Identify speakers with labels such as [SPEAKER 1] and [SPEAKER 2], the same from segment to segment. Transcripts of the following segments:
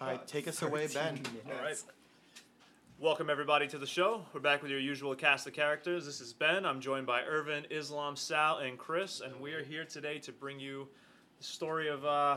[SPEAKER 1] All right, take us away, Ben.
[SPEAKER 2] All right. Welcome everybody to the show. We're back with your usual cast of characters. This is Ben. I'm joined by Irvin, Islam, Sal, and Chris, and we are here today to bring you the story of uh,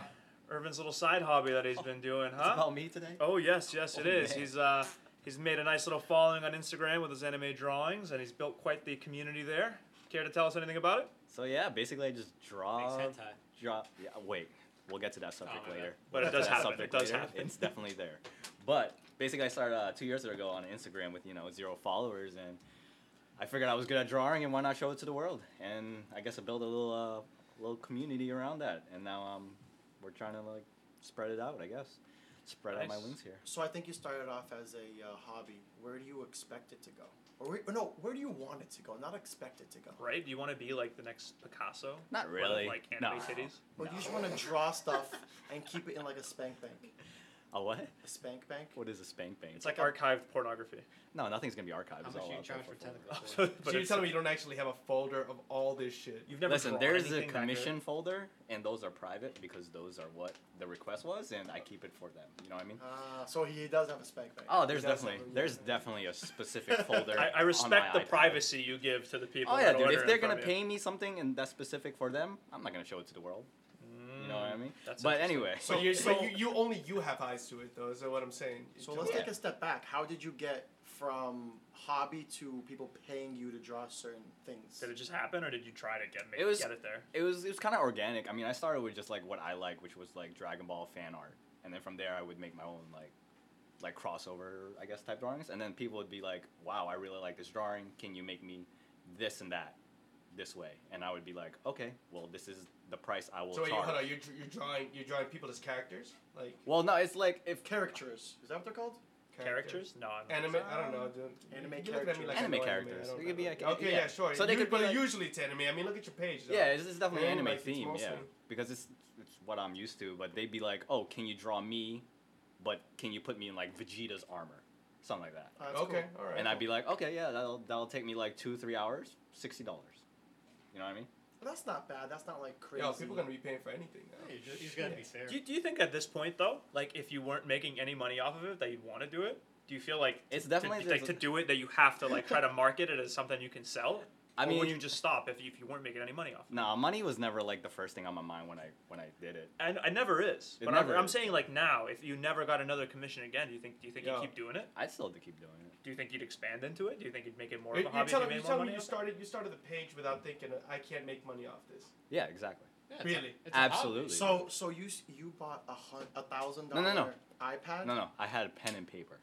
[SPEAKER 2] Irvin's little side hobby that he's been doing, huh?
[SPEAKER 1] me today?
[SPEAKER 2] Oh yes, yes it
[SPEAKER 1] Oh,
[SPEAKER 2] is.
[SPEAKER 1] man.
[SPEAKER 2] He's uh, he's made a nice little following on Instagram with his anime drawings, and he's built quite the community there. Care to tell us anything about it?
[SPEAKER 3] So yeah, basically I just draw,
[SPEAKER 4] Makes hentai.
[SPEAKER 3] draw. Yeah, wait, we'll get to that subject
[SPEAKER 4] my bad.
[SPEAKER 3] later.
[SPEAKER 2] But
[SPEAKER 3] We'll
[SPEAKER 2] it
[SPEAKER 3] get
[SPEAKER 2] does
[SPEAKER 3] to that
[SPEAKER 2] happen,
[SPEAKER 3] subject
[SPEAKER 2] it does
[SPEAKER 3] later.
[SPEAKER 2] happen.
[SPEAKER 3] It's definitely there. But basically, I started uh, two years ago on Instagram with you know zero followers, and I figured I was good at drawing, and why not show it to the world? And I guess I built a little uh, little community around that, and now um, we're trying to like spread it out. I guess spread out my
[SPEAKER 2] Nice.
[SPEAKER 3] wings here.
[SPEAKER 1] So I think you started off as a uh, hobby. Where do you expect it to go? Or, where, or no, where do you want it to go? Not expect it to go.
[SPEAKER 2] Right? Do you want to be like the next Picasso?
[SPEAKER 3] Not
[SPEAKER 2] With,
[SPEAKER 3] really.
[SPEAKER 2] Like
[SPEAKER 3] No.
[SPEAKER 2] anime titties.
[SPEAKER 1] Or you just want to draw stuff and keep it in like a spank bank.
[SPEAKER 3] A what?
[SPEAKER 1] A spank bank?
[SPEAKER 3] What is a spank bank?
[SPEAKER 2] It's like archived pornography.
[SPEAKER 3] no, nothing's gonna be archived.
[SPEAKER 4] How
[SPEAKER 3] It's
[SPEAKER 4] much
[SPEAKER 3] all
[SPEAKER 4] do you
[SPEAKER 3] out there
[SPEAKER 4] charge for
[SPEAKER 3] for free.
[SPEAKER 4] tentacles?
[SPEAKER 2] So
[SPEAKER 5] So
[SPEAKER 2] you're
[SPEAKER 5] you're telling me you don't actually have a folder of all this shit?
[SPEAKER 2] You've never
[SPEAKER 3] Listen,
[SPEAKER 2] drawn
[SPEAKER 3] there's a
[SPEAKER 2] anything that good?
[SPEAKER 3] commission folder, and those are private because those are what the request was, and I keep it for them. You know what I mean?
[SPEAKER 1] Ah, so he does have a spank bank.
[SPEAKER 3] Oh, there's
[SPEAKER 1] He does have
[SPEAKER 3] definitely
[SPEAKER 1] a-
[SPEAKER 3] there's definitely a specific folder.
[SPEAKER 2] I, I
[SPEAKER 3] on
[SPEAKER 2] respect
[SPEAKER 3] my
[SPEAKER 2] the
[SPEAKER 3] iPad.
[SPEAKER 2] privacy you give to the people.
[SPEAKER 3] Oh yeah,
[SPEAKER 2] that
[SPEAKER 3] dude.
[SPEAKER 2] order
[SPEAKER 3] If they're
[SPEAKER 2] it
[SPEAKER 3] gonna
[SPEAKER 2] from you.
[SPEAKER 3] pay me something and that's specific for them, I'm not gonna show it to the world. You know what I mean?
[SPEAKER 2] Mm, that's
[SPEAKER 3] but
[SPEAKER 2] interesting.
[SPEAKER 3] anyway,
[SPEAKER 5] So,
[SPEAKER 1] So-
[SPEAKER 5] you
[SPEAKER 1] so-
[SPEAKER 5] but you, you only you have eyes to it though. Is that what I'm saying?
[SPEAKER 1] So let's take a step back. How did you get from hobby to people paying you to draw certain things?
[SPEAKER 2] did it just happen, or did you try to get make,
[SPEAKER 3] It was-
[SPEAKER 2] get it there?
[SPEAKER 3] it was it was kind of organic. I mean, I started with just like what I like, which was like Dragon Ball fan art, and then from there I would make my own like like crossover, I guess, type drawings, and then people would be like, "Wow, I really like this drawing. Can you make me this and that this way?" And I would be like, "Okay, well, this is the price I will
[SPEAKER 5] So wait, you-
[SPEAKER 3] charge."
[SPEAKER 5] hold on. You're, dr- you're drawing you're drawing people as characters, like
[SPEAKER 3] well, no, it's like if
[SPEAKER 1] Characters. Is that what they're called?
[SPEAKER 2] Characters? No. I'm
[SPEAKER 5] Anime? I don't know. Dude.
[SPEAKER 1] Anime
[SPEAKER 5] You're looking at me like I
[SPEAKER 3] Anime
[SPEAKER 5] know I
[SPEAKER 3] characters.
[SPEAKER 5] don't
[SPEAKER 3] It could be
[SPEAKER 5] know.
[SPEAKER 3] like-
[SPEAKER 5] okay,
[SPEAKER 3] yeah.
[SPEAKER 5] yeah, sure.
[SPEAKER 3] So they
[SPEAKER 5] You-
[SPEAKER 3] could be
[SPEAKER 5] but
[SPEAKER 3] like-
[SPEAKER 5] usually it's anime. I mean, look at your page. though.
[SPEAKER 3] Yeah, it's, it's definitely
[SPEAKER 5] Yeah,
[SPEAKER 3] anime
[SPEAKER 5] like, it's
[SPEAKER 3] theme, yeah.
[SPEAKER 5] mostly-
[SPEAKER 3] Because it's it's what I'm used to, but they'd be like, "Oh, can you draw me? But can you put me in like Vegeta's armor?" Something like that.
[SPEAKER 1] Ah, that's
[SPEAKER 5] Okay,
[SPEAKER 1] cool.
[SPEAKER 5] all right.
[SPEAKER 3] And I'd be like, "Okay, yeah, that'll that'll take me like 2-3 hours, $60." You know what I mean?
[SPEAKER 1] But that's not bad. That's not like crazy.
[SPEAKER 5] yo, people gonna be paying for anything now.
[SPEAKER 4] You just, you just gotta be fair.
[SPEAKER 2] Do you, do you think at this point though, like if you weren't making any money off of it, that you'd want to do it? Do you feel like
[SPEAKER 3] It's
[SPEAKER 2] to,
[SPEAKER 3] definitely
[SPEAKER 2] like,
[SPEAKER 3] there's
[SPEAKER 2] to
[SPEAKER 3] a-
[SPEAKER 2] do it that you have to like try to market it as something you can sell?
[SPEAKER 3] I
[SPEAKER 2] or
[SPEAKER 3] mean,
[SPEAKER 2] would you just stop if you, if you weren't making any money off? it?
[SPEAKER 3] Nah, money was never like the first thing on my mind when I when I did it.
[SPEAKER 2] And it never is.
[SPEAKER 3] It
[SPEAKER 2] but
[SPEAKER 3] never
[SPEAKER 2] I'm, I'm
[SPEAKER 3] is.
[SPEAKER 2] saying like now, if you never got another commission again, do you think do you think
[SPEAKER 5] Yeah.
[SPEAKER 2] you'd keep doing it?
[SPEAKER 3] I'd still have to keep doing it.
[SPEAKER 2] Do you think you'd expand into it? Do you think you'd make it more
[SPEAKER 5] You're,
[SPEAKER 2] of a hobby? if
[SPEAKER 5] telling,
[SPEAKER 2] you
[SPEAKER 5] you're
[SPEAKER 2] made more
[SPEAKER 5] telling
[SPEAKER 2] money?
[SPEAKER 5] me you
[SPEAKER 2] off it?
[SPEAKER 5] started you started the page without thinking I can't make money off this.
[SPEAKER 3] Yeah, exactly.
[SPEAKER 4] Yeah, it's a-
[SPEAKER 5] Really?
[SPEAKER 4] it's a hobby.
[SPEAKER 3] Absolutely.
[SPEAKER 1] So so you s- you bought a hun- a thousand
[SPEAKER 3] No,
[SPEAKER 1] dollar
[SPEAKER 3] no, no.
[SPEAKER 1] iPad?
[SPEAKER 3] no, no, I had a pen and paper.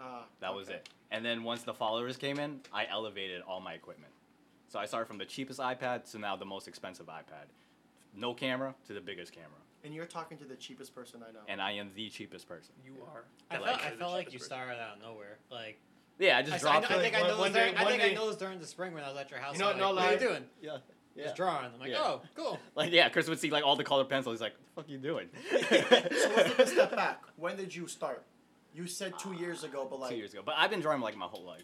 [SPEAKER 1] Ah,
[SPEAKER 3] That was
[SPEAKER 1] okay.
[SPEAKER 3] it. And then once the followers came in, I elevated all my equipment. So I started from the cheapest iPad to now the most expensive iPad. No camera to the biggest camera.
[SPEAKER 1] And you're talking to the cheapest person I know.
[SPEAKER 3] And I am the cheapest person.
[SPEAKER 2] You are.
[SPEAKER 4] I
[SPEAKER 3] Like,
[SPEAKER 4] felt, I
[SPEAKER 2] actually the
[SPEAKER 4] felt like you
[SPEAKER 2] cheapest
[SPEAKER 4] started out of nowhere. Like
[SPEAKER 3] Yeah, I
[SPEAKER 4] I,
[SPEAKER 3] just
[SPEAKER 4] I,
[SPEAKER 3] dropped
[SPEAKER 4] I
[SPEAKER 3] it.
[SPEAKER 4] think I
[SPEAKER 5] One-
[SPEAKER 4] noticed.
[SPEAKER 5] one
[SPEAKER 4] during,
[SPEAKER 5] day-
[SPEAKER 4] I
[SPEAKER 5] one
[SPEAKER 4] think I
[SPEAKER 5] day-
[SPEAKER 4] noticed during the spring when I was at your house.
[SPEAKER 5] You know
[SPEAKER 4] I'm
[SPEAKER 5] what, no
[SPEAKER 4] like, what are you
[SPEAKER 5] lie.
[SPEAKER 4] doing?
[SPEAKER 3] Yeah. Yeah.
[SPEAKER 4] Just drawing. I'm like,
[SPEAKER 3] Yeah.
[SPEAKER 4] oh, cool.
[SPEAKER 3] Like yeah, Chris would see like all the colored pencils. He's like, "What the fuck you doing?"
[SPEAKER 1] so let's take a step back. When did you start? You said two years ago, but like
[SPEAKER 3] Ah, two years ago, but I've been drawing like my whole life.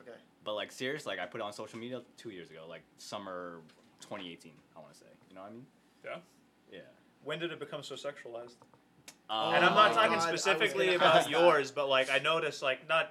[SPEAKER 1] okay,
[SPEAKER 3] But like serious, like I put it on social media two years ago, like summer 2018. I want to say. You know what I mean?
[SPEAKER 2] Yeah.
[SPEAKER 3] Yeah.
[SPEAKER 2] When did it become so sexualized?
[SPEAKER 3] Uh,
[SPEAKER 2] and I'm not
[SPEAKER 1] Oh my
[SPEAKER 2] talking
[SPEAKER 1] God, I was
[SPEAKER 2] specifically
[SPEAKER 1] gonna
[SPEAKER 2] about
[SPEAKER 1] ask that.
[SPEAKER 2] yours, but like I noticed, like not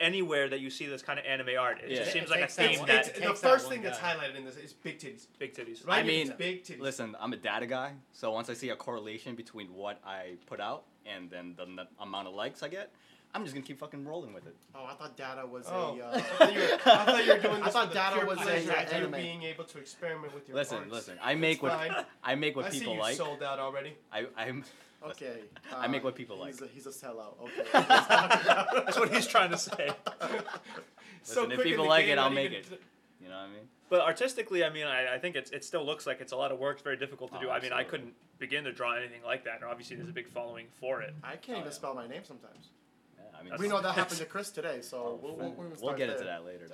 [SPEAKER 2] anywhere that you see this kind of anime art. It
[SPEAKER 3] Yeah.
[SPEAKER 2] just
[SPEAKER 3] It
[SPEAKER 2] seems
[SPEAKER 4] takes-
[SPEAKER 2] like a
[SPEAKER 4] takes that
[SPEAKER 2] theme
[SPEAKER 4] one-
[SPEAKER 2] that
[SPEAKER 5] It's, the
[SPEAKER 4] takes that
[SPEAKER 5] first
[SPEAKER 4] one
[SPEAKER 5] thing that's
[SPEAKER 4] guy.
[SPEAKER 5] highlighted in this is big titties.
[SPEAKER 2] big titties.
[SPEAKER 5] Right?
[SPEAKER 3] I mean,
[SPEAKER 5] It's big titties.
[SPEAKER 3] Listen, I'm a data guy, so once I see a correlation between what I put out and then the n- amount of likes I get, I'm just gonna keep fucking rolling with it.
[SPEAKER 1] oh, I thought data was
[SPEAKER 5] Oh,
[SPEAKER 1] a.
[SPEAKER 5] I,
[SPEAKER 1] Uh,
[SPEAKER 5] thought you were, I thought you were doing
[SPEAKER 1] I
[SPEAKER 5] this
[SPEAKER 1] thought
[SPEAKER 5] for the
[SPEAKER 1] data
[SPEAKER 5] pure
[SPEAKER 1] was a
[SPEAKER 5] pleasure of you
[SPEAKER 1] anime.
[SPEAKER 5] being able to experiment with your
[SPEAKER 3] Listen,
[SPEAKER 5] arts.
[SPEAKER 3] listen, I make what
[SPEAKER 5] fine.
[SPEAKER 3] I make what
[SPEAKER 5] I see
[SPEAKER 3] people
[SPEAKER 5] you
[SPEAKER 3] like.
[SPEAKER 5] sold out already.
[SPEAKER 3] I I'm
[SPEAKER 1] okay. Uh,
[SPEAKER 3] I make what people
[SPEAKER 1] he's
[SPEAKER 3] like.
[SPEAKER 1] A, he's a sellout. Okay.
[SPEAKER 2] That's what he's trying to say.
[SPEAKER 3] Listen, if
[SPEAKER 5] quick in
[SPEAKER 3] people
[SPEAKER 5] the
[SPEAKER 3] like
[SPEAKER 5] game,
[SPEAKER 3] it, I'll
[SPEAKER 5] not
[SPEAKER 3] make
[SPEAKER 5] even-
[SPEAKER 3] it. You know what I mean?
[SPEAKER 2] But artistically, I mean, I, I think it's, it still looks like it's a lot of work. It's very difficult to
[SPEAKER 3] Oh,
[SPEAKER 2] do. I mean, I
[SPEAKER 3] absolutely.
[SPEAKER 2] couldn't begin to draw anything like that, and obviously there's a big following for it.
[SPEAKER 1] I
[SPEAKER 3] Oh,
[SPEAKER 1] can't
[SPEAKER 3] yeah.
[SPEAKER 1] even spell my name sometimes.
[SPEAKER 3] Yeah, I mean
[SPEAKER 2] That's-
[SPEAKER 1] We know that
[SPEAKER 3] that's-
[SPEAKER 1] happened to Chris today, so
[SPEAKER 3] oh,
[SPEAKER 1] we'll, we'll,
[SPEAKER 3] friend.
[SPEAKER 1] we'll,
[SPEAKER 3] We'll
[SPEAKER 1] start
[SPEAKER 3] get into
[SPEAKER 1] there. Oh,
[SPEAKER 3] that later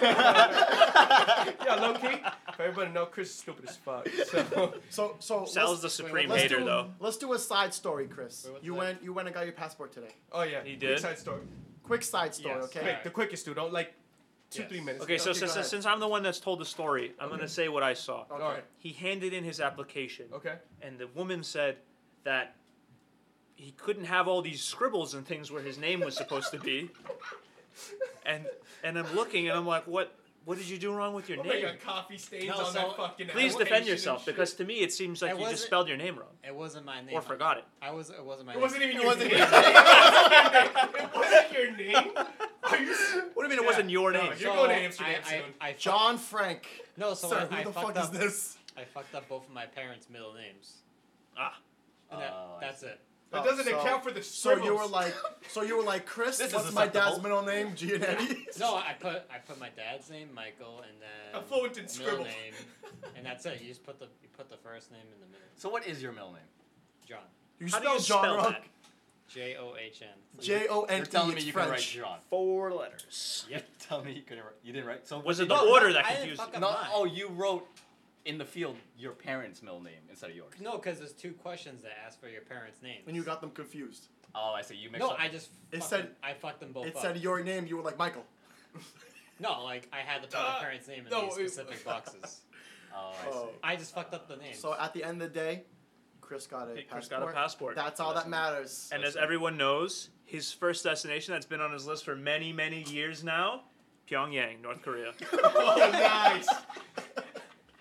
[SPEAKER 3] though.
[SPEAKER 5] yeah, low key. For everybody to know, Chris is stupid as fuck. So
[SPEAKER 1] So so
[SPEAKER 2] Sal's
[SPEAKER 1] let's-
[SPEAKER 2] the supreme
[SPEAKER 1] let's
[SPEAKER 2] hater,
[SPEAKER 1] do,
[SPEAKER 2] though.
[SPEAKER 1] Let's do a side story, Chris.
[SPEAKER 4] Wait, what's
[SPEAKER 1] you
[SPEAKER 4] that?
[SPEAKER 1] went you went and got your passport today.
[SPEAKER 5] Oh yeah,
[SPEAKER 2] He
[SPEAKER 5] quick
[SPEAKER 2] did?
[SPEAKER 5] Side story.
[SPEAKER 1] Quick side story,
[SPEAKER 4] Yes.
[SPEAKER 1] okay?
[SPEAKER 5] Quick, the quickest dude. Don't like two,
[SPEAKER 4] Yes.
[SPEAKER 5] three minutes.
[SPEAKER 2] Okay, Mm-hmm. so
[SPEAKER 1] Okay, go
[SPEAKER 2] since,
[SPEAKER 1] ahead.
[SPEAKER 2] since I'm the one that's told the story, I'm going to say what I saw.
[SPEAKER 1] Okay.
[SPEAKER 5] All right.
[SPEAKER 2] He handed in his application,
[SPEAKER 5] Okay.
[SPEAKER 2] and the woman said that he couldn't have all these scribbles and things where his name was supposed to be. And and I'm looking and I'm like, what what did you do wrong with your
[SPEAKER 5] Oh my
[SPEAKER 2] name?
[SPEAKER 5] god, coffee stains
[SPEAKER 4] No,
[SPEAKER 5] on
[SPEAKER 4] so-
[SPEAKER 5] that fucking.
[SPEAKER 2] Please
[SPEAKER 5] application
[SPEAKER 2] defend
[SPEAKER 5] and
[SPEAKER 2] yourself
[SPEAKER 5] shit.
[SPEAKER 2] because to me it seems like
[SPEAKER 4] It
[SPEAKER 2] you just
[SPEAKER 4] wasn't-
[SPEAKER 2] spelled your name wrong
[SPEAKER 4] It wasn't my name.
[SPEAKER 2] or forgot it.
[SPEAKER 4] I was. It wasn't my.
[SPEAKER 5] It
[SPEAKER 4] name.
[SPEAKER 5] wasn't even
[SPEAKER 4] It
[SPEAKER 5] your
[SPEAKER 4] wasn't
[SPEAKER 5] name.
[SPEAKER 4] even-
[SPEAKER 5] it wasn't your name. Are you? s-
[SPEAKER 2] What do you mean it
[SPEAKER 5] Yeah,
[SPEAKER 2] wasn't your
[SPEAKER 5] no,
[SPEAKER 2] name?
[SPEAKER 5] You're going to
[SPEAKER 4] So,
[SPEAKER 5] Amsterdam
[SPEAKER 4] I,
[SPEAKER 5] soon.
[SPEAKER 4] I, I fuck-
[SPEAKER 1] John Frank.
[SPEAKER 4] No, so
[SPEAKER 1] Sir,
[SPEAKER 4] I,
[SPEAKER 1] who
[SPEAKER 4] I
[SPEAKER 1] the
[SPEAKER 4] fucked
[SPEAKER 1] fuck
[SPEAKER 4] up.
[SPEAKER 1] is this?
[SPEAKER 4] I fucked up both of my parents' middle names.
[SPEAKER 2] Ah.
[SPEAKER 4] And that,
[SPEAKER 3] Oh, I
[SPEAKER 4] that's it.
[SPEAKER 5] That
[SPEAKER 1] Oh,
[SPEAKER 5] doesn't
[SPEAKER 1] so-
[SPEAKER 5] account for the
[SPEAKER 1] So
[SPEAKER 5] scribbles.
[SPEAKER 1] you were like, so you were like, Chris.
[SPEAKER 3] This is
[SPEAKER 1] what's my dad's
[SPEAKER 3] acceptable.
[SPEAKER 1] middle name? Giannetti.
[SPEAKER 4] No, I put I put my dad's name, Michael, and then
[SPEAKER 5] I'm fluent in
[SPEAKER 4] middle
[SPEAKER 5] scribble.
[SPEAKER 4] name, and that's it. You just put the you put the first name in the middle.
[SPEAKER 3] So what is your middle name?
[SPEAKER 4] John.
[SPEAKER 1] You
[SPEAKER 2] How do you
[SPEAKER 1] spelled John
[SPEAKER 2] spell
[SPEAKER 1] wrong.
[SPEAKER 2] that?
[SPEAKER 4] J O H N.
[SPEAKER 1] J O N E.
[SPEAKER 3] You're telling me
[SPEAKER 1] it's
[SPEAKER 3] you can write
[SPEAKER 1] French.
[SPEAKER 3] Jean.
[SPEAKER 2] Four letters.
[SPEAKER 3] You're telling me you couldn't write. You didn't write. So
[SPEAKER 2] Was
[SPEAKER 3] what did
[SPEAKER 2] it the
[SPEAKER 3] you-
[SPEAKER 2] order that
[SPEAKER 4] I didn't
[SPEAKER 2] confused
[SPEAKER 4] fuck
[SPEAKER 2] you?
[SPEAKER 4] up.
[SPEAKER 3] No.
[SPEAKER 4] Mine.
[SPEAKER 3] Oh, you wrote in the field your parents' middle name instead of yours.
[SPEAKER 4] No, because there's two questions that ask for your parents' names.
[SPEAKER 1] And you got them confused.
[SPEAKER 3] Oh, I see. You mixed
[SPEAKER 4] No,
[SPEAKER 3] up.
[SPEAKER 4] I just
[SPEAKER 1] It
[SPEAKER 4] fucked
[SPEAKER 1] said-
[SPEAKER 4] them- I fucked them both
[SPEAKER 1] It
[SPEAKER 4] up.
[SPEAKER 1] said your name. You were like Michael.
[SPEAKER 4] no, like I had to put my
[SPEAKER 5] Uh,
[SPEAKER 4] parents' name in
[SPEAKER 5] no,
[SPEAKER 4] these
[SPEAKER 5] it-
[SPEAKER 4] specific boxes.
[SPEAKER 3] Oh, I
[SPEAKER 1] Oh.
[SPEAKER 3] see.
[SPEAKER 4] I just fucked up the names.
[SPEAKER 1] So at the end of the day, Chris got a
[SPEAKER 2] Hey,
[SPEAKER 1] passport.
[SPEAKER 2] Chris got a passport.
[SPEAKER 1] That's all that matters.
[SPEAKER 2] And as
[SPEAKER 3] Listen.
[SPEAKER 2] everyone knows, his first destination that's been on his list for many, many years now, Pyongyang, North Korea.
[SPEAKER 5] oh, nice.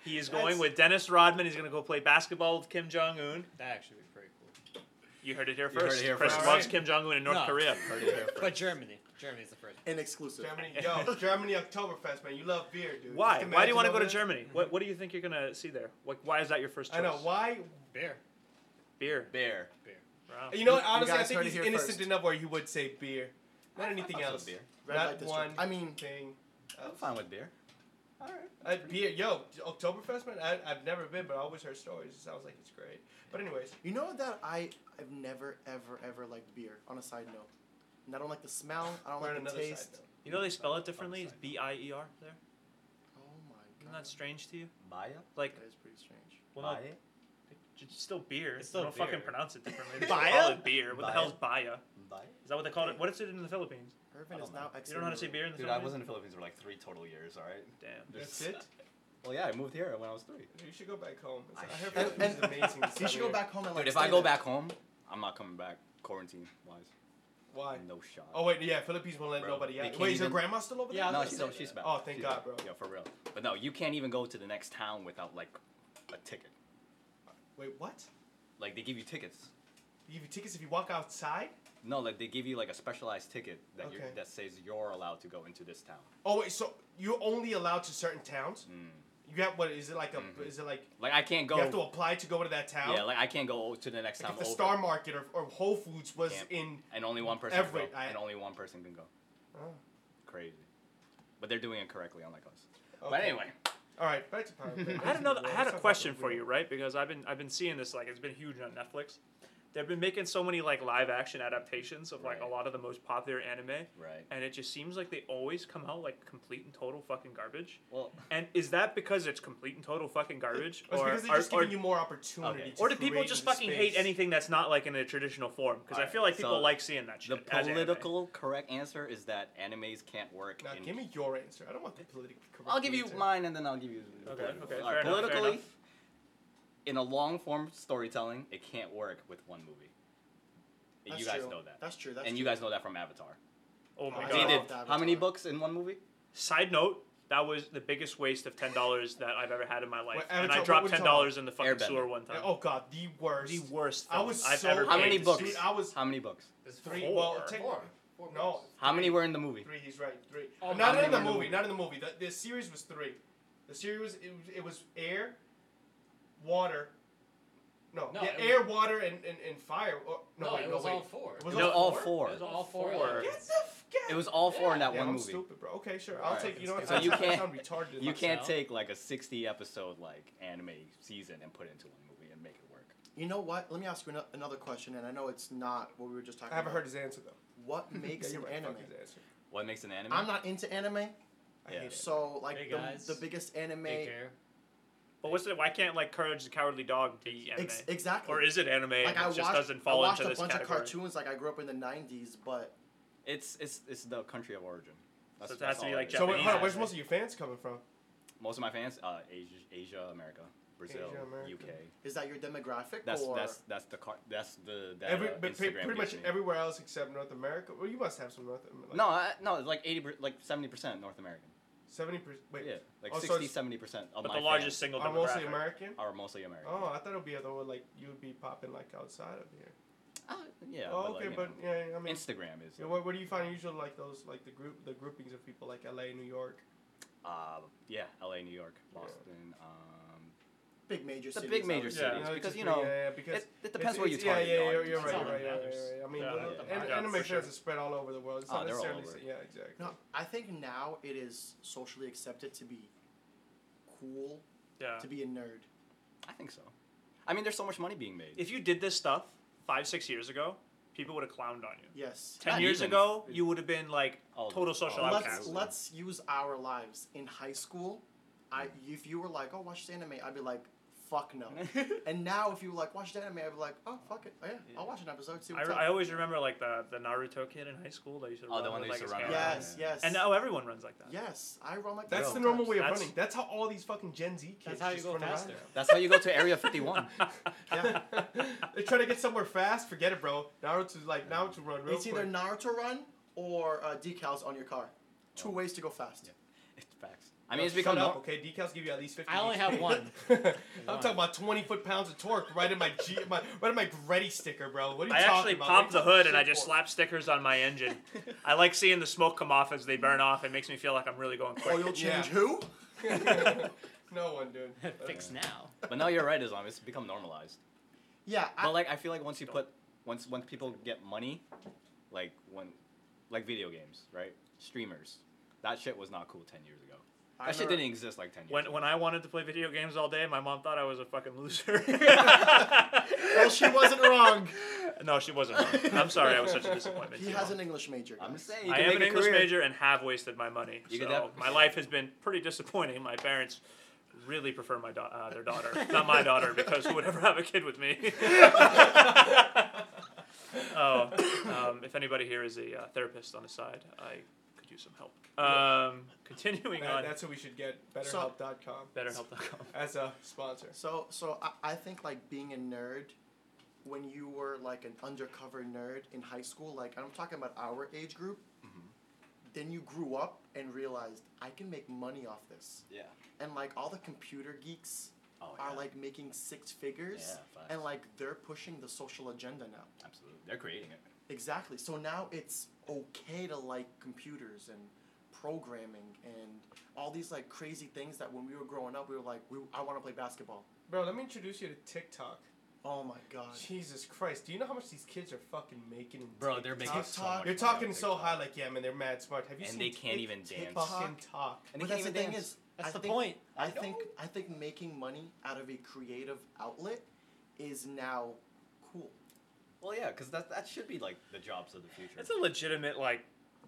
[SPEAKER 2] He is going with Dennis Rodman. He's going to go play basketball with Kim Jong Un.
[SPEAKER 4] that actually would be pretty cool.
[SPEAKER 2] You heard it here
[SPEAKER 3] You heard
[SPEAKER 2] first.
[SPEAKER 3] it here
[SPEAKER 2] Chris
[SPEAKER 5] first.
[SPEAKER 2] loves
[SPEAKER 5] Alright.
[SPEAKER 2] Kim Jong Un in North
[SPEAKER 4] No.
[SPEAKER 2] Korea.
[SPEAKER 3] Heard it here first.
[SPEAKER 4] But Germany, Germany's the first.
[SPEAKER 1] An exclusive.
[SPEAKER 5] Germany, yo, Germany Oktoberfest, man. You love beer, dude.
[SPEAKER 2] Why?
[SPEAKER 5] Just
[SPEAKER 2] Why do you want to
[SPEAKER 5] imagine
[SPEAKER 2] go to
[SPEAKER 5] over
[SPEAKER 2] Germany? What What do you think you're going to see there? Like, why is that your first choice?
[SPEAKER 5] there. I know. Why?
[SPEAKER 4] Beer.
[SPEAKER 2] Beer.
[SPEAKER 3] bear.
[SPEAKER 2] Wow.
[SPEAKER 5] You know what?
[SPEAKER 1] You
[SPEAKER 5] Honestly, I
[SPEAKER 1] guys
[SPEAKER 5] think
[SPEAKER 1] heard it
[SPEAKER 5] he's
[SPEAKER 1] here
[SPEAKER 5] innocent
[SPEAKER 1] first.
[SPEAKER 5] enough where he would say beer, not anything
[SPEAKER 3] I'm fine
[SPEAKER 5] else. Oh.
[SPEAKER 3] with beer.
[SPEAKER 1] Red
[SPEAKER 5] Not
[SPEAKER 1] light district.
[SPEAKER 5] one.
[SPEAKER 1] I mean,
[SPEAKER 5] Thing.
[SPEAKER 3] I'm fine with beer. All right.
[SPEAKER 5] Uh, beer, yo, Oktoberfest, man. I, I've never been, but I always heard stories. It sounds like it's great. But anyways,
[SPEAKER 1] you know that I I've never ever ever liked beer. On a side note, and I don't like the smell. I don't
[SPEAKER 5] we're on
[SPEAKER 1] like the
[SPEAKER 5] another
[SPEAKER 1] taste.
[SPEAKER 5] side. note.
[SPEAKER 2] You know they spell it differently? It's B I E R there.
[SPEAKER 1] Oh my
[SPEAKER 2] Isn't
[SPEAKER 1] god.
[SPEAKER 2] that strange to you?
[SPEAKER 3] Maya.
[SPEAKER 2] Like,
[SPEAKER 1] That is pretty strange.
[SPEAKER 2] well, no,
[SPEAKER 3] Baya?
[SPEAKER 2] it's still beer.
[SPEAKER 4] It's still
[SPEAKER 2] they don't
[SPEAKER 4] beer.
[SPEAKER 2] fucking pronounce it differently. They
[SPEAKER 4] Baya?
[SPEAKER 2] call it beer. What the
[SPEAKER 3] Baya?
[SPEAKER 2] hell's baya?
[SPEAKER 3] Baya?
[SPEAKER 2] Is that what they called it? What is it in the Philippines?
[SPEAKER 1] Irvin
[SPEAKER 3] I
[SPEAKER 1] is
[SPEAKER 3] don't know.
[SPEAKER 1] now
[SPEAKER 2] You don't know how to say beer in the
[SPEAKER 3] Dude, I
[SPEAKER 2] Philippines?
[SPEAKER 3] was in the Philippines for like three total years. All right.
[SPEAKER 2] Damn.
[SPEAKER 3] There's-
[SPEAKER 5] That's it.
[SPEAKER 3] Well, yeah, I moved here when I was three.
[SPEAKER 5] You should go back home.
[SPEAKER 3] I
[SPEAKER 5] I,
[SPEAKER 3] should.
[SPEAKER 5] heard Philippines is
[SPEAKER 1] And- and-
[SPEAKER 5] amazing.
[SPEAKER 1] You should go back home and like.
[SPEAKER 3] Dude, if
[SPEAKER 1] stay
[SPEAKER 3] I go
[SPEAKER 1] there.
[SPEAKER 3] back home, I'm not coming back quarantine wise.
[SPEAKER 5] Why?
[SPEAKER 3] No shot.
[SPEAKER 5] Oh wait, yeah, Philippines won't let
[SPEAKER 3] Bro,
[SPEAKER 5] nobody
[SPEAKER 3] they
[SPEAKER 5] out.
[SPEAKER 3] can't
[SPEAKER 5] Wait, is your
[SPEAKER 3] even-
[SPEAKER 5] grandma still over there?
[SPEAKER 4] Yeah, I
[SPEAKER 3] no,
[SPEAKER 4] was
[SPEAKER 3] she's,
[SPEAKER 4] gonna say
[SPEAKER 3] she's
[SPEAKER 4] that.
[SPEAKER 3] back.
[SPEAKER 5] Oh, thank
[SPEAKER 3] She's
[SPEAKER 5] God,
[SPEAKER 3] back.
[SPEAKER 5] bro.
[SPEAKER 3] Yeah, for real. But no, you can't even go to the next town without like a ticket.
[SPEAKER 5] Wait, what?
[SPEAKER 3] Like they give you tickets.
[SPEAKER 5] They give you tickets if you walk outside?
[SPEAKER 3] No, like they give you like a specialized ticket that you
[SPEAKER 5] Okay.
[SPEAKER 3] that says you're allowed to go into this town.
[SPEAKER 5] Oh wait, so you're only allowed to certain towns?
[SPEAKER 3] Mm.
[SPEAKER 5] You have what? Is it like a?
[SPEAKER 2] Mm-hmm.
[SPEAKER 3] Mhm.
[SPEAKER 5] Is it like
[SPEAKER 3] Like I can't go.
[SPEAKER 5] you have to apply to go to that town?
[SPEAKER 3] yeah, like I can't go to the next
[SPEAKER 5] Like
[SPEAKER 3] town
[SPEAKER 5] if the
[SPEAKER 3] over.
[SPEAKER 5] Star Market or, or Whole Foods was
[SPEAKER 3] Can't.
[SPEAKER 5] in.
[SPEAKER 3] and only one person can go.
[SPEAKER 5] Everett, I-
[SPEAKER 3] and only one person can go.
[SPEAKER 5] Oh,
[SPEAKER 3] Crazy. But they're doing it correctly, unlike us. But
[SPEAKER 5] okay.
[SPEAKER 3] anyway,
[SPEAKER 5] All right, back to Pirate Bay.
[SPEAKER 2] I had another. I had a question for you, right? Because I've been I've been seeing this like it's been huge on Netflix. They've been making so many like live action adaptations of like a
[SPEAKER 3] Right.
[SPEAKER 2] lot of the most popular anime,
[SPEAKER 3] right?
[SPEAKER 2] and it just seems like they always come out like complete and total fucking garbage.
[SPEAKER 3] Well,
[SPEAKER 2] And is that because it's complete and total fucking garbage,
[SPEAKER 5] It's because they're just
[SPEAKER 2] or,
[SPEAKER 5] giving you more opportunity.
[SPEAKER 3] Okay.
[SPEAKER 5] to
[SPEAKER 2] or do people
[SPEAKER 5] create
[SPEAKER 2] just
[SPEAKER 5] in the
[SPEAKER 2] fucking hate
[SPEAKER 5] space.
[SPEAKER 2] anything that's not like in a traditional form? Because I
[SPEAKER 3] Alright,
[SPEAKER 2] feel like people
[SPEAKER 3] so
[SPEAKER 2] like seeing that
[SPEAKER 3] the
[SPEAKER 2] shit. as anime.
[SPEAKER 3] political correct answer is that animes can't work.
[SPEAKER 5] Now
[SPEAKER 3] in-
[SPEAKER 5] give me your answer. I don't want the politically correct.
[SPEAKER 3] I'll give you
[SPEAKER 5] answer.
[SPEAKER 3] mine, and then I'll give you. the
[SPEAKER 2] Okay,
[SPEAKER 3] political.
[SPEAKER 2] okay,
[SPEAKER 3] All
[SPEAKER 2] fair
[SPEAKER 3] right,
[SPEAKER 2] enough, fair
[SPEAKER 3] politically,
[SPEAKER 2] enough.
[SPEAKER 3] in a long form storytelling, it can't work with one movie. And
[SPEAKER 1] That's
[SPEAKER 3] you guys
[SPEAKER 1] true.
[SPEAKER 3] know that,
[SPEAKER 1] That's true. That's
[SPEAKER 3] and you
[SPEAKER 1] true.
[SPEAKER 3] guys know that from Avatar.
[SPEAKER 2] Oh my
[SPEAKER 1] I
[SPEAKER 3] Uh, They
[SPEAKER 2] god!
[SPEAKER 3] did
[SPEAKER 1] loved
[SPEAKER 3] how many
[SPEAKER 1] Avatar.
[SPEAKER 3] books in one movie?
[SPEAKER 2] Side note. That was the biggest waste of ten dollars that I've ever had in my life,
[SPEAKER 5] What-
[SPEAKER 2] and
[SPEAKER 5] Avatar-
[SPEAKER 2] I
[SPEAKER 5] what
[SPEAKER 2] dropped
[SPEAKER 5] we're
[SPEAKER 2] ten
[SPEAKER 5] talking about?
[SPEAKER 2] dollars in the fucking
[SPEAKER 3] Airbender.
[SPEAKER 2] sewer one time.
[SPEAKER 5] Oh God, the worst.
[SPEAKER 2] the worst.
[SPEAKER 5] I
[SPEAKER 2] Film I
[SPEAKER 5] was
[SPEAKER 2] have
[SPEAKER 5] so-
[SPEAKER 2] ever.
[SPEAKER 3] How
[SPEAKER 2] paid
[SPEAKER 3] many
[SPEAKER 2] to
[SPEAKER 3] books?
[SPEAKER 2] see.
[SPEAKER 5] Dude, I was
[SPEAKER 3] How many books?
[SPEAKER 4] There's
[SPEAKER 5] three.
[SPEAKER 2] Four.
[SPEAKER 5] Well, take,
[SPEAKER 4] Four. Four
[SPEAKER 5] no,
[SPEAKER 4] books.
[SPEAKER 3] How many were in the movie?
[SPEAKER 5] three. He's right. Three.
[SPEAKER 4] Oh,
[SPEAKER 5] not
[SPEAKER 3] how many were in
[SPEAKER 5] in the
[SPEAKER 3] the
[SPEAKER 5] movie,
[SPEAKER 3] movie?
[SPEAKER 5] Not in the movie. The, the series was three. The series was it, was- it was air, water. No,
[SPEAKER 4] No,
[SPEAKER 5] yeah,
[SPEAKER 4] it
[SPEAKER 5] air, water, and, and, and fire. Or, no,
[SPEAKER 4] No,
[SPEAKER 5] wait,
[SPEAKER 4] it
[SPEAKER 5] no,
[SPEAKER 4] was
[SPEAKER 5] wait.
[SPEAKER 4] all four.
[SPEAKER 5] It
[SPEAKER 3] It
[SPEAKER 5] was
[SPEAKER 3] was
[SPEAKER 5] all
[SPEAKER 3] all
[SPEAKER 5] four?
[SPEAKER 3] four.
[SPEAKER 4] It was all
[SPEAKER 2] Four.
[SPEAKER 4] four.
[SPEAKER 2] all-
[SPEAKER 5] Get the f- get-
[SPEAKER 3] It was all four in that
[SPEAKER 5] Damn,
[SPEAKER 3] one
[SPEAKER 5] I'm
[SPEAKER 3] movie.
[SPEAKER 5] stupid, bro. Okay, sure. I'll
[SPEAKER 3] Alright.
[SPEAKER 5] take. You know, what,
[SPEAKER 3] So
[SPEAKER 5] I'll
[SPEAKER 3] you
[SPEAKER 5] take- I
[SPEAKER 3] can't-
[SPEAKER 5] sound retarded.
[SPEAKER 3] You
[SPEAKER 5] Like,
[SPEAKER 3] can't
[SPEAKER 4] out.
[SPEAKER 3] take like a sixty episode like anime season and put it into one movie and make it work.
[SPEAKER 1] You know what? Let me ask you ano- another question, and I know it's not what we were just talking.
[SPEAKER 5] I haven't
[SPEAKER 1] about.
[SPEAKER 5] heard his answer though.
[SPEAKER 1] What makes
[SPEAKER 5] Yeah,
[SPEAKER 1] an
[SPEAKER 5] you're right,
[SPEAKER 1] anime?
[SPEAKER 5] fuck his answer.
[SPEAKER 3] What makes an anime?
[SPEAKER 1] I'm not into anime,
[SPEAKER 5] I
[SPEAKER 3] Yeah.
[SPEAKER 5] hate it.
[SPEAKER 1] so like
[SPEAKER 4] Big eyes,
[SPEAKER 1] the, the biggest anime.
[SPEAKER 4] Big hair.
[SPEAKER 2] But what's it? Why can't like Courage the Cowardly Dog be anime?
[SPEAKER 1] Ex- exactly.
[SPEAKER 2] or is it anime?
[SPEAKER 1] like
[SPEAKER 2] and
[SPEAKER 1] I
[SPEAKER 2] it
[SPEAKER 1] watched,
[SPEAKER 2] just doesn't fall
[SPEAKER 1] I watched
[SPEAKER 2] into
[SPEAKER 1] a
[SPEAKER 2] this
[SPEAKER 1] bunch
[SPEAKER 2] category.
[SPEAKER 1] of cartoons. Like I grew up in the '90s, but
[SPEAKER 3] It's it's it's the country of origin.
[SPEAKER 2] So it has to
[SPEAKER 3] all
[SPEAKER 2] be, like,
[SPEAKER 3] is.
[SPEAKER 2] Japanese
[SPEAKER 5] So wait, hold on,
[SPEAKER 2] anime.
[SPEAKER 5] where's most of your fans coming from?
[SPEAKER 3] most of my fans, uh, Asia, Asia, America. Brazil,
[SPEAKER 5] Asian American.
[SPEAKER 3] UK.
[SPEAKER 1] Is that your demographic?
[SPEAKER 3] That's
[SPEAKER 1] or
[SPEAKER 3] that's that's the car. That's the that,
[SPEAKER 5] Every,
[SPEAKER 3] uh,
[SPEAKER 5] but pre-
[SPEAKER 3] Instagram
[SPEAKER 5] pretty
[SPEAKER 3] gives
[SPEAKER 5] much
[SPEAKER 3] me.
[SPEAKER 5] everywhere else except North America. Well, you must have some North America.
[SPEAKER 3] no, I, no, it's like eighty, per- like seventy percent North American.
[SPEAKER 5] seventy percent. Wait,
[SPEAKER 3] yeah, like
[SPEAKER 5] Oh, so
[SPEAKER 3] 60,
[SPEAKER 5] it's-
[SPEAKER 3] 70 percent of
[SPEAKER 2] But
[SPEAKER 3] my
[SPEAKER 2] the largest
[SPEAKER 3] fans
[SPEAKER 2] single
[SPEAKER 5] are
[SPEAKER 2] demographic.
[SPEAKER 5] mostly American.
[SPEAKER 3] are mostly American.
[SPEAKER 5] Oh, I thought it'd be other one like you'd be popping like outside of here.
[SPEAKER 3] Uh, yeah.
[SPEAKER 5] oh,
[SPEAKER 3] like,
[SPEAKER 5] okay,
[SPEAKER 3] you
[SPEAKER 5] but
[SPEAKER 3] know,
[SPEAKER 5] yeah, I mean,
[SPEAKER 3] Instagram is
[SPEAKER 5] yeah, where, where do you find usually like those like the group the groupings of people like L.A., New York?
[SPEAKER 3] uh, yeah, L.A., New York,
[SPEAKER 5] Yeah.
[SPEAKER 3] Boston. Um,
[SPEAKER 1] big major
[SPEAKER 3] the
[SPEAKER 1] cities.
[SPEAKER 3] big
[SPEAKER 1] I
[SPEAKER 3] major
[SPEAKER 1] would
[SPEAKER 3] cities
[SPEAKER 1] say.
[SPEAKER 5] it's
[SPEAKER 3] because
[SPEAKER 5] just
[SPEAKER 3] you
[SPEAKER 5] pretty-
[SPEAKER 3] know
[SPEAKER 5] yeah, yeah, because
[SPEAKER 3] it, it depends where you
[SPEAKER 5] yeah,
[SPEAKER 3] target.
[SPEAKER 5] yeah,
[SPEAKER 3] your
[SPEAKER 5] you're,
[SPEAKER 3] audience.
[SPEAKER 5] you're right,
[SPEAKER 4] It's
[SPEAKER 5] you're
[SPEAKER 4] all
[SPEAKER 5] right, you're right,
[SPEAKER 4] matters.
[SPEAKER 5] you're right. I mean,
[SPEAKER 2] Yeah,
[SPEAKER 5] well,
[SPEAKER 3] yeah,
[SPEAKER 5] and,
[SPEAKER 2] yeah,
[SPEAKER 5] and it
[SPEAKER 2] for
[SPEAKER 5] makes
[SPEAKER 2] sure.
[SPEAKER 5] sense. It's spread all over the world. It's
[SPEAKER 3] Oh,
[SPEAKER 5] not
[SPEAKER 3] they're all
[SPEAKER 5] necessarily
[SPEAKER 3] over.
[SPEAKER 5] yeah, exactly.
[SPEAKER 1] No, I think now it is socially accepted to be cool,
[SPEAKER 2] Yeah.
[SPEAKER 1] to be a nerd.
[SPEAKER 3] I think so. I mean, there's so much money being made.
[SPEAKER 2] If you did this stuff five, six years ago, people would have clowned on you.
[SPEAKER 1] Yes.
[SPEAKER 2] Ten
[SPEAKER 3] Not
[SPEAKER 2] years
[SPEAKER 3] even.
[SPEAKER 2] ago, you would have been like
[SPEAKER 3] Oh,
[SPEAKER 2] total social
[SPEAKER 3] oh,
[SPEAKER 2] outcast.
[SPEAKER 1] let's let's use our lives in high school. I if you were like, oh, watch this anime, I'd be like, fuck no. and now if you were like, watch the anime, I'd be like, oh, fuck it, oh, yeah, I'll watch an episode. See
[SPEAKER 2] I,
[SPEAKER 1] what's
[SPEAKER 2] re-
[SPEAKER 1] up.
[SPEAKER 2] I always remember like the, the Naruto kid in high school that used to
[SPEAKER 3] Oh,
[SPEAKER 2] run
[SPEAKER 3] the one
[SPEAKER 2] with,
[SPEAKER 3] that
[SPEAKER 2] like
[SPEAKER 3] used
[SPEAKER 2] his
[SPEAKER 3] to run
[SPEAKER 2] hand.
[SPEAKER 3] around.
[SPEAKER 1] yes, yes.
[SPEAKER 2] And now everyone runs like that.
[SPEAKER 1] yes, I run like
[SPEAKER 5] That's
[SPEAKER 1] that
[SPEAKER 5] the
[SPEAKER 1] sometimes.
[SPEAKER 5] normal way of
[SPEAKER 2] That's-
[SPEAKER 5] running. That's how all these fucking Gen Z kids.
[SPEAKER 4] That's how you
[SPEAKER 5] just
[SPEAKER 4] go
[SPEAKER 5] run around
[SPEAKER 4] faster.
[SPEAKER 5] now.
[SPEAKER 3] That's how you go to Area 51.
[SPEAKER 1] Yeah.
[SPEAKER 5] They try to get somewhere fast. Forget it, bro. Naruto's like Naruto run real
[SPEAKER 1] It's either
[SPEAKER 5] quick.
[SPEAKER 1] Naruto run or uh, decals on your car. Two
[SPEAKER 2] Oh.
[SPEAKER 1] ways to go fast.
[SPEAKER 3] Yeah. it's facts. I mean, it's
[SPEAKER 5] Shut
[SPEAKER 3] become
[SPEAKER 5] up,
[SPEAKER 3] nor-
[SPEAKER 5] okay. Decals give you at least fifty.
[SPEAKER 4] I only have one.
[SPEAKER 5] I'm
[SPEAKER 4] One.
[SPEAKER 5] talking about twenty foot pounds of torque right in my G, my right in my Gretti sticker, bro. What are you
[SPEAKER 2] I
[SPEAKER 5] talking
[SPEAKER 2] actually
[SPEAKER 5] about?
[SPEAKER 2] popped
[SPEAKER 5] What are
[SPEAKER 2] the
[SPEAKER 5] you
[SPEAKER 2] hood
[SPEAKER 5] talking
[SPEAKER 2] and I
[SPEAKER 5] shit
[SPEAKER 2] just
[SPEAKER 5] for?
[SPEAKER 2] slapped stickers on my engine. I like seeing the smoke come off as they burn off. It makes me feel like I'm really going quick.
[SPEAKER 1] Oil change
[SPEAKER 5] Yeah.
[SPEAKER 1] who?
[SPEAKER 5] no one, dude.
[SPEAKER 4] Fix now.
[SPEAKER 3] But no, you're right, Islam. It's become normalized.
[SPEAKER 1] Yeah, I,
[SPEAKER 3] But like, I feel like once you put, once when people get money, like when, like video games, right? Streamers, that shit was not cool ten years ago. That
[SPEAKER 1] I
[SPEAKER 3] shit
[SPEAKER 1] remember-
[SPEAKER 3] didn't exist like ten years.
[SPEAKER 2] When,
[SPEAKER 3] ago.
[SPEAKER 2] when I wanted to play video games all day, my mom thought I was a fucking loser.
[SPEAKER 5] Uh,
[SPEAKER 1] Well, she wasn't wrong.
[SPEAKER 2] no, she wasn't. wrong. I'm sorry, I was such a disappointment.
[SPEAKER 1] He
[SPEAKER 2] to
[SPEAKER 1] has
[SPEAKER 2] you.
[SPEAKER 1] an English major.
[SPEAKER 3] I'm just
[SPEAKER 1] guys.
[SPEAKER 3] saying, you
[SPEAKER 2] I
[SPEAKER 3] can
[SPEAKER 2] am
[SPEAKER 3] make
[SPEAKER 2] an
[SPEAKER 3] a
[SPEAKER 2] English
[SPEAKER 3] career.
[SPEAKER 2] major and have wasted my money.
[SPEAKER 3] You
[SPEAKER 2] so
[SPEAKER 3] could def-
[SPEAKER 2] my life has been pretty disappointing. My parents really prefer my da- uh, their daughter, not my daughter, because who would ever have a kid with me? oh, um, if anybody here is a uh, therapist on the side, I could use some help. Um, continuing
[SPEAKER 5] That-
[SPEAKER 2] on,
[SPEAKER 5] that's who we should get.
[SPEAKER 1] So-
[SPEAKER 5] BetterHelp.com
[SPEAKER 2] BetterHelp.com.
[SPEAKER 5] as a sponsor.
[SPEAKER 1] So, so I, I think like being a nerd, when you were like an undercover nerd in high school, like I'm talking about our age group,
[SPEAKER 3] Mm-hmm.
[SPEAKER 1] then you grew up and realized I can make money off this,
[SPEAKER 3] Yeah.
[SPEAKER 1] and like all the computer geeks
[SPEAKER 3] Oh yeah.
[SPEAKER 1] are like making six figures,
[SPEAKER 3] Yeah, facts.
[SPEAKER 1] and like they're pushing the social agenda now.
[SPEAKER 3] absolutely. They're creating it.
[SPEAKER 1] Exactly. So now it's okay to like computers and programming and all these like crazy things that when we were growing up we were like we, I want to play basketball.
[SPEAKER 5] Bro, let me introduce you to TikTok.
[SPEAKER 1] Oh my god.
[SPEAKER 5] Jesus Christ, do you know how much these kids are fucking making? in
[SPEAKER 3] Bro, they're
[SPEAKER 5] TikTok?
[SPEAKER 3] making so much
[SPEAKER 5] You're
[SPEAKER 3] money
[SPEAKER 5] talking
[SPEAKER 3] on
[SPEAKER 5] so
[SPEAKER 3] TikTok.
[SPEAKER 5] high, like yeah, man, they're mad smart. Have you
[SPEAKER 3] And
[SPEAKER 5] seen?
[SPEAKER 3] they can't
[SPEAKER 5] Tik-
[SPEAKER 3] even dance.
[SPEAKER 5] Fucking talk.
[SPEAKER 3] And they
[SPEAKER 1] But that's
[SPEAKER 3] can't
[SPEAKER 1] the
[SPEAKER 3] even
[SPEAKER 1] thing
[SPEAKER 3] dance.
[SPEAKER 1] is,
[SPEAKER 4] That's
[SPEAKER 1] I
[SPEAKER 4] the
[SPEAKER 1] think,
[SPEAKER 4] point.
[SPEAKER 1] I,
[SPEAKER 4] I
[SPEAKER 1] think
[SPEAKER 4] know.
[SPEAKER 1] I think making money out of a creative outlet is now cool.
[SPEAKER 3] Well, yeah, because that that should be like the jobs of the future.
[SPEAKER 2] It's a legitimate like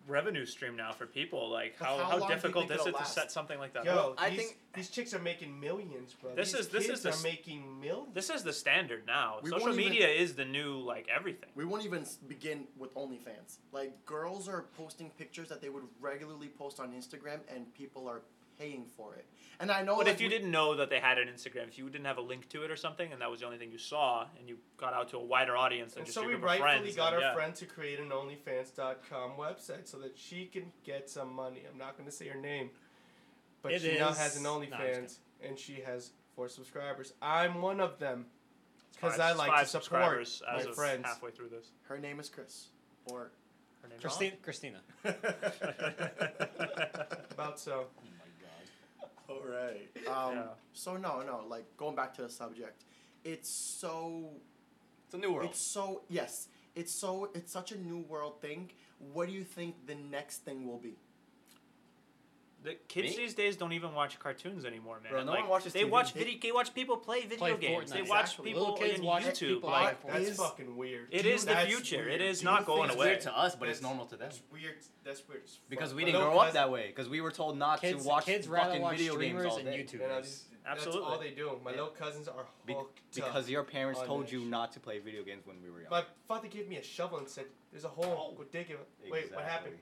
[SPEAKER 2] revenue stream now for people. Like
[SPEAKER 1] But
[SPEAKER 2] how,
[SPEAKER 1] how
[SPEAKER 2] how,
[SPEAKER 1] long do you
[SPEAKER 2] difficult
[SPEAKER 1] think
[SPEAKER 2] is it
[SPEAKER 1] it'll
[SPEAKER 2] to
[SPEAKER 1] last?
[SPEAKER 2] set something like that? up?
[SPEAKER 5] Yo,
[SPEAKER 3] I
[SPEAKER 5] these,
[SPEAKER 3] think-
[SPEAKER 5] these chicks are making millions, bro.
[SPEAKER 2] This
[SPEAKER 5] these
[SPEAKER 2] is- this
[SPEAKER 5] kids
[SPEAKER 2] is the
[SPEAKER 5] are
[SPEAKER 2] s-
[SPEAKER 5] making millions.
[SPEAKER 2] This is the standard now.
[SPEAKER 1] We
[SPEAKER 2] Social
[SPEAKER 1] won't even-
[SPEAKER 2] media is the new like everything.
[SPEAKER 1] We won't even s- begin with OnlyFans. Like girls are posting pictures that they would regularly post on Instagram, and people are paying for it. And I know
[SPEAKER 2] But
[SPEAKER 1] like,
[SPEAKER 2] if you
[SPEAKER 1] we-
[SPEAKER 2] didn't know that they had an Instagram, if you didn't have a link to it or something, and that was the only thing you saw, and you got out to a wider audience than
[SPEAKER 5] and
[SPEAKER 2] just
[SPEAKER 5] so
[SPEAKER 2] your
[SPEAKER 5] we
[SPEAKER 2] group of
[SPEAKER 5] rightfully
[SPEAKER 2] friends,
[SPEAKER 5] got
[SPEAKER 2] then,
[SPEAKER 5] our
[SPEAKER 2] yeah.
[SPEAKER 5] friend to create an OnlyFans.com website so that she can get some money. I'm not going to say her name, but
[SPEAKER 4] It
[SPEAKER 5] she now
[SPEAKER 4] is-
[SPEAKER 5] has an
[SPEAKER 4] No, I'm just
[SPEAKER 5] OnlyFans and she has four subscribers. I'm one of them
[SPEAKER 2] It's
[SPEAKER 5] because
[SPEAKER 2] five-
[SPEAKER 5] I
[SPEAKER 2] it's
[SPEAKER 5] like
[SPEAKER 2] five
[SPEAKER 5] to support
[SPEAKER 2] subscribers
[SPEAKER 5] my
[SPEAKER 2] as of
[SPEAKER 5] friends.
[SPEAKER 2] halfway through this.
[SPEAKER 1] her name is Chris, or
[SPEAKER 2] Her name is-
[SPEAKER 4] Christina. Christina.
[SPEAKER 5] About so.
[SPEAKER 3] oh my god.
[SPEAKER 1] All right. Um,
[SPEAKER 2] Oh, Yeah.
[SPEAKER 1] So no, no. Like going back to the subject, it's so
[SPEAKER 3] It's a new world.
[SPEAKER 1] It's so yes. It's so it's such a new world thing. What do you think the next thing will be?
[SPEAKER 2] The kids
[SPEAKER 3] Me?
[SPEAKER 2] these days don't even watch cartoons anymore, man.
[SPEAKER 3] Bro, no
[SPEAKER 2] like,
[SPEAKER 3] one watches
[SPEAKER 2] they
[SPEAKER 3] TV.
[SPEAKER 2] watch video, they watch people play video
[SPEAKER 4] Play
[SPEAKER 2] games. They
[SPEAKER 4] Fortnite.
[SPEAKER 2] watch
[SPEAKER 1] Exactly.
[SPEAKER 2] people
[SPEAKER 4] Little kids
[SPEAKER 2] on
[SPEAKER 4] watch
[SPEAKER 2] YouTube.
[SPEAKER 4] people
[SPEAKER 2] like,
[SPEAKER 4] play
[SPEAKER 5] That's
[SPEAKER 1] Is-
[SPEAKER 5] fucking weird.
[SPEAKER 2] it
[SPEAKER 5] Do you-
[SPEAKER 2] is the
[SPEAKER 5] that's
[SPEAKER 2] future.
[SPEAKER 5] weird.
[SPEAKER 2] It is
[SPEAKER 5] Do you
[SPEAKER 2] not
[SPEAKER 5] think
[SPEAKER 2] going
[SPEAKER 5] it's
[SPEAKER 3] It's
[SPEAKER 2] away.
[SPEAKER 3] weird to us, but it's
[SPEAKER 5] That's-
[SPEAKER 3] normal to them.
[SPEAKER 5] That's weird. That's weird. as fuck.
[SPEAKER 3] Because we
[SPEAKER 5] But
[SPEAKER 3] didn't
[SPEAKER 5] no,
[SPEAKER 3] grow up
[SPEAKER 5] that's-
[SPEAKER 3] that way. Because we were told not
[SPEAKER 4] Kids,
[SPEAKER 3] to watch
[SPEAKER 4] kids rather
[SPEAKER 3] fucking
[SPEAKER 4] watch
[SPEAKER 3] video games
[SPEAKER 4] streamers
[SPEAKER 3] all
[SPEAKER 4] and
[SPEAKER 3] day.
[SPEAKER 5] You know,
[SPEAKER 4] YouTubers.
[SPEAKER 5] these-
[SPEAKER 2] Absolutely.
[SPEAKER 5] That's all they do. My little cousins are
[SPEAKER 3] Be-
[SPEAKER 5] hooked. up.
[SPEAKER 3] because your parents
[SPEAKER 5] on
[SPEAKER 3] told
[SPEAKER 5] that
[SPEAKER 3] you
[SPEAKER 5] shit.
[SPEAKER 3] not to play video games when we were young.
[SPEAKER 5] My father gave me a shovel and said, "There's a
[SPEAKER 2] Oh.
[SPEAKER 5] hole. Go dig it." Wait, what happened?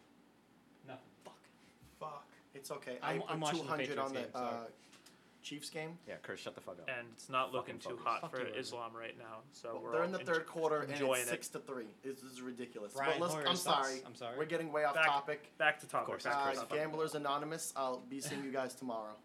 [SPEAKER 4] Nothing. Fuck.
[SPEAKER 5] Fuck.
[SPEAKER 1] It's okay.
[SPEAKER 4] I'm-
[SPEAKER 1] I put
[SPEAKER 4] I'm watching the
[SPEAKER 1] 200 on the
[SPEAKER 4] Patriots game,
[SPEAKER 1] uh,
[SPEAKER 4] sorry.
[SPEAKER 1] Chiefs game.
[SPEAKER 3] Yeah, Chris, shut the fuck up.
[SPEAKER 2] and it's not looking
[SPEAKER 3] Fucking
[SPEAKER 2] too
[SPEAKER 3] focus.
[SPEAKER 2] hot
[SPEAKER 4] Fuck
[SPEAKER 2] for
[SPEAKER 4] you, Irvin.
[SPEAKER 2] Islam right now. So
[SPEAKER 1] Well,
[SPEAKER 2] we're
[SPEAKER 1] they're
[SPEAKER 2] all
[SPEAKER 1] in the
[SPEAKER 2] en-
[SPEAKER 1] third quarter and
[SPEAKER 2] enjoying
[SPEAKER 1] it's
[SPEAKER 2] it.
[SPEAKER 1] six to three. This is ridiculous.
[SPEAKER 4] Brian
[SPEAKER 1] but let's,
[SPEAKER 4] Hoyer
[SPEAKER 1] I'm
[SPEAKER 4] sucks.
[SPEAKER 1] sorry.
[SPEAKER 4] I'm sorry.
[SPEAKER 1] We're getting way off
[SPEAKER 2] Back-
[SPEAKER 1] topic.
[SPEAKER 2] Back to topic.
[SPEAKER 3] course,
[SPEAKER 2] back to
[SPEAKER 3] Chris.
[SPEAKER 1] Uh,
[SPEAKER 2] topic.
[SPEAKER 1] Gamblers Anonymous. I'll be seeing you guys tomorrow.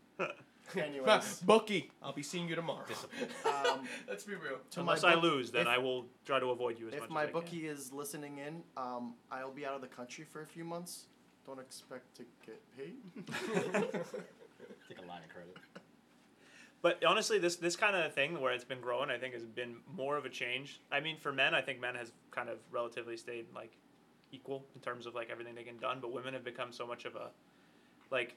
[SPEAKER 1] Anyways,
[SPEAKER 5] Anyways. Bucky, I'll be seeing you tomorrow.
[SPEAKER 1] um,
[SPEAKER 5] Let's be real.
[SPEAKER 1] to my
[SPEAKER 2] Unless I
[SPEAKER 1] book-
[SPEAKER 2] lose, then
[SPEAKER 1] if-
[SPEAKER 2] I will try to avoid you as much
[SPEAKER 1] if
[SPEAKER 2] as
[SPEAKER 1] my
[SPEAKER 2] I can.
[SPEAKER 1] bookie is listening in, um, I'll be out of the country for a few months. Don't expect to get paid.
[SPEAKER 3] Take a line of credit.
[SPEAKER 2] But honestly, this this kind of thing where it's been growing, I think, has been more of a change. I mean, for men, I think men has kind of relatively stayed like equal in terms of like everything they can done, but women have become so much of a like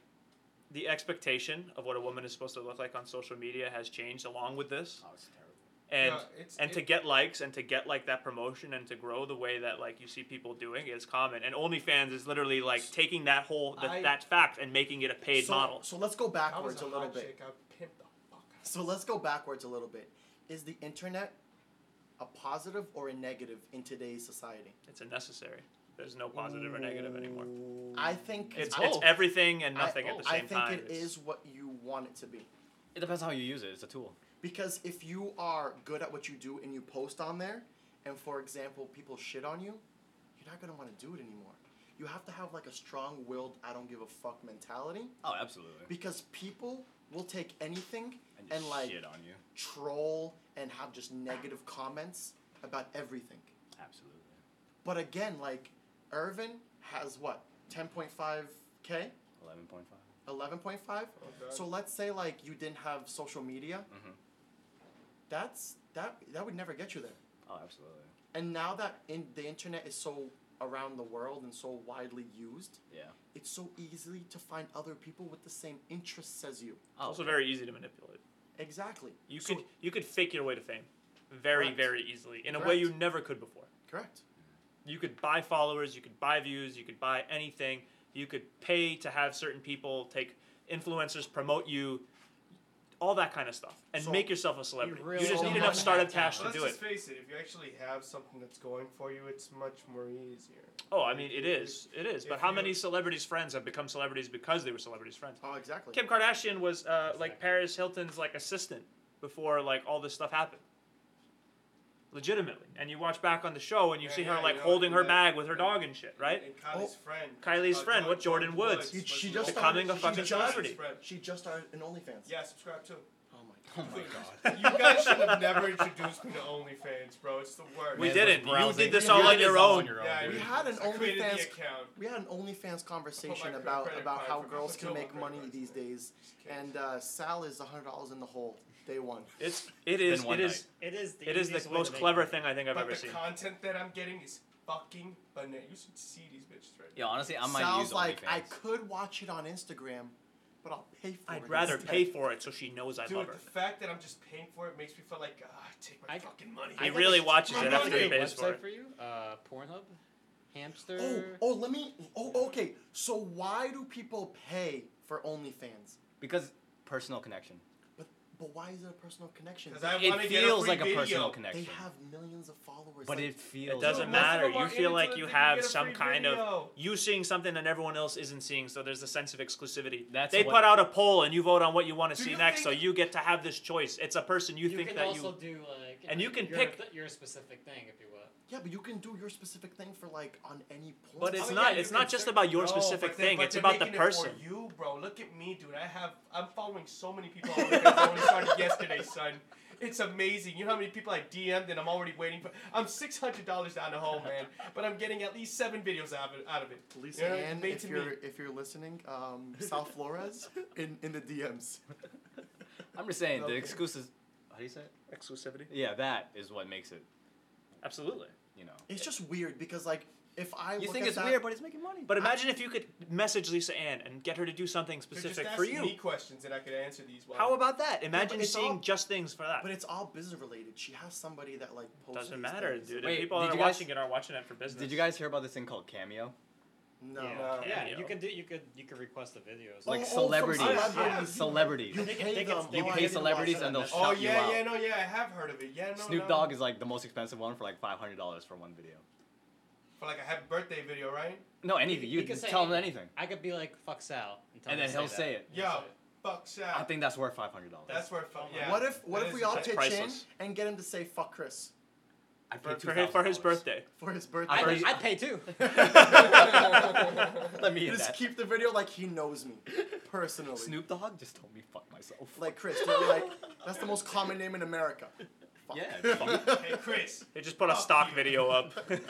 [SPEAKER 2] the expectation of what a woman is supposed to look like on social media has changed along with this,
[SPEAKER 3] Oh, it's terrible.
[SPEAKER 2] and
[SPEAKER 5] No, it's-
[SPEAKER 2] and to
[SPEAKER 5] it-
[SPEAKER 2] get likes and to get like that promotion and to grow the way that like you see people doing is common. And OnlyFans is literally like taking that whole that,
[SPEAKER 5] I-
[SPEAKER 2] that fact and making it a paid
[SPEAKER 1] so,
[SPEAKER 2] model.
[SPEAKER 1] So let's go
[SPEAKER 5] I was
[SPEAKER 1] backwards a
[SPEAKER 5] a,
[SPEAKER 1] little
[SPEAKER 5] hot
[SPEAKER 1] bit.
[SPEAKER 5] chick. I pimped the fuck out.
[SPEAKER 1] So let's go backwards a little bit. Is the internet a positive or a negative in today's society?
[SPEAKER 2] It's unnecessary. There's no positive or negative anymore.
[SPEAKER 1] I think
[SPEAKER 2] It's,
[SPEAKER 1] I,
[SPEAKER 2] it's everything and nothing
[SPEAKER 1] Oh. I, oh,
[SPEAKER 2] at the
[SPEAKER 1] I
[SPEAKER 2] same
[SPEAKER 1] think
[SPEAKER 2] time.
[SPEAKER 1] it is what you want it to be.
[SPEAKER 3] It depends how you use it. It's a tool.
[SPEAKER 1] Because if you are good at what you do and you post on there, and for example, people shit on you, you're not gonna want to do it anymore. You have to have like a strong-willed "I don't give a fuck" mentality
[SPEAKER 3] Oh, absolutely.
[SPEAKER 1] because people will take anything
[SPEAKER 3] And,
[SPEAKER 1] and
[SPEAKER 3] just
[SPEAKER 1] like
[SPEAKER 3] shit on you.
[SPEAKER 1] troll and have just negative comments about everything.
[SPEAKER 3] Absolutely.
[SPEAKER 1] But again, like Irvin has what 10.5k,
[SPEAKER 3] Eleven point five.
[SPEAKER 1] 11.5.
[SPEAKER 5] Oh, God.
[SPEAKER 1] So let's say like you didn't have social media.
[SPEAKER 3] Mhm.
[SPEAKER 1] That's that that would never get you there.
[SPEAKER 3] Oh, absolutely.
[SPEAKER 1] And now that in the internet is so around the world and so widely used,
[SPEAKER 3] Yeah.
[SPEAKER 1] it's so easily to find other people with the same interests as you.
[SPEAKER 2] It's
[SPEAKER 3] Oh,
[SPEAKER 2] also very easy to manipulate.
[SPEAKER 1] Exactly.
[SPEAKER 2] You
[SPEAKER 1] So-
[SPEAKER 2] could you could fake your way to fame, very
[SPEAKER 1] Correct.
[SPEAKER 2] very easily in a way you never could before.
[SPEAKER 1] correct.
[SPEAKER 2] You could buy followers, you could buy views, you could buy anything. You could pay to have certain people take influencers promote you, all that kind of stuff, and
[SPEAKER 1] So,
[SPEAKER 2] make yourself a celebrity. You,
[SPEAKER 4] really
[SPEAKER 2] just
[SPEAKER 1] so
[SPEAKER 2] need
[SPEAKER 1] much
[SPEAKER 2] enough startup
[SPEAKER 4] talent.
[SPEAKER 2] cash
[SPEAKER 5] Well,
[SPEAKER 2] to
[SPEAKER 5] let's
[SPEAKER 2] do
[SPEAKER 5] just
[SPEAKER 2] it.
[SPEAKER 5] face it. If you actually have something that's going for you, it's much more easier.
[SPEAKER 2] Oh, I mean, it is, it is. But
[SPEAKER 5] if
[SPEAKER 2] how
[SPEAKER 5] you-
[SPEAKER 2] many celebrities' friends have become celebrities because they were celebrities' friends?
[SPEAKER 1] Oh, exactly.
[SPEAKER 2] Kim Kardashian was uh, like
[SPEAKER 4] Exactly.
[SPEAKER 2] Paris Hilton's like assistant before like all this stuff happened. Legitimately, and you watch back on the show and you
[SPEAKER 5] Yeah,
[SPEAKER 2] see
[SPEAKER 5] yeah,
[SPEAKER 2] her like
[SPEAKER 5] you know,
[SPEAKER 2] holding
[SPEAKER 5] and
[SPEAKER 2] her
[SPEAKER 5] that-
[SPEAKER 2] bag with her
[SPEAKER 5] and-
[SPEAKER 2] dog and shit, right?
[SPEAKER 5] And Kylie's friend. Uh,
[SPEAKER 2] Kylie's friend, what Jordan Woods.
[SPEAKER 1] You- she
[SPEAKER 5] was
[SPEAKER 1] just
[SPEAKER 2] Becoming
[SPEAKER 1] started-
[SPEAKER 2] a fucking
[SPEAKER 1] she just,
[SPEAKER 2] celebrity.
[SPEAKER 1] She just started an OnlyFans.
[SPEAKER 5] Yeah, subscribe too.
[SPEAKER 1] Oh my
[SPEAKER 3] Oh
[SPEAKER 1] god.
[SPEAKER 3] my god.
[SPEAKER 5] You guys should have never introduced me to OnlyFans, bro. It's the worst.
[SPEAKER 2] We
[SPEAKER 3] Man,
[SPEAKER 2] did
[SPEAKER 3] those
[SPEAKER 2] it. You
[SPEAKER 3] browsing-
[SPEAKER 2] did this
[SPEAKER 3] You
[SPEAKER 1] all
[SPEAKER 3] did
[SPEAKER 1] on
[SPEAKER 2] your
[SPEAKER 3] this all
[SPEAKER 2] own.
[SPEAKER 3] on your own.
[SPEAKER 5] Yeah,
[SPEAKER 3] dude.
[SPEAKER 1] We had an
[SPEAKER 5] I created
[SPEAKER 1] OnlyFans
[SPEAKER 5] the account.
[SPEAKER 1] We had an OnlyFans conversation
[SPEAKER 5] credit
[SPEAKER 1] about
[SPEAKER 5] card
[SPEAKER 1] about how
[SPEAKER 5] for
[SPEAKER 1] girls
[SPEAKER 5] my
[SPEAKER 1] can make
[SPEAKER 5] credit
[SPEAKER 1] money
[SPEAKER 5] card.
[SPEAKER 1] these days,
[SPEAKER 5] Just kidding.
[SPEAKER 1] and uh, Sal is hundred dollars in the hole day one.
[SPEAKER 2] It's it is
[SPEAKER 3] one
[SPEAKER 2] it is
[SPEAKER 4] It is the
[SPEAKER 2] it is
[SPEAKER 4] easiest
[SPEAKER 2] the
[SPEAKER 4] way to
[SPEAKER 2] most
[SPEAKER 4] make
[SPEAKER 2] clever
[SPEAKER 4] money.
[SPEAKER 2] thing I think I've
[SPEAKER 5] but
[SPEAKER 2] ever
[SPEAKER 5] the
[SPEAKER 2] seen.
[SPEAKER 5] content that I'm getting is fucking bananas. You should see these bitches right
[SPEAKER 3] Yeah, honestly, I might
[SPEAKER 1] Sal's
[SPEAKER 3] use
[SPEAKER 1] like, I
[SPEAKER 3] OnlyFans.
[SPEAKER 1] could watch it on Instagram, but I'll pay for it.
[SPEAKER 2] I'd rather
[SPEAKER 1] instead."
[SPEAKER 2] pay for it so she knows I
[SPEAKER 5] now. Dude,
[SPEAKER 2] love
[SPEAKER 5] the
[SPEAKER 2] her.
[SPEAKER 5] fact that I'm just paying for it makes me feel like, ah, take my
[SPEAKER 4] I-
[SPEAKER 5] fucking money.
[SPEAKER 2] He
[SPEAKER 4] I got
[SPEAKER 2] really
[SPEAKER 4] a-
[SPEAKER 2] watches
[SPEAKER 5] it
[SPEAKER 4] I
[SPEAKER 5] after
[SPEAKER 4] got a
[SPEAKER 5] he
[SPEAKER 2] pays for
[SPEAKER 4] website
[SPEAKER 2] it.
[SPEAKER 4] for you? Uh, Pornhub, hamster.
[SPEAKER 1] Oh, oh, let me. Oh, okay. So why do people pay for OnlyFans?
[SPEAKER 3] because personal connection.
[SPEAKER 1] But but why is it a personal connection?
[SPEAKER 5] Because
[SPEAKER 1] They,
[SPEAKER 5] I want to
[SPEAKER 3] It
[SPEAKER 5] get a
[SPEAKER 3] feels
[SPEAKER 5] free
[SPEAKER 3] like a
[SPEAKER 5] video.
[SPEAKER 3] personal
[SPEAKER 1] they
[SPEAKER 3] connection.
[SPEAKER 1] have millions of followers.
[SPEAKER 3] But
[SPEAKER 1] like,
[SPEAKER 3] it feels.
[SPEAKER 2] It
[SPEAKER 5] Dude,
[SPEAKER 2] doesn't
[SPEAKER 5] most
[SPEAKER 2] matter.
[SPEAKER 5] of them
[SPEAKER 2] You
[SPEAKER 5] are
[SPEAKER 2] feel
[SPEAKER 5] into
[SPEAKER 2] like
[SPEAKER 5] it
[SPEAKER 2] you
[SPEAKER 5] so they can
[SPEAKER 2] have
[SPEAKER 5] get a
[SPEAKER 2] some
[SPEAKER 5] free
[SPEAKER 2] kind of
[SPEAKER 5] video.
[SPEAKER 2] you seeing something that everyone else isn't seeing, so there's a sense of exclusivity.
[SPEAKER 3] That's
[SPEAKER 2] they
[SPEAKER 3] what-
[SPEAKER 2] put out a poll and you vote on what you want to
[SPEAKER 5] Do
[SPEAKER 2] see
[SPEAKER 5] you
[SPEAKER 2] next, so
[SPEAKER 5] think-
[SPEAKER 2] you get to have this choice. It's a person you,
[SPEAKER 4] you
[SPEAKER 2] think
[SPEAKER 4] can
[SPEAKER 2] that
[SPEAKER 4] also
[SPEAKER 2] you.
[SPEAKER 4] do like,
[SPEAKER 2] And you can
[SPEAKER 4] your,
[SPEAKER 2] pick-
[SPEAKER 4] th- your specific thing if you will.
[SPEAKER 1] yeah, but you can do your specific thing for like on any porn. site.
[SPEAKER 2] But it's
[SPEAKER 3] Oh,
[SPEAKER 5] I mean,
[SPEAKER 2] not.
[SPEAKER 5] yeah,
[SPEAKER 2] it's
[SPEAKER 5] you
[SPEAKER 2] not
[SPEAKER 5] can
[SPEAKER 2] just
[SPEAKER 5] cer-
[SPEAKER 2] about your
[SPEAKER 5] No,
[SPEAKER 2] specific
[SPEAKER 5] but they-
[SPEAKER 2] thing.
[SPEAKER 5] but
[SPEAKER 2] it's
[SPEAKER 5] they're
[SPEAKER 2] about the
[SPEAKER 5] making it
[SPEAKER 2] person.
[SPEAKER 5] For you, bro. Look at me, dude. I have. I'm following so many people. on OnlyFans. I only started yesterday, son. It's amazing. You know how many people I DM'd, and I'm already waiting for. I'm six hundred dollars down the hole, man. But I'm getting at least seven videos out of it. Out of it.
[SPEAKER 1] Lisa
[SPEAKER 5] You know,
[SPEAKER 1] Ann,
[SPEAKER 5] debate
[SPEAKER 1] if
[SPEAKER 5] to
[SPEAKER 1] you're
[SPEAKER 5] me.
[SPEAKER 1] if you're listening, um, Sal Flores in in the DMs.
[SPEAKER 3] I'm just saying
[SPEAKER 1] Okay.
[SPEAKER 3] the excuses. How do you say it?
[SPEAKER 2] Exclusivity.
[SPEAKER 3] Yeah, that is what makes it.
[SPEAKER 2] Absolutely.
[SPEAKER 3] You know.
[SPEAKER 1] It's just weird because like if I
[SPEAKER 3] You
[SPEAKER 1] look
[SPEAKER 3] think
[SPEAKER 1] at
[SPEAKER 3] it's
[SPEAKER 1] that,
[SPEAKER 3] weird, but it's making money.
[SPEAKER 2] But imagine if you could message Lisa Ann and get her to do something
[SPEAKER 5] They're just
[SPEAKER 2] specific for
[SPEAKER 5] asking
[SPEAKER 2] you.
[SPEAKER 5] me questions, and I could answer these. while-
[SPEAKER 2] How about that? Imagine
[SPEAKER 1] it's
[SPEAKER 2] seeing
[SPEAKER 1] all-
[SPEAKER 2] just things for that.
[SPEAKER 1] but it's all business related. She has somebody that like posts
[SPEAKER 2] doesn't
[SPEAKER 1] these
[SPEAKER 2] matter,
[SPEAKER 1] things.
[SPEAKER 2] dude.
[SPEAKER 3] Wait,
[SPEAKER 2] if people
[SPEAKER 3] did
[SPEAKER 2] that are
[SPEAKER 3] you guys-
[SPEAKER 2] watching it are watching it for business.
[SPEAKER 3] Did you guys hear about this thing called Cameo?
[SPEAKER 1] No.
[SPEAKER 4] Yeah,
[SPEAKER 5] No.
[SPEAKER 4] yeah,
[SPEAKER 2] Cameo.
[SPEAKER 4] you could do. You could you could request the videos.
[SPEAKER 1] Oh,
[SPEAKER 3] Like
[SPEAKER 1] oh, from
[SPEAKER 3] celebrities.
[SPEAKER 1] celebrities.
[SPEAKER 3] Celebrities.
[SPEAKER 1] You
[SPEAKER 4] They can-
[SPEAKER 1] pay
[SPEAKER 4] they can-
[SPEAKER 1] them.
[SPEAKER 4] they
[SPEAKER 1] Oh,
[SPEAKER 4] can
[SPEAKER 1] I
[SPEAKER 4] pay
[SPEAKER 1] didn't
[SPEAKER 3] celebrities
[SPEAKER 1] watch
[SPEAKER 3] and
[SPEAKER 1] that.
[SPEAKER 3] they'll
[SPEAKER 1] Oh,
[SPEAKER 5] Oh
[SPEAKER 3] Shout you
[SPEAKER 5] yeah,
[SPEAKER 3] out.
[SPEAKER 5] yeah, no, yeah. I have heard of it. Yeah, no.
[SPEAKER 3] Snoop
[SPEAKER 5] no.
[SPEAKER 3] Dogg is like the most expensive one for like five hundred dollars for one video.
[SPEAKER 5] for like a happy birthday video, right?
[SPEAKER 3] No, anything.
[SPEAKER 4] He-
[SPEAKER 3] You
[SPEAKER 4] he
[SPEAKER 3] can
[SPEAKER 4] could say
[SPEAKER 3] tell him anything.
[SPEAKER 4] I could be like fuck Sal, and, tell
[SPEAKER 3] And
[SPEAKER 4] him
[SPEAKER 3] then
[SPEAKER 4] to
[SPEAKER 3] he'll
[SPEAKER 4] that.
[SPEAKER 3] say it.
[SPEAKER 4] He'll
[SPEAKER 5] Yo.
[SPEAKER 4] say it.
[SPEAKER 5] bucks out.
[SPEAKER 3] I think that's worth five hundred dollars.
[SPEAKER 5] that's where. Fun, yeah.
[SPEAKER 1] Oh What if what
[SPEAKER 5] That
[SPEAKER 1] if
[SPEAKER 5] is
[SPEAKER 1] we all
[SPEAKER 5] exact-
[SPEAKER 1] pitch
[SPEAKER 2] priceless.
[SPEAKER 1] in and get him to say fuck Chris
[SPEAKER 3] I
[SPEAKER 2] For,
[SPEAKER 3] paid
[SPEAKER 2] for his, for his
[SPEAKER 3] $2,000.
[SPEAKER 2] birthday.
[SPEAKER 1] for his birthday?
[SPEAKER 4] I,
[SPEAKER 3] Are
[SPEAKER 4] would
[SPEAKER 3] you-
[SPEAKER 4] I'd pay too.
[SPEAKER 3] Let me hit
[SPEAKER 1] just
[SPEAKER 3] that.
[SPEAKER 1] keep the video like he knows me personally.
[SPEAKER 3] Snoop Dogg just told me fuck myself.
[SPEAKER 1] Like Chris, they're like that's the most common name in America. Fuck.
[SPEAKER 3] yeah, fuck.
[SPEAKER 5] Hey Chris,
[SPEAKER 2] They just put a
[SPEAKER 5] Fuck
[SPEAKER 2] stock
[SPEAKER 5] you.
[SPEAKER 2] video up. it's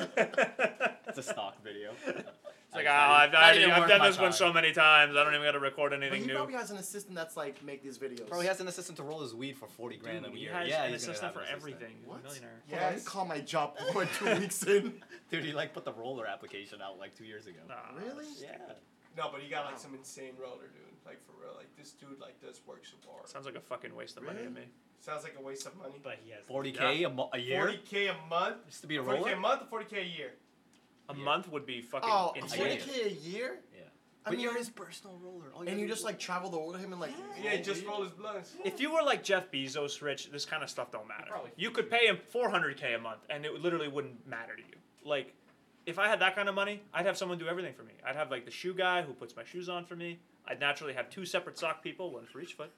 [SPEAKER 3] it's a stock video.
[SPEAKER 2] like, oh, I've, already,
[SPEAKER 3] even
[SPEAKER 2] I've
[SPEAKER 3] worth
[SPEAKER 2] done
[SPEAKER 3] my
[SPEAKER 2] this one
[SPEAKER 3] time.
[SPEAKER 2] so many times. I don't even got to record
[SPEAKER 1] But
[SPEAKER 2] anything
[SPEAKER 1] he
[SPEAKER 2] new.
[SPEAKER 1] probably has an assistant that's like make these videos.
[SPEAKER 3] Bro, he has an assistant to roll his weed for forty grand a
[SPEAKER 2] Dude, he
[SPEAKER 3] year.
[SPEAKER 2] has
[SPEAKER 3] yeah,
[SPEAKER 2] an
[SPEAKER 3] he's gonna have
[SPEAKER 2] assistant for
[SPEAKER 3] an assistant.
[SPEAKER 2] everything. He's a
[SPEAKER 1] What?
[SPEAKER 2] millionaire.
[SPEAKER 1] Hold on, I
[SPEAKER 5] Yes.
[SPEAKER 1] call my job boy two weeks in.
[SPEAKER 3] Dude, he like put the roller application out like two years ago.
[SPEAKER 2] Nah,
[SPEAKER 1] Really?
[SPEAKER 3] Yeah.
[SPEAKER 5] no, but he got like some insane roller, dude. Like for real, like this dude like does work so hard.
[SPEAKER 2] Sounds like a fucking waste of money to me.
[SPEAKER 5] Sounds like a waste of money.
[SPEAKER 4] But he has.
[SPEAKER 3] Forty k a, mo- a year.
[SPEAKER 5] Forty k a month,
[SPEAKER 3] Just to be a
[SPEAKER 5] forty k
[SPEAKER 3] roller.
[SPEAKER 5] a month, or forty k a year.
[SPEAKER 2] A
[SPEAKER 3] Yeah.
[SPEAKER 2] month would be fucking
[SPEAKER 1] Oh,
[SPEAKER 2] insane.
[SPEAKER 1] forty k a year?
[SPEAKER 3] Yeah.
[SPEAKER 1] I
[SPEAKER 3] but
[SPEAKER 1] mean,
[SPEAKER 3] you're his personal roller. All
[SPEAKER 1] and
[SPEAKER 3] gotta
[SPEAKER 1] you
[SPEAKER 3] do
[SPEAKER 1] just
[SPEAKER 3] is-
[SPEAKER 1] like travel the world with him and like
[SPEAKER 5] Yeah, he just
[SPEAKER 1] weed?
[SPEAKER 5] roll his blunts.
[SPEAKER 2] If you were like Jeff Bezos rich, this kind of stuff don't matter.
[SPEAKER 4] Probably.
[SPEAKER 2] You could pay him 400k a month and it literally wouldn't matter to you. Like if I had that kind of money, I'd have someone do everything for me. I'd have like the shoe guy who puts my shoes on for me. I'd naturally have two separate sock people, one for each foot.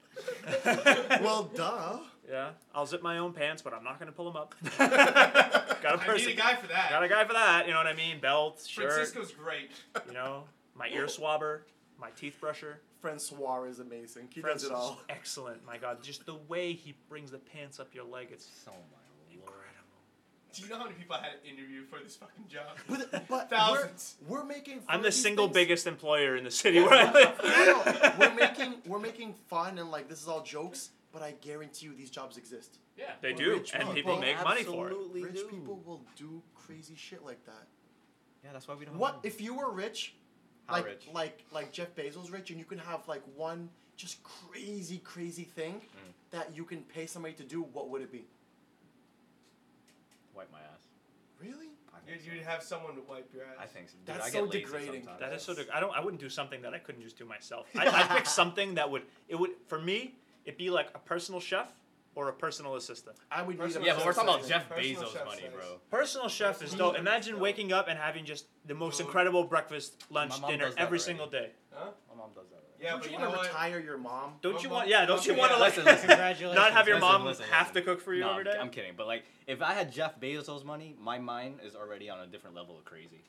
[SPEAKER 1] Well, duh.
[SPEAKER 2] yeah, I'll zip my own pants, but I'm not gonna pull them up. Got a
[SPEAKER 5] I need
[SPEAKER 2] person,
[SPEAKER 5] a guy for that.
[SPEAKER 2] got a guy for that. You know what I mean? Belt, shirt.
[SPEAKER 5] Francisco's great.
[SPEAKER 2] You know, my ear swabber, my teeth brusher.
[SPEAKER 1] Francois is amazing. He
[SPEAKER 2] Francis
[SPEAKER 1] does
[SPEAKER 2] is
[SPEAKER 1] it all.
[SPEAKER 2] excellent. My God, just the way he brings the pants up your leg, it's
[SPEAKER 3] So my lord.
[SPEAKER 2] incredible.
[SPEAKER 5] Do you know how many people I had interviewed for this fucking job?
[SPEAKER 1] But, but
[SPEAKER 5] Thousands.
[SPEAKER 1] We're, we're making. fun
[SPEAKER 2] I'm
[SPEAKER 1] of
[SPEAKER 2] the
[SPEAKER 1] these
[SPEAKER 2] single
[SPEAKER 1] things.
[SPEAKER 2] biggest employer in the city where I live.
[SPEAKER 1] No, no, we're making we're making fun and like this is all jokes, but I guarantee you these jobs exist.
[SPEAKER 4] Yeah.
[SPEAKER 2] They
[SPEAKER 1] Well,
[SPEAKER 2] do,
[SPEAKER 1] rich
[SPEAKER 2] and people
[SPEAKER 1] people
[SPEAKER 2] make money for it.
[SPEAKER 3] Absolutely
[SPEAKER 1] rich
[SPEAKER 3] do.
[SPEAKER 1] people will do crazy shit like that.
[SPEAKER 3] Yeah, that's why we don't.
[SPEAKER 1] What if you were rich,
[SPEAKER 3] How
[SPEAKER 1] like
[SPEAKER 3] rich?
[SPEAKER 1] like like Jeff Bezos rich, and you can have like one just crazy crazy thing that you can pay somebody to do? What would it be?
[SPEAKER 3] wipe my ass?
[SPEAKER 1] Really?
[SPEAKER 3] I think
[SPEAKER 5] You'd,
[SPEAKER 3] so.
[SPEAKER 5] you'd have someone to wipe your ass.
[SPEAKER 3] I think so. Dude,
[SPEAKER 1] That's
[SPEAKER 3] I
[SPEAKER 1] so
[SPEAKER 3] get lazy
[SPEAKER 1] degrading.
[SPEAKER 3] sometimes.
[SPEAKER 2] That is sort of. I don't. I wouldn't do something that I couldn't just do myself. I, I pick something that would. It would for me. It'd be like a personal chef or a personal assistant.
[SPEAKER 1] I would need.
[SPEAKER 5] Personal
[SPEAKER 1] a
[SPEAKER 3] Yeah, but we're
[SPEAKER 1] personal
[SPEAKER 3] talking about
[SPEAKER 1] assistant.
[SPEAKER 3] Jeff
[SPEAKER 5] Personal
[SPEAKER 3] Bezos'
[SPEAKER 5] chef
[SPEAKER 3] money,
[SPEAKER 5] size.
[SPEAKER 3] bro.
[SPEAKER 2] Personal chef is dope. Imagine waking up and having just the most
[SPEAKER 5] Dude.
[SPEAKER 2] incredible breakfast, lunch,
[SPEAKER 3] My mom
[SPEAKER 2] dinner
[SPEAKER 3] does that
[SPEAKER 2] every
[SPEAKER 3] already.
[SPEAKER 2] single day.
[SPEAKER 3] My mom does that.
[SPEAKER 5] Yeah,
[SPEAKER 1] Don't
[SPEAKER 5] but
[SPEAKER 1] you
[SPEAKER 5] you
[SPEAKER 1] want
[SPEAKER 5] know
[SPEAKER 1] to
[SPEAKER 5] what?
[SPEAKER 1] retire your mom?
[SPEAKER 2] Don't
[SPEAKER 5] Well,
[SPEAKER 2] you
[SPEAKER 5] well,
[SPEAKER 2] want? Yeah. Don't you
[SPEAKER 5] okay,
[SPEAKER 2] want to
[SPEAKER 5] yeah,
[SPEAKER 2] like
[SPEAKER 3] listen, listen.
[SPEAKER 4] Congratulations.
[SPEAKER 2] not have your
[SPEAKER 3] Listen,
[SPEAKER 2] mom
[SPEAKER 3] listen,
[SPEAKER 2] have
[SPEAKER 3] listen.
[SPEAKER 2] to cook for you
[SPEAKER 3] no,
[SPEAKER 2] every
[SPEAKER 3] I'm,
[SPEAKER 2] day?
[SPEAKER 3] I'm kidding. But like, if I had Jeff Bezos' money, my mind is already on a different level of crazy.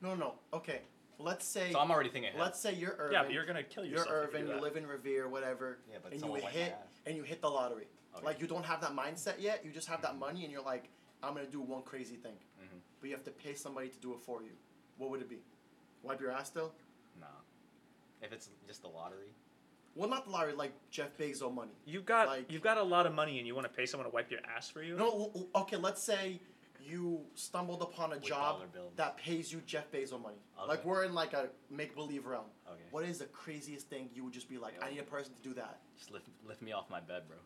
[SPEAKER 1] No, no. Okay, let's say.
[SPEAKER 3] So I'm already thinking ahead.
[SPEAKER 1] Let's say you're Irvin.
[SPEAKER 2] yeah, but you're gonna kill
[SPEAKER 1] You're
[SPEAKER 2] yourself. if you
[SPEAKER 1] Irvin.
[SPEAKER 2] do
[SPEAKER 1] You,
[SPEAKER 2] that.
[SPEAKER 1] live in Revere, whatever.
[SPEAKER 3] Yeah, but
[SPEAKER 1] and you
[SPEAKER 3] someone wiped my
[SPEAKER 1] hit
[SPEAKER 3] ass.
[SPEAKER 1] and you hit the lottery.
[SPEAKER 3] Okay.
[SPEAKER 1] Like you don't have that mindset yet. You just have that money, and you're like, I'm gonna do one crazy thing.
[SPEAKER 3] Mhm.
[SPEAKER 1] But you have to pay somebody to do it for you. What would it be? Wipe your ass still?
[SPEAKER 3] No. If it's just the lottery,
[SPEAKER 1] Well, not the lottery, like Jeff Bezos money.
[SPEAKER 2] You've got
[SPEAKER 1] Like-
[SPEAKER 2] you've got a lot of money, and you want to pay someone to wipe your ass for you.
[SPEAKER 1] No, l- l- okay. Let's say you stumbled upon a
[SPEAKER 3] With
[SPEAKER 1] job
[SPEAKER 3] dollar bills.
[SPEAKER 1] that pays you Jeff Bezos money.
[SPEAKER 3] Okay.
[SPEAKER 1] Like we're in like a make believe realm.
[SPEAKER 3] Okay.
[SPEAKER 1] What is the craziest thing you would just be like?
[SPEAKER 3] Yeah.
[SPEAKER 1] I need a person to do that.
[SPEAKER 3] just lift, lift me off my bed, bro.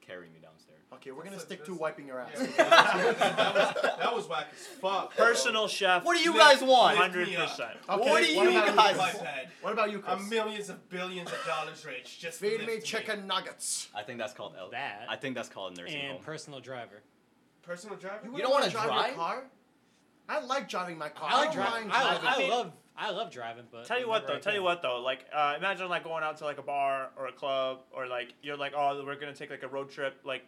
[SPEAKER 3] Carry me downstairs.
[SPEAKER 1] Okay, we're
[SPEAKER 5] That's
[SPEAKER 1] gonna
[SPEAKER 5] a-
[SPEAKER 1] stick to
[SPEAKER 5] that's-
[SPEAKER 1] wiping your ass.
[SPEAKER 5] Yeah. that, was, that was whack as fuck. bro.
[SPEAKER 2] Personal chef.
[SPEAKER 3] What do you
[SPEAKER 5] Lift-
[SPEAKER 3] guys want?
[SPEAKER 5] lift
[SPEAKER 2] Hundred
[SPEAKER 5] me up.
[SPEAKER 2] percent.
[SPEAKER 1] Okay,
[SPEAKER 3] What do you
[SPEAKER 1] about
[SPEAKER 5] My
[SPEAKER 3] guys-
[SPEAKER 1] Chris?
[SPEAKER 5] bad.
[SPEAKER 1] What about you, Chris?
[SPEAKER 5] I'm millions of billions of dollars rich. Just
[SPEAKER 1] Feed
[SPEAKER 5] lift
[SPEAKER 1] me chicken nuggets.
[SPEAKER 3] I think that's called el-
[SPEAKER 4] That.
[SPEAKER 3] I think that's called a nursing
[SPEAKER 4] and
[SPEAKER 3] home.
[SPEAKER 4] personal driver.
[SPEAKER 5] Personal driver.
[SPEAKER 1] wouldn't
[SPEAKER 3] don't wanna
[SPEAKER 1] drive,
[SPEAKER 3] drive?
[SPEAKER 1] your car? I like driving my car.
[SPEAKER 4] I like
[SPEAKER 1] don't
[SPEAKER 4] driving.
[SPEAKER 1] mind
[SPEAKER 4] I,
[SPEAKER 1] driving.
[SPEAKER 4] I
[SPEAKER 2] mean-
[SPEAKER 4] love. I love driving, but
[SPEAKER 2] Tell you what though, tell you what though, like uh, imagine like going out to like a bar or a club or like you're like oh we're gonna take like a road trip like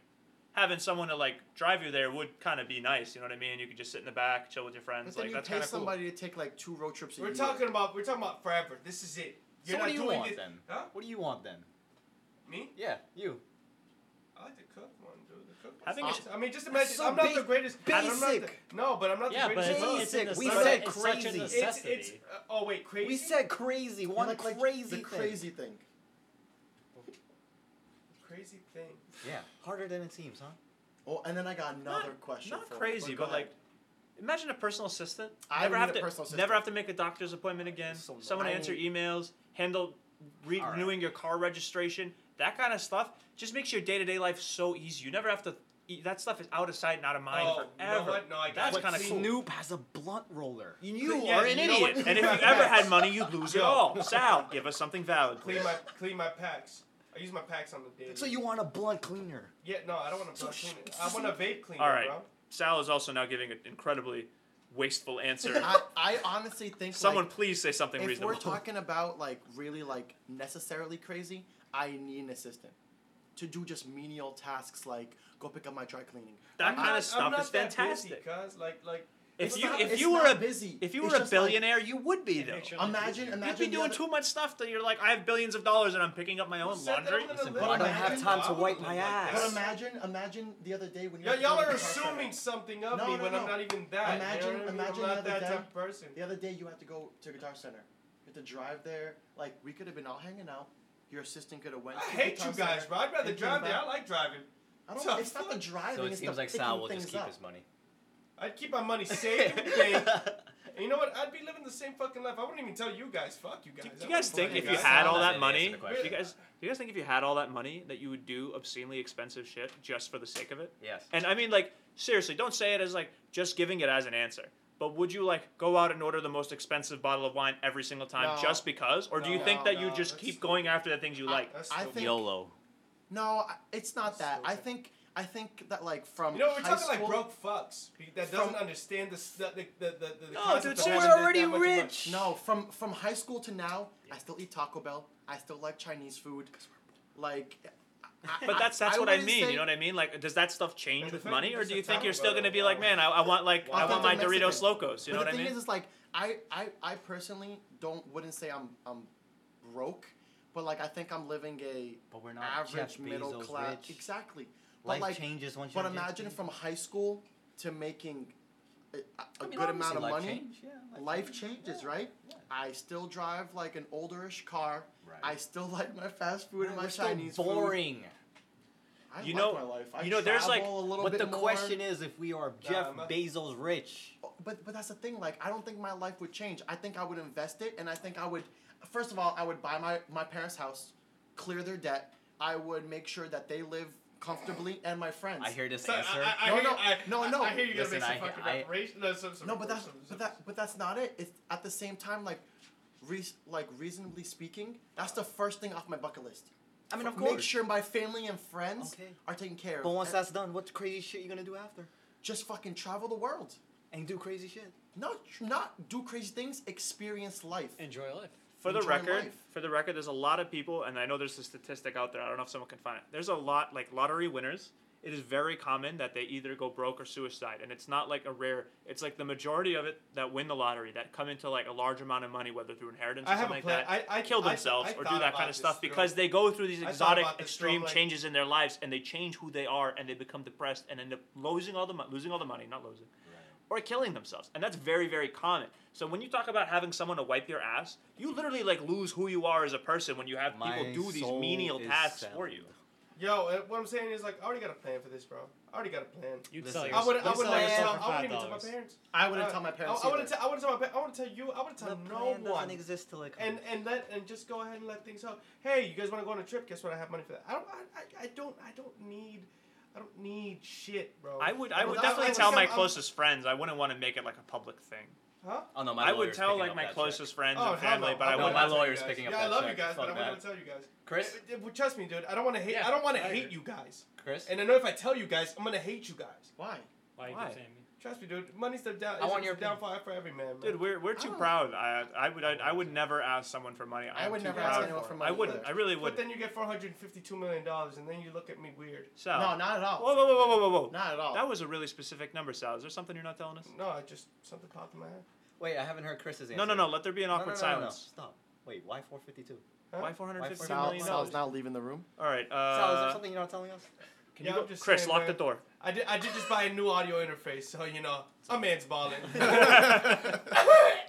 [SPEAKER 2] having someone to like drive you there would kind of be nice you know what I mean you could just sit in the back chill with your friends
[SPEAKER 1] But then
[SPEAKER 2] like
[SPEAKER 1] you
[SPEAKER 2] that's
[SPEAKER 1] pay
[SPEAKER 2] kind of cool.
[SPEAKER 1] somebody to take like two road trips a
[SPEAKER 5] We're
[SPEAKER 1] year.
[SPEAKER 5] talking about we're talking about forever. This is it.
[SPEAKER 3] So what
[SPEAKER 5] not
[SPEAKER 3] do you
[SPEAKER 5] doing
[SPEAKER 3] want
[SPEAKER 5] it-
[SPEAKER 3] then?
[SPEAKER 5] Huh?
[SPEAKER 3] What do you want then?
[SPEAKER 5] Me?
[SPEAKER 3] Yeah, you.
[SPEAKER 5] I like the cook one, dude. The cook
[SPEAKER 2] I think
[SPEAKER 5] one's
[SPEAKER 2] it's-
[SPEAKER 5] awesome. I mean, just
[SPEAKER 3] That's
[SPEAKER 5] imagine.
[SPEAKER 3] so
[SPEAKER 5] I'm not
[SPEAKER 3] ba-
[SPEAKER 5] the greatest. I'm not the,
[SPEAKER 3] basic.
[SPEAKER 5] no, but I'm not
[SPEAKER 4] Yeah,
[SPEAKER 5] the
[SPEAKER 4] but
[SPEAKER 5] greatest. cook.
[SPEAKER 4] it's, it's, a
[SPEAKER 3] Basic. We
[SPEAKER 4] necess-
[SPEAKER 3] said
[SPEAKER 4] it's such
[SPEAKER 3] crazy.
[SPEAKER 4] a
[SPEAKER 3] It's-
[SPEAKER 5] it's,
[SPEAKER 4] necessity.
[SPEAKER 5] it's, uh, oh wait, crazy.
[SPEAKER 3] We said crazy.
[SPEAKER 1] You
[SPEAKER 3] One
[SPEAKER 1] like, like,
[SPEAKER 3] crazy
[SPEAKER 1] the
[SPEAKER 3] thing.
[SPEAKER 1] crazy thing.
[SPEAKER 5] crazy thing.
[SPEAKER 3] Yeah, harder than it seems, huh?
[SPEAKER 1] Oh, and then I got another
[SPEAKER 2] Not-
[SPEAKER 1] question.
[SPEAKER 2] not
[SPEAKER 1] for you,
[SPEAKER 2] crazy
[SPEAKER 1] go
[SPEAKER 2] but like
[SPEAKER 1] ahead.
[SPEAKER 2] imagine a personal assistant
[SPEAKER 1] I
[SPEAKER 2] never
[SPEAKER 1] would
[SPEAKER 2] have
[SPEAKER 1] need
[SPEAKER 2] to
[SPEAKER 1] a personal assistant.
[SPEAKER 2] never have to make a doctor's appointment again
[SPEAKER 3] So nice.
[SPEAKER 2] someone to
[SPEAKER 1] I
[SPEAKER 2] answer emails handle re-
[SPEAKER 3] All right.
[SPEAKER 2] renewing your car registration that kind of stuff just makes your day to day life so easy you never have to e, that stuff is out of sight and out of mind
[SPEAKER 5] Oh, you know
[SPEAKER 2] forever
[SPEAKER 5] what? No, I got
[SPEAKER 2] that's
[SPEAKER 5] it.
[SPEAKER 2] kind of
[SPEAKER 5] See,
[SPEAKER 2] cool.
[SPEAKER 3] Snoop has a blunt roller.
[SPEAKER 2] You
[SPEAKER 5] Yeah,
[SPEAKER 2] are an
[SPEAKER 5] you know
[SPEAKER 2] idiot.
[SPEAKER 5] what?
[SPEAKER 2] And if you ever had money, you'd lose it
[SPEAKER 5] Yo.
[SPEAKER 2] all. Sal, give us something valid.
[SPEAKER 5] Clean my clean my packs. I use my packs on the daily.
[SPEAKER 3] So you want a blunt cleaner?
[SPEAKER 5] Yeah, no, I don't want to
[SPEAKER 3] So
[SPEAKER 5] so
[SPEAKER 3] sh-
[SPEAKER 5] clean it. I want a vape cleaner,
[SPEAKER 2] All right.
[SPEAKER 5] bro.
[SPEAKER 2] Sal is also now giving an incredibly wasteful answer.
[SPEAKER 1] I, I honestly think
[SPEAKER 2] Someone
[SPEAKER 1] like,
[SPEAKER 2] please say something
[SPEAKER 1] if
[SPEAKER 2] reasonable.
[SPEAKER 1] we're talking about like really like necessarily crazy, I need an assistant to do just menial tasks like go pick up my dry cleaning.
[SPEAKER 2] That
[SPEAKER 5] I'm
[SPEAKER 2] kind
[SPEAKER 5] not-
[SPEAKER 2] of stuff
[SPEAKER 5] I'm not
[SPEAKER 2] is
[SPEAKER 5] that busy,
[SPEAKER 2] fantastic.
[SPEAKER 5] Cause like like
[SPEAKER 2] If
[SPEAKER 1] It's
[SPEAKER 2] you
[SPEAKER 1] not-
[SPEAKER 2] if
[SPEAKER 1] it's
[SPEAKER 2] you were
[SPEAKER 1] not
[SPEAKER 2] a
[SPEAKER 1] busy.
[SPEAKER 2] if you
[SPEAKER 1] It's
[SPEAKER 2] were a
[SPEAKER 1] just like-
[SPEAKER 2] billionaire, you would be
[SPEAKER 4] Make
[SPEAKER 2] though.
[SPEAKER 4] sure that
[SPEAKER 1] Imagine,
[SPEAKER 4] you-
[SPEAKER 1] imagine
[SPEAKER 2] You'd be
[SPEAKER 1] the
[SPEAKER 2] doing
[SPEAKER 1] other-
[SPEAKER 2] too much stuff that you're like, I have billions of dollars and I'm picking up my own
[SPEAKER 5] Set that
[SPEAKER 2] laundry.
[SPEAKER 5] up in
[SPEAKER 3] It's
[SPEAKER 5] a
[SPEAKER 3] important.
[SPEAKER 5] little
[SPEAKER 1] I have
[SPEAKER 5] bit.
[SPEAKER 3] time to
[SPEAKER 5] Why would
[SPEAKER 3] wipe
[SPEAKER 5] it
[SPEAKER 3] my
[SPEAKER 5] look like
[SPEAKER 3] ass.
[SPEAKER 1] But
[SPEAKER 5] that?
[SPEAKER 1] imagine, imagine the other day when you
[SPEAKER 5] Y'all-
[SPEAKER 1] were
[SPEAKER 5] y'all
[SPEAKER 1] doing
[SPEAKER 5] are
[SPEAKER 1] the car
[SPEAKER 5] assuming
[SPEAKER 1] service.
[SPEAKER 5] something of
[SPEAKER 1] No,
[SPEAKER 5] me
[SPEAKER 1] no,
[SPEAKER 5] when
[SPEAKER 1] no.
[SPEAKER 5] I'm not even that.
[SPEAKER 1] Imagine-
[SPEAKER 5] you know what I mean?
[SPEAKER 1] imagine
[SPEAKER 5] I'm
[SPEAKER 1] the
[SPEAKER 5] not that
[SPEAKER 1] other
[SPEAKER 5] type of person.
[SPEAKER 1] The other day you had to go to Guitar Center. You had to drive there. Like we could have been all hanging out. Your assistant could have went.
[SPEAKER 5] I
[SPEAKER 1] to
[SPEAKER 5] hate
[SPEAKER 1] Guitar
[SPEAKER 5] you guys,
[SPEAKER 1] Center.
[SPEAKER 5] bro. I'd rather
[SPEAKER 1] and came
[SPEAKER 5] drive there.
[SPEAKER 1] back.
[SPEAKER 5] I like driving.
[SPEAKER 1] I don't.
[SPEAKER 5] So-
[SPEAKER 1] it's not the driving.
[SPEAKER 3] So it
[SPEAKER 1] it's
[SPEAKER 3] seems
[SPEAKER 1] the
[SPEAKER 3] like Sal
[SPEAKER 1] picking
[SPEAKER 3] will just
[SPEAKER 1] things
[SPEAKER 3] keep
[SPEAKER 1] up.
[SPEAKER 3] his money.
[SPEAKER 5] I'd keep my money safe and bank. And you know what? I'd be living the same fucking life. I wouldn't even tell you guys. Fuck you guys.
[SPEAKER 2] Do, do
[SPEAKER 5] I
[SPEAKER 2] you
[SPEAKER 5] wouldn't
[SPEAKER 2] guys
[SPEAKER 5] fuck
[SPEAKER 2] think if you
[SPEAKER 5] guys.
[SPEAKER 2] had
[SPEAKER 3] No, that
[SPEAKER 2] all that
[SPEAKER 3] didn't
[SPEAKER 2] money,
[SPEAKER 3] answer the question.
[SPEAKER 2] do you guys do you guys think if you had all that money that you would do obscenely expensive shit just for the sake of it?
[SPEAKER 3] Yes.
[SPEAKER 2] And I mean, like, seriously, don't say it as like just giving it as an answer. But would you like go out and order the most expensive bottle of wine every single time
[SPEAKER 1] No.
[SPEAKER 2] just because, or do you
[SPEAKER 1] No,
[SPEAKER 2] think that you
[SPEAKER 1] no,
[SPEAKER 2] just
[SPEAKER 5] that's
[SPEAKER 2] keep
[SPEAKER 5] stupid.
[SPEAKER 2] going after the things you like?
[SPEAKER 5] That's
[SPEAKER 1] I
[SPEAKER 5] stupid.
[SPEAKER 1] think-
[SPEAKER 3] YOLO.
[SPEAKER 1] No, I- it's not that. I
[SPEAKER 5] Stupid.
[SPEAKER 1] think. I think that like from.
[SPEAKER 5] You know, we're
[SPEAKER 1] high
[SPEAKER 5] talking like
[SPEAKER 1] school-
[SPEAKER 5] broke fucks be- that doesn't
[SPEAKER 1] From-
[SPEAKER 5] understand the stu- the the the. the, the
[SPEAKER 2] No,
[SPEAKER 5] concept
[SPEAKER 2] dude,
[SPEAKER 5] of
[SPEAKER 2] so
[SPEAKER 5] having
[SPEAKER 2] we're
[SPEAKER 5] that- that
[SPEAKER 2] already
[SPEAKER 5] much of a-
[SPEAKER 2] rich.
[SPEAKER 1] No, from from high school to now, I still eat Taco Bell. I still like Chinese food. Like, I-
[SPEAKER 2] But that's that's
[SPEAKER 1] I
[SPEAKER 2] what I
[SPEAKER 1] wouldn't
[SPEAKER 2] mean.
[SPEAKER 1] say-
[SPEAKER 2] you know what I mean? Like, does that stuff change
[SPEAKER 5] But
[SPEAKER 2] with
[SPEAKER 5] the thing-
[SPEAKER 2] money, or
[SPEAKER 5] that's
[SPEAKER 2] do
[SPEAKER 5] the
[SPEAKER 2] you think
[SPEAKER 5] Taco
[SPEAKER 2] you're still
[SPEAKER 5] Bell,
[SPEAKER 2] gonna be
[SPEAKER 5] though.
[SPEAKER 2] like, man, I, I want like I
[SPEAKER 1] Authentic
[SPEAKER 2] want my
[SPEAKER 1] Mexican.
[SPEAKER 2] Doritos Locos. You know
[SPEAKER 1] but the
[SPEAKER 2] what I
[SPEAKER 1] thing
[SPEAKER 2] mean?
[SPEAKER 1] is, is like I, I I personally don't wouldn't say I'm I'm broke, but like I think I'm living a
[SPEAKER 3] But we're
[SPEAKER 1] average middle class. Exactly. But like,
[SPEAKER 3] changes once
[SPEAKER 1] but imagine from high school to making a, a good amount of money. Life changes, right?
[SPEAKER 3] yeah.
[SPEAKER 1] I still drive like an olderish car.
[SPEAKER 3] Right.
[SPEAKER 1] I still like my fast food and my
[SPEAKER 3] We're still
[SPEAKER 1] Chinese food.
[SPEAKER 3] boring.
[SPEAKER 1] I
[SPEAKER 2] You
[SPEAKER 1] like
[SPEAKER 2] know-
[SPEAKER 1] my life. I
[SPEAKER 2] you know, there's, like-
[SPEAKER 1] travel a little
[SPEAKER 3] But
[SPEAKER 1] bit
[SPEAKER 3] the
[SPEAKER 1] more. Um,
[SPEAKER 3] question is if we are
[SPEAKER 5] Nah,
[SPEAKER 3] Jeff
[SPEAKER 5] I'm not-
[SPEAKER 3] Bezos rich.
[SPEAKER 1] But but that's the thing. Like I don't think my life would change. I think I would invest it, and I think I would. First of all, I would buy my my parents' house, clear their debt. I would make sure that they live comfortably, and my friends.
[SPEAKER 3] I hear this
[SPEAKER 5] So, I,
[SPEAKER 3] answer.
[SPEAKER 5] I, I
[SPEAKER 1] No,
[SPEAKER 5] hear,
[SPEAKER 1] no,
[SPEAKER 5] I,
[SPEAKER 1] no,
[SPEAKER 5] I-
[SPEAKER 1] no.
[SPEAKER 5] I hear you gotta
[SPEAKER 3] Listen,
[SPEAKER 5] make some
[SPEAKER 3] I-
[SPEAKER 5] fucking
[SPEAKER 3] I-
[SPEAKER 5] reparation. No, some, some
[SPEAKER 1] no, but that's
[SPEAKER 5] some- some-
[SPEAKER 1] but that but that's not it. It's at the same time like, re- like reasonably speaking, that's the first thing off my bucket list.
[SPEAKER 3] I mean, of
[SPEAKER 1] Make
[SPEAKER 3] course.
[SPEAKER 1] sure my family and friends
[SPEAKER 3] Okay.
[SPEAKER 1] are taken care of.
[SPEAKER 3] But once
[SPEAKER 1] And
[SPEAKER 3] that's done, what crazy shit you gonna do after?
[SPEAKER 1] just fucking travel the world.
[SPEAKER 3] And do crazy shit.
[SPEAKER 1] Not not do crazy things. Experience life.
[SPEAKER 4] Enjoy life.
[SPEAKER 2] For the
[SPEAKER 1] enjoy
[SPEAKER 2] record,
[SPEAKER 1] life.
[SPEAKER 2] for the record, there's a lot of people, and I know there's a statistic out there. I don't know if someone can find it. There's a lot like lottery winners. It is very common that they either go broke or suicide, and it's not like a rare. It's like the majority of it that win the lottery that come into like a large amount of money, whether through inheritance or
[SPEAKER 5] I have
[SPEAKER 2] something
[SPEAKER 5] a
[SPEAKER 2] like
[SPEAKER 5] plan.
[SPEAKER 2] that.
[SPEAKER 5] I, I
[SPEAKER 2] kill
[SPEAKER 5] I-
[SPEAKER 2] themselves
[SPEAKER 5] I
[SPEAKER 2] or do
[SPEAKER 5] thought
[SPEAKER 2] that
[SPEAKER 5] about
[SPEAKER 2] kind of stuff
[SPEAKER 5] this,
[SPEAKER 2] because
[SPEAKER 5] you know.
[SPEAKER 2] they go through these
[SPEAKER 5] thought
[SPEAKER 2] exotic,
[SPEAKER 5] about this,
[SPEAKER 2] extreme
[SPEAKER 5] Jerome, like-
[SPEAKER 2] changes in their lives, and they change who they are, and they become depressed, and end up losing all the mo- losing all the money, not losing, or killing themselves, and that's very very common. So when you talk about having someone to wipe your ass, you literally like lose who you are as a person when you have
[SPEAKER 3] My
[SPEAKER 2] people do these
[SPEAKER 3] soul
[SPEAKER 2] menial
[SPEAKER 3] is
[SPEAKER 2] tasks for
[SPEAKER 3] sound.
[SPEAKER 2] you.
[SPEAKER 5] Yo, uh, what I'm saying is like I already got a plan for this, bro. I already got a plan.
[SPEAKER 4] You'd
[SPEAKER 3] Listen,
[SPEAKER 4] sell
[SPEAKER 3] I
[SPEAKER 5] I
[SPEAKER 4] yourself.
[SPEAKER 5] would. I
[SPEAKER 4] you'd
[SPEAKER 5] would
[SPEAKER 4] sell
[SPEAKER 5] not even tell.
[SPEAKER 4] yourself for
[SPEAKER 5] I
[SPEAKER 4] five
[SPEAKER 5] wouldn't even tell my
[SPEAKER 4] dollars.
[SPEAKER 5] parents.
[SPEAKER 1] I wouldn't tell my parents.
[SPEAKER 5] I, I wouldn't
[SPEAKER 1] either.
[SPEAKER 5] tell. I wouldn't tell my. Pa- I wouldn't tell you. I wouldn't tell no one.
[SPEAKER 3] exist till it
[SPEAKER 5] And and let and just go ahead and let things go. Hey, you guys want to go on a trip? Guess what? I have money for that. I don't. I, I, I don't. I don't need. I don't need shit, bro.
[SPEAKER 2] I would
[SPEAKER 5] Like,
[SPEAKER 2] I would
[SPEAKER 5] without-
[SPEAKER 2] definitely
[SPEAKER 5] like,
[SPEAKER 2] tell my
[SPEAKER 5] I'm- I'm-
[SPEAKER 2] closest friends. I wouldn't want to make it like a public thing.
[SPEAKER 5] Huh?
[SPEAKER 3] oh no, my
[SPEAKER 2] I
[SPEAKER 3] lawyer's
[SPEAKER 2] would tell
[SPEAKER 3] picking
[SPEAKER 2] like
[SPEAKER 3] up
[SPEAKER 2] my
[SPEAKER 3] that check.
[SPEAKER 2] closest friends
[SPEAKER 5] Oh,
[SPEAKER 2] and
[SPEAKER 5] hell
[SPEAKER 2] family,
[SPEAKER 5] no.
[SPEAKER 2] but
[SPEAKER 5] I'm
[SPEAKER 2] I
[SPEAKER 5] not
[SPEAKER 2] wouldn't.
[SPEAKER 3] my
[SPEAKER 5] gonna tell you
[SPEAKER 3] lawyer's
[SPEAKER 5] guys.
[SPEAKER 3] picking up
[SPEAKER 5] Yeah, I
[SPEAKER 3] that
[SPEAKER 5] love you
[SPEAKER 3] check.
[SPEAKER 5] guys, but
[SPEAKER 3] Fuck
[SPEAKER 5] I'm not
[SPEAKER 3] that.
[SPEAKER 5] gonna tell you guys.
[SPEAKER 3] Chris,
[SPEAKER 5] It- it- well, trust me, dude. I don't want to hate.
[SPEAKER 4] Yeah,
[SPEAKER 5] I don't want to
[SPEAKER 4] I
[SPEAKER 5] hate
[SPEAKER 4] agree.
[SPEAKER 5] you guys.
[SPEAKER 3] Chris,
[SPEAKER 5] And I know if I tell you guys, I'm gonna hate you guys.
[SPEAKER 1] Why?
[SPEAKER 4] Why you
[SPEAKER 2] Why?
[SPEAKER 4] keep saying me?
[SPEAKER 5] Trust me, dude. Money's the down.
[SPEAKER 3] I want
[SPEAKER 5] it's
[SPEAKER 3] your
[SPEAKER 5] the downfall for every man, man.
[SPEAKER 2] Dude, we're, we're too
[SPEAKER 1] I don't-
[SPEAKER 2] proud. I I would I, I would never ask someone for money.
[SPEAKER 1] Oh. I
[SPEAKER 2] I'm
[SPEAKER 1] would
[SPEAKER 2] too
[SPEAKER 1] never
[SPEAKER 2] proud
[SPEAKER 1] ask anyone
[SPEAKER 2] it.
[SPEAKER 1] for money
[SPEAKER 2] I wouldn't.
[SPEAKER 1] either.
[SPEAKER 2] I really
[SPEAKER 5] but
[SPEAKER 2] wouldn't.
[SPEAKER 5] then you get 452 million dollars, and then you look at me weird.
[SPEAKER 2] Sal.
[SPEAKER 1] No, not at all.
[SPEAKER 2] Whoa, whoa, whoa, whoa, whoa, whoa, whoa.
[SPEAKER 1] Not at all.
[SPEAKER 2] That was a really specific number, Sal. Is there something you're not telling us?
[SPEAKER 5] No, I just something popped in my head.
[SPEAKER 3] wait, I haven't heard Chris's answer.
[SPEAKER 2] No, no, no. Let there be an
[SPEAKER 3] No, no,
[SPEAKER 2] awkward
[SPEAKER 3] no, no, no.
[SPEAKER 2] silence.
[SPEAKER 3] Stop. Wait, why 452?
[SPEAKER 5] Huh?
[SPEAKER 2] Why four hundred
[SPEAKER 3] Why
[SPEAKER 2] fifty
[SPEAKER 3] $450
[SPEAKER 1] Sal,
[SPEAKER 2] million dollars?
[SPEAKER 1] Sal's not leaving the room.
[SPEAKER 2] All right.
[SPEAKER 3] Sal, is there
[SPEAKER 2] Uh,
[SPEAKER 3] something you're not telling us?
[SPEAKER 2] can
[SPEAKER 5] Yeah,
[SPEAKER 2] you go?
[SPEAKER 5] I'm just
[SPEAKER 2] Chris,
[SPEAKER 5] saying,
[SPEAKER 2] lock
[SPEAKER 5] man.
[SPEAKER 2] the door.
[SPEAKER 5] I did. I did just buy a new audio interface, so you know, a man's balling.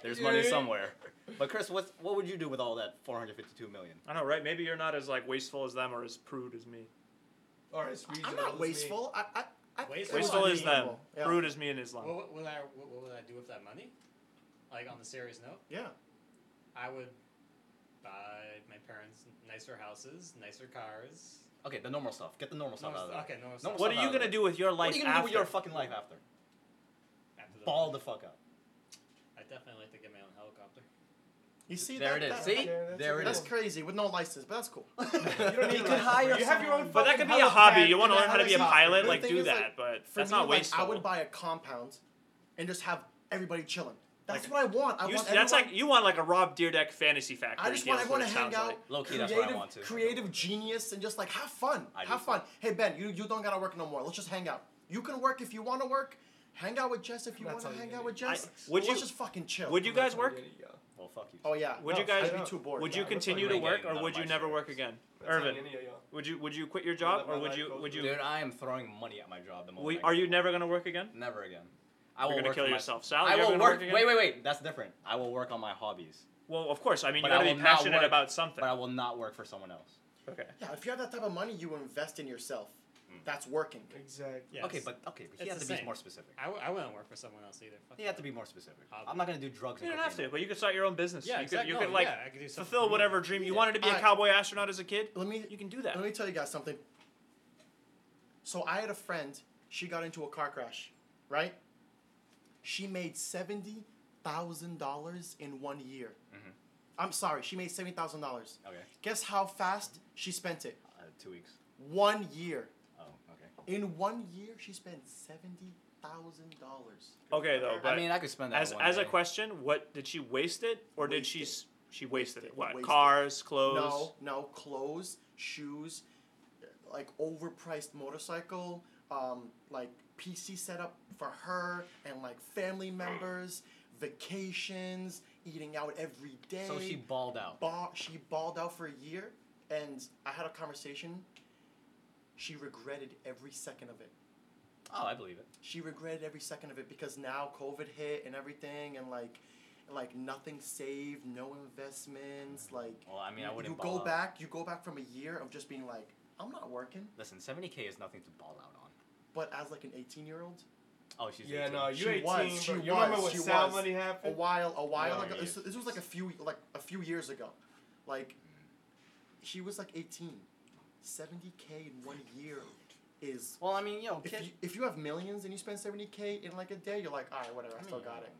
[SPEAKER 3] There's money somewhere. But Chris, what what would you do with all that 452 million?
[SPEAKER 2] I know, right? Maybe you're not as like wasteful as them or as prude as me.
[SPEAKER 5] Or it's reasonable.
[SPEAKER 1] I'm
[SPEAKER 5] as
[SPEAKER 1] not
[SPEAKER 5] me.
[SPEAKER 1] wasteful. I, I, I think
[SPEAKER 4] Wasteful
[SPEAKER 1] I'm
[SPEAKER 2] Wasteful is them.
[SPEAKER 1] reasonable. Yeah.
[SPEAKER 2] Prude is me in Islam.
[SPEAKER 4] What would I? What what would I do with that money? Like on the serious note,
[SPEAKER 1] Yeah.
[SPEAKER 4] I would buy my parents nicer houses, nicer cars.
[SPEAKER 3] Okay, the normal stuff. Get the normal stuff
[SPEAKER 4] Normal
[SPEAKER 3] out of
[SPEAKER 4] stuff-
[SPEAKER 3] there.
[SPEAKER 4] okay, normal
[SPEAKER 3] Normal
[SPEAKER 4] stuff.
[SPEAKER 2] What are you
[SPEAKER 3] out of
[SPEAKER 2] gonna
[SPEAKER 3] there.
[SPEAKER 2] do with your
[SPEAKER 3] What
[SPEAKER 2] life
[SPEAKER 3] are you gonna do
[SPEAKER 2] after?
[SPEAKER 3] with your fucking life after?
[SPEAKER 4] After the
[SPEAKER 3] Ball
[SPEAKER 4] money.
[SPEAKER 3] the fuck up.
[SPEAKER 4] I definitely like to get my own helicopter.
[SPEAKER 1] You see
[SPEAKER 3] there
[SPEAKER 1] that?
[SPEAKER 3] it
[SPEAKER 1] that-
[SPEAKER 3] is. See?
[SPEAKER 5] Yeah, that's
[SPEAKER 3] there
[SPEAKER 5] a
[SPEAKER 3] it
[SPEAKER 1] That's
[SPEAKER 3] is.
[SPEAKER 1] crazy with no license, but that's cool.
[SPEAKER 5] You don't need
[SPEAKER 3] You
[SPEAKER 5] a
[SPEAKER 3] could
[SPEAKER 5] license,
[SPEAKER 3] hire
[SPEAKER 5] bro. You have your own.
[SPEAKER 3] someone.
[SPEAKER 2] But that
[SPEAKER 5] fucking
[SPEAKER 2] could be a hobby.
[SPEAKER 5] helipad
[SPEAKER 2] You want to
[SPEAKER 5] and
[SPEAKER 2] learn how to be a
[SPEAKER 5] helicopter.
[SPEAKER 2] pilot,
[SPEAKER 1] The
[SPEAKER 2] like
[SPEAKER 1] thing
[SPEAKER 2] do
[SPEAKER 1] is, like,
[SPEAKER 2] that. But
[SPEAKER 1] For
[SPEAKER 2] that's
[SPEAKER 1] me,
[SPEAKER 2] not
[SPEAKER 1] like,
[SPEAKER 2] wasteful.
[SPEAKER 1] I would buy a compound and just have everybody chilling. That's
[SPEAKER 2] Like-
[SPEAKER 1] what I want. I
[SPEAKER 2] You,
[SPEAKER 1] want
[SPEAKER 2] that's
[SPEAKER 1] everyone-
[SPEAKER 2] like you want like a Rob Deerdeck fantasy factory.
[SPEAKER 1] I just
[SPEAKER 2] deal
[SPEAKER 1] want
[SPEAKER 2] is
[SPEAKER 1] everyone
[SPEAKER 2] what
[SPEAKER 1] to
[SPEAKER 2] it
[SPEAKER 1] hang
[SPEAKER 2] sounds
[SPEAKER 1] out,
[SPEAKER 2] like.
[SPEAKER 3] Low key,
[SPEAKER 1] creative,
[SPEAKER 3] that's what I want to.
[SPEAKER 1] creative genius, and just like have fun.
[SPEAKER 3] I do
[SPEAKER 1] have
[SPEAKER 3] too.
[SPEAKER 1] fun. Hey Ben, you you don't gotta work no more. Let's just hang out. You can work if you want to work. Hang out with Jess if you want
[SPEAKER 5] That's
[SPEAKER 1] to
[SPEAKER 5] all you
[SPEAKER 1] hang
[SPEAKER 5] gotta
[SPEAKER 1] out
[SPEAKER 5] do.
[SPEAKER 1] with Jess.
[SPEAKER 2] I- would
[SPEAKER 1] But
[SPEAKER 2] you-
[SPEAKER 1] let's just fucking chill.
[SPEAKER 2] Would you guys work?
[SPEAKER 3] Well, fuck you.
[SPEAKER 1] Oh yeah.
[SPEAKER 2] Would
[SPEAKER 1] No,
[SPEAKER 2] you guys-
[SPEAKER 1] I'd be too bored.
[SPEAKER 2] Would
[SPEAKER 1] yeah,
[SPEAKER 2] you
[SPEAKER 1] that's
[SPEAKER 2] continue
[SPEAKER 1] like-
[SPEAKER 2] to
[SPEAKER 3] I'm
[SPEAKER 2] work,
[SPEAKER 3] getting
[SPEAKER 2] or
[SPEAKER 3] none
[SPEAKER 2] would
[SPEAKER 3] of
[SPEAKER 2] you
[SPEAKER 3] my
[SPEAKER 2] never
[SPEAKER 3] shares.
[SPEAKER 2] work again,
[SPEAKER 5] That's
[SPEAKER 2] Irvin?
[SPEAKER 5] on any of y'all.
[SPEAKER 2] Would you would you quit your job,
[SPEAKER 5] let
[SPEAKER 2] or
[SPEAKER 5] my
[SPEAKER 2] would
[SPEAKER 5] life
[SPEAKER 2] you
[SPEAKER 5] go
[SPEAKER 2] would
[SPEAKER 5] through
[SPEAKER 2] you?
[SPEAKER 3] Dude, I am throwing money at my job the moment.
[SPEAKER 2] we-
[SPEAKER 3] I
[SPEAKER 2] Are
[SPEAKER 3] get
[SPEAKER 2] you
[SPEAKER 3] home.
[SPEAKER 2] never gonna work again?
[SPEAKER 3] Never again. I will
[SPEAKER 2] You're gonna
[SPEAKER 3] work
[SPEAKER 2] kill
[SPEAKER 3] on my-
[SPEAKER 2] yourself, Sal.
[SPEAKER 3] I
[SPEAKER 2] you're
[SPEAKER 3] will
[SPEAKER 2] gonna
[SPEAKER 3] work.
[SPEAKER 2] again?
[SPEAKER 3] wait, wait, wait. That's different. I will work on my hobbies,
[SPEAKER 2] Well, of course. I mean, you
[SPEAKER 3] But I
[SPEAKER 2] gotta be
[SPEAKER 3] will not
[SPEAKER 2] passionate
[SPEAKER 3] work.
[SPEAKER 2] about something.
[SPEAKER 3] but I will not work for someone else.
[SPEAKER 2] Okay.
[SPEAKER 1] Yeah, if you have that type of money, you invest in yourself.
[SPEAKER 2] Hmm.
[SPEAKER 3] Mm.
[SPEAKER 1] That's working.
[SPEAKER 5] Exactly.
[SPEAKER 4] Yes.
[SPEAKER 3] Okay, but okay, but he
[SPEAKER 4] It's
[SPEAKER 3] had
[SPEAKER 4] the
[SPEAKER 3] to be
[SPEAKER 4] same.
[SPEAKER 3] more specific.
[SPEAKER 4] I, w- I wouldn't work for someone else either. Fuck
[SPEAKER 3] He had
[SPEAKER 4] that.
[SPEAKER 3] to be more specific.
[SPEAKER 4] Hobby.
[SPEAKER 3] I'm not gonna do drugs.
[SPEAKER 2] You
[SPEAKER 3] and
[SPEAKER 2] don't have to,
[SPEAKER 3] cocaine.
[SPEAKER 2] but you could start your own business.
[SPEAKER 4] Yeah,
[SPEAKER 2] you
[SPEAKER 4] exactly.
[SPEAKER 2] Could, you
[SPEAKER 4] no,
[SPEAKER 2] could like
[SPEAKER 4] yeah, I could do something for
[SPEAKER 2] fulfill
[SPEAKER 4] me.
[SPEAKER 2] whatever dream you
[SPEAKER 3] Yeah.
[SPEAKER 2] wanted to be a
[SPEAKER 1] Alright.
[SPEAKER 2] cowboy astronaut as a kid.
[SPEAKER 1] Let me
[SPEAKER 2] You can do that.
[SPEAKER 1] let me tell you guys something. So I had a friend. She got into a car crash, right? She made seventy thousand dollars in one year.
[SPEAKER 2] Mm-hmm.
[SPEAKER 3] Mhm.
[SPEAKER 1] I'm sorry, she made seventy thousand dollars.
[SPEAKER 3] Okay,
[SPEAKER 1] Guess how fast she spent it?
[SPEAKER 3] uh, two weeks.
[SPEAKER 1] One year.
[SPEAKER 3] Oh, okay.
[SPEAKER 1] In one year, she spent seventy thousand dollars.
[SPEAKER 2] Okay, though, but
[SPEAKER 3] I mean, I could spend that.
[SPEAKER 2] as
[SPEAKER 3] in one
[SPEAKER 2] as a
[SPEAKER 3] day.
[SPEAKER 2] question, what did she waste it, or did she?
[SPEAKER 1] Waste
[SPEAKER 2] s- She wasted it. What?
[SPEAKER 1] Waste it.
[SPEAKER 2] Cars, clothes.
[SPEAKER 1] No, no, clothes, shoes, like overpriced motorcycle, um, like PC setup for her and like family members, vacations, eating out every day.
[SPEAKER 3] So she balled out.
[SPEAKER 1] ball, she balled out for a year, and I had a conversation. She regretted every second of it.
[SPEAKER 3] Oh, I believe it.
[SPEAKER 1] she regretted every second of it because now COVID hit and everything, and like, like nothing saved, no investments. Like,
[SPEAKER 3] Well, I mean, I
[SPEAKER 1] you-
[SPEAKER 3] wouldn't
[SPEAKER 1] You
[SPEAKER 3] ball
[SPEAKER 1] go
[SPEAKER 3] out.
[SPEAKER 1] back. You go back from a year of just being like, I'm not working.
[SPEAKER 3] Listen, 70k is nothing to ball out on.
[SPEAKER 1] But as like an 18 year old,
[SPEAKER 3] Oh, she's.
[SPEAKER 5] Yeah,
[SPEAKER 3] 18.
[SPEAKER 5] no, you
[SPEAKER 1] She
[SPEAKER 5] 18,
[SPEAKER 1] was,
[SPEAKER 5] bro.
[SPEAKER 1] she
[SPEAKER 5] you remember
[SPEAKER 1] was,
[SPEAKER 5] what
[SPEAKER 1] she
[SPEAKER 5] sound
[SPEAKER 1] was.
[SPEAKER 5] money
[SPEAKER 1] a
[SPEAKER 5] happened?
[SPEAKER 1] while, a while
[SPEAKER 3] No,
[SPEAKER 1] ago.
[SPEAKER 3] you-
[SPEAKER 1] This, this was like a few, like a few years ago. Like, she was like 18. 70k in one year is.
[SPEAKER 3] Well, I mean, yo,
[SPEAKER 1] If
[SPEAKER 3] kid.
[SPEAKER 1] you, if you have millions and you spend 70k in like a day, you're like, all right, whatever, I still got it.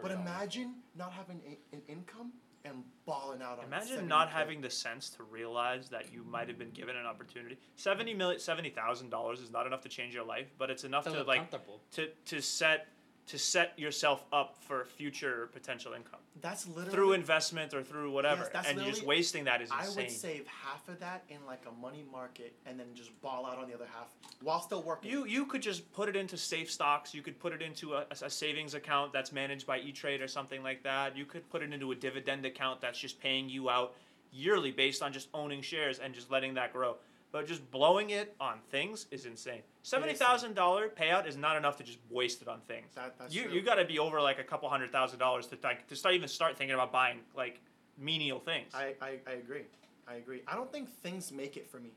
[SPEAKER 1] But imagine not having a, an income and balling out on.
[SPEAKER 2] Imagine
[SPEAKER 1] 70K.
[SPEAKER 2] not having the sense to realize that you might have been given an opportunity. Seventy million, seventy thousand dollars is not enough to change your life, but it's enough
[SPEAKER 4] To
[SPEAKER 2] to
[SPEAKER 4] look
[SPEAKER 2] like
[SPEAKER 4] comfortable.
[SPEAKER 2] to to set to set yourself up for future potential income
[SPEAKER 1] That's literally.
[SPEAKER 2] through investment or through whatever.
[SPEAKER 1] Yes, that's
[SPEAKER 2] and you're just
[SPEAKER 1] literally-
[SPEAKER 2] wasting that is
[SPEAKER 1] I
[SPEAKER 2] insane.
[SPEAKER 1] would save half of that in like a money market and then just ball out on the other half while still working.
[SPEAKER 2] You you could just put it into safe stocks. You could put it into a, a savings account that's managed by E Trade or something like that. You could put it into a dividend account that's just paying you out yearly based on just owning shares and just letting that grow. But just blowing it on things is insane. Seventy thousand dollar payout is not enough to just waste it on things.
[SPEAKER 1] That, that's
[SPEAKER 2] you
[SPEAKER 1] true.
[SPEAKER 2] you got to be over like a couple hundred thousand dollars to like to start even start thinking about buying like menial things.
[SPEAKER 1] I, I, I agree. I agree. I don't think things make it for me.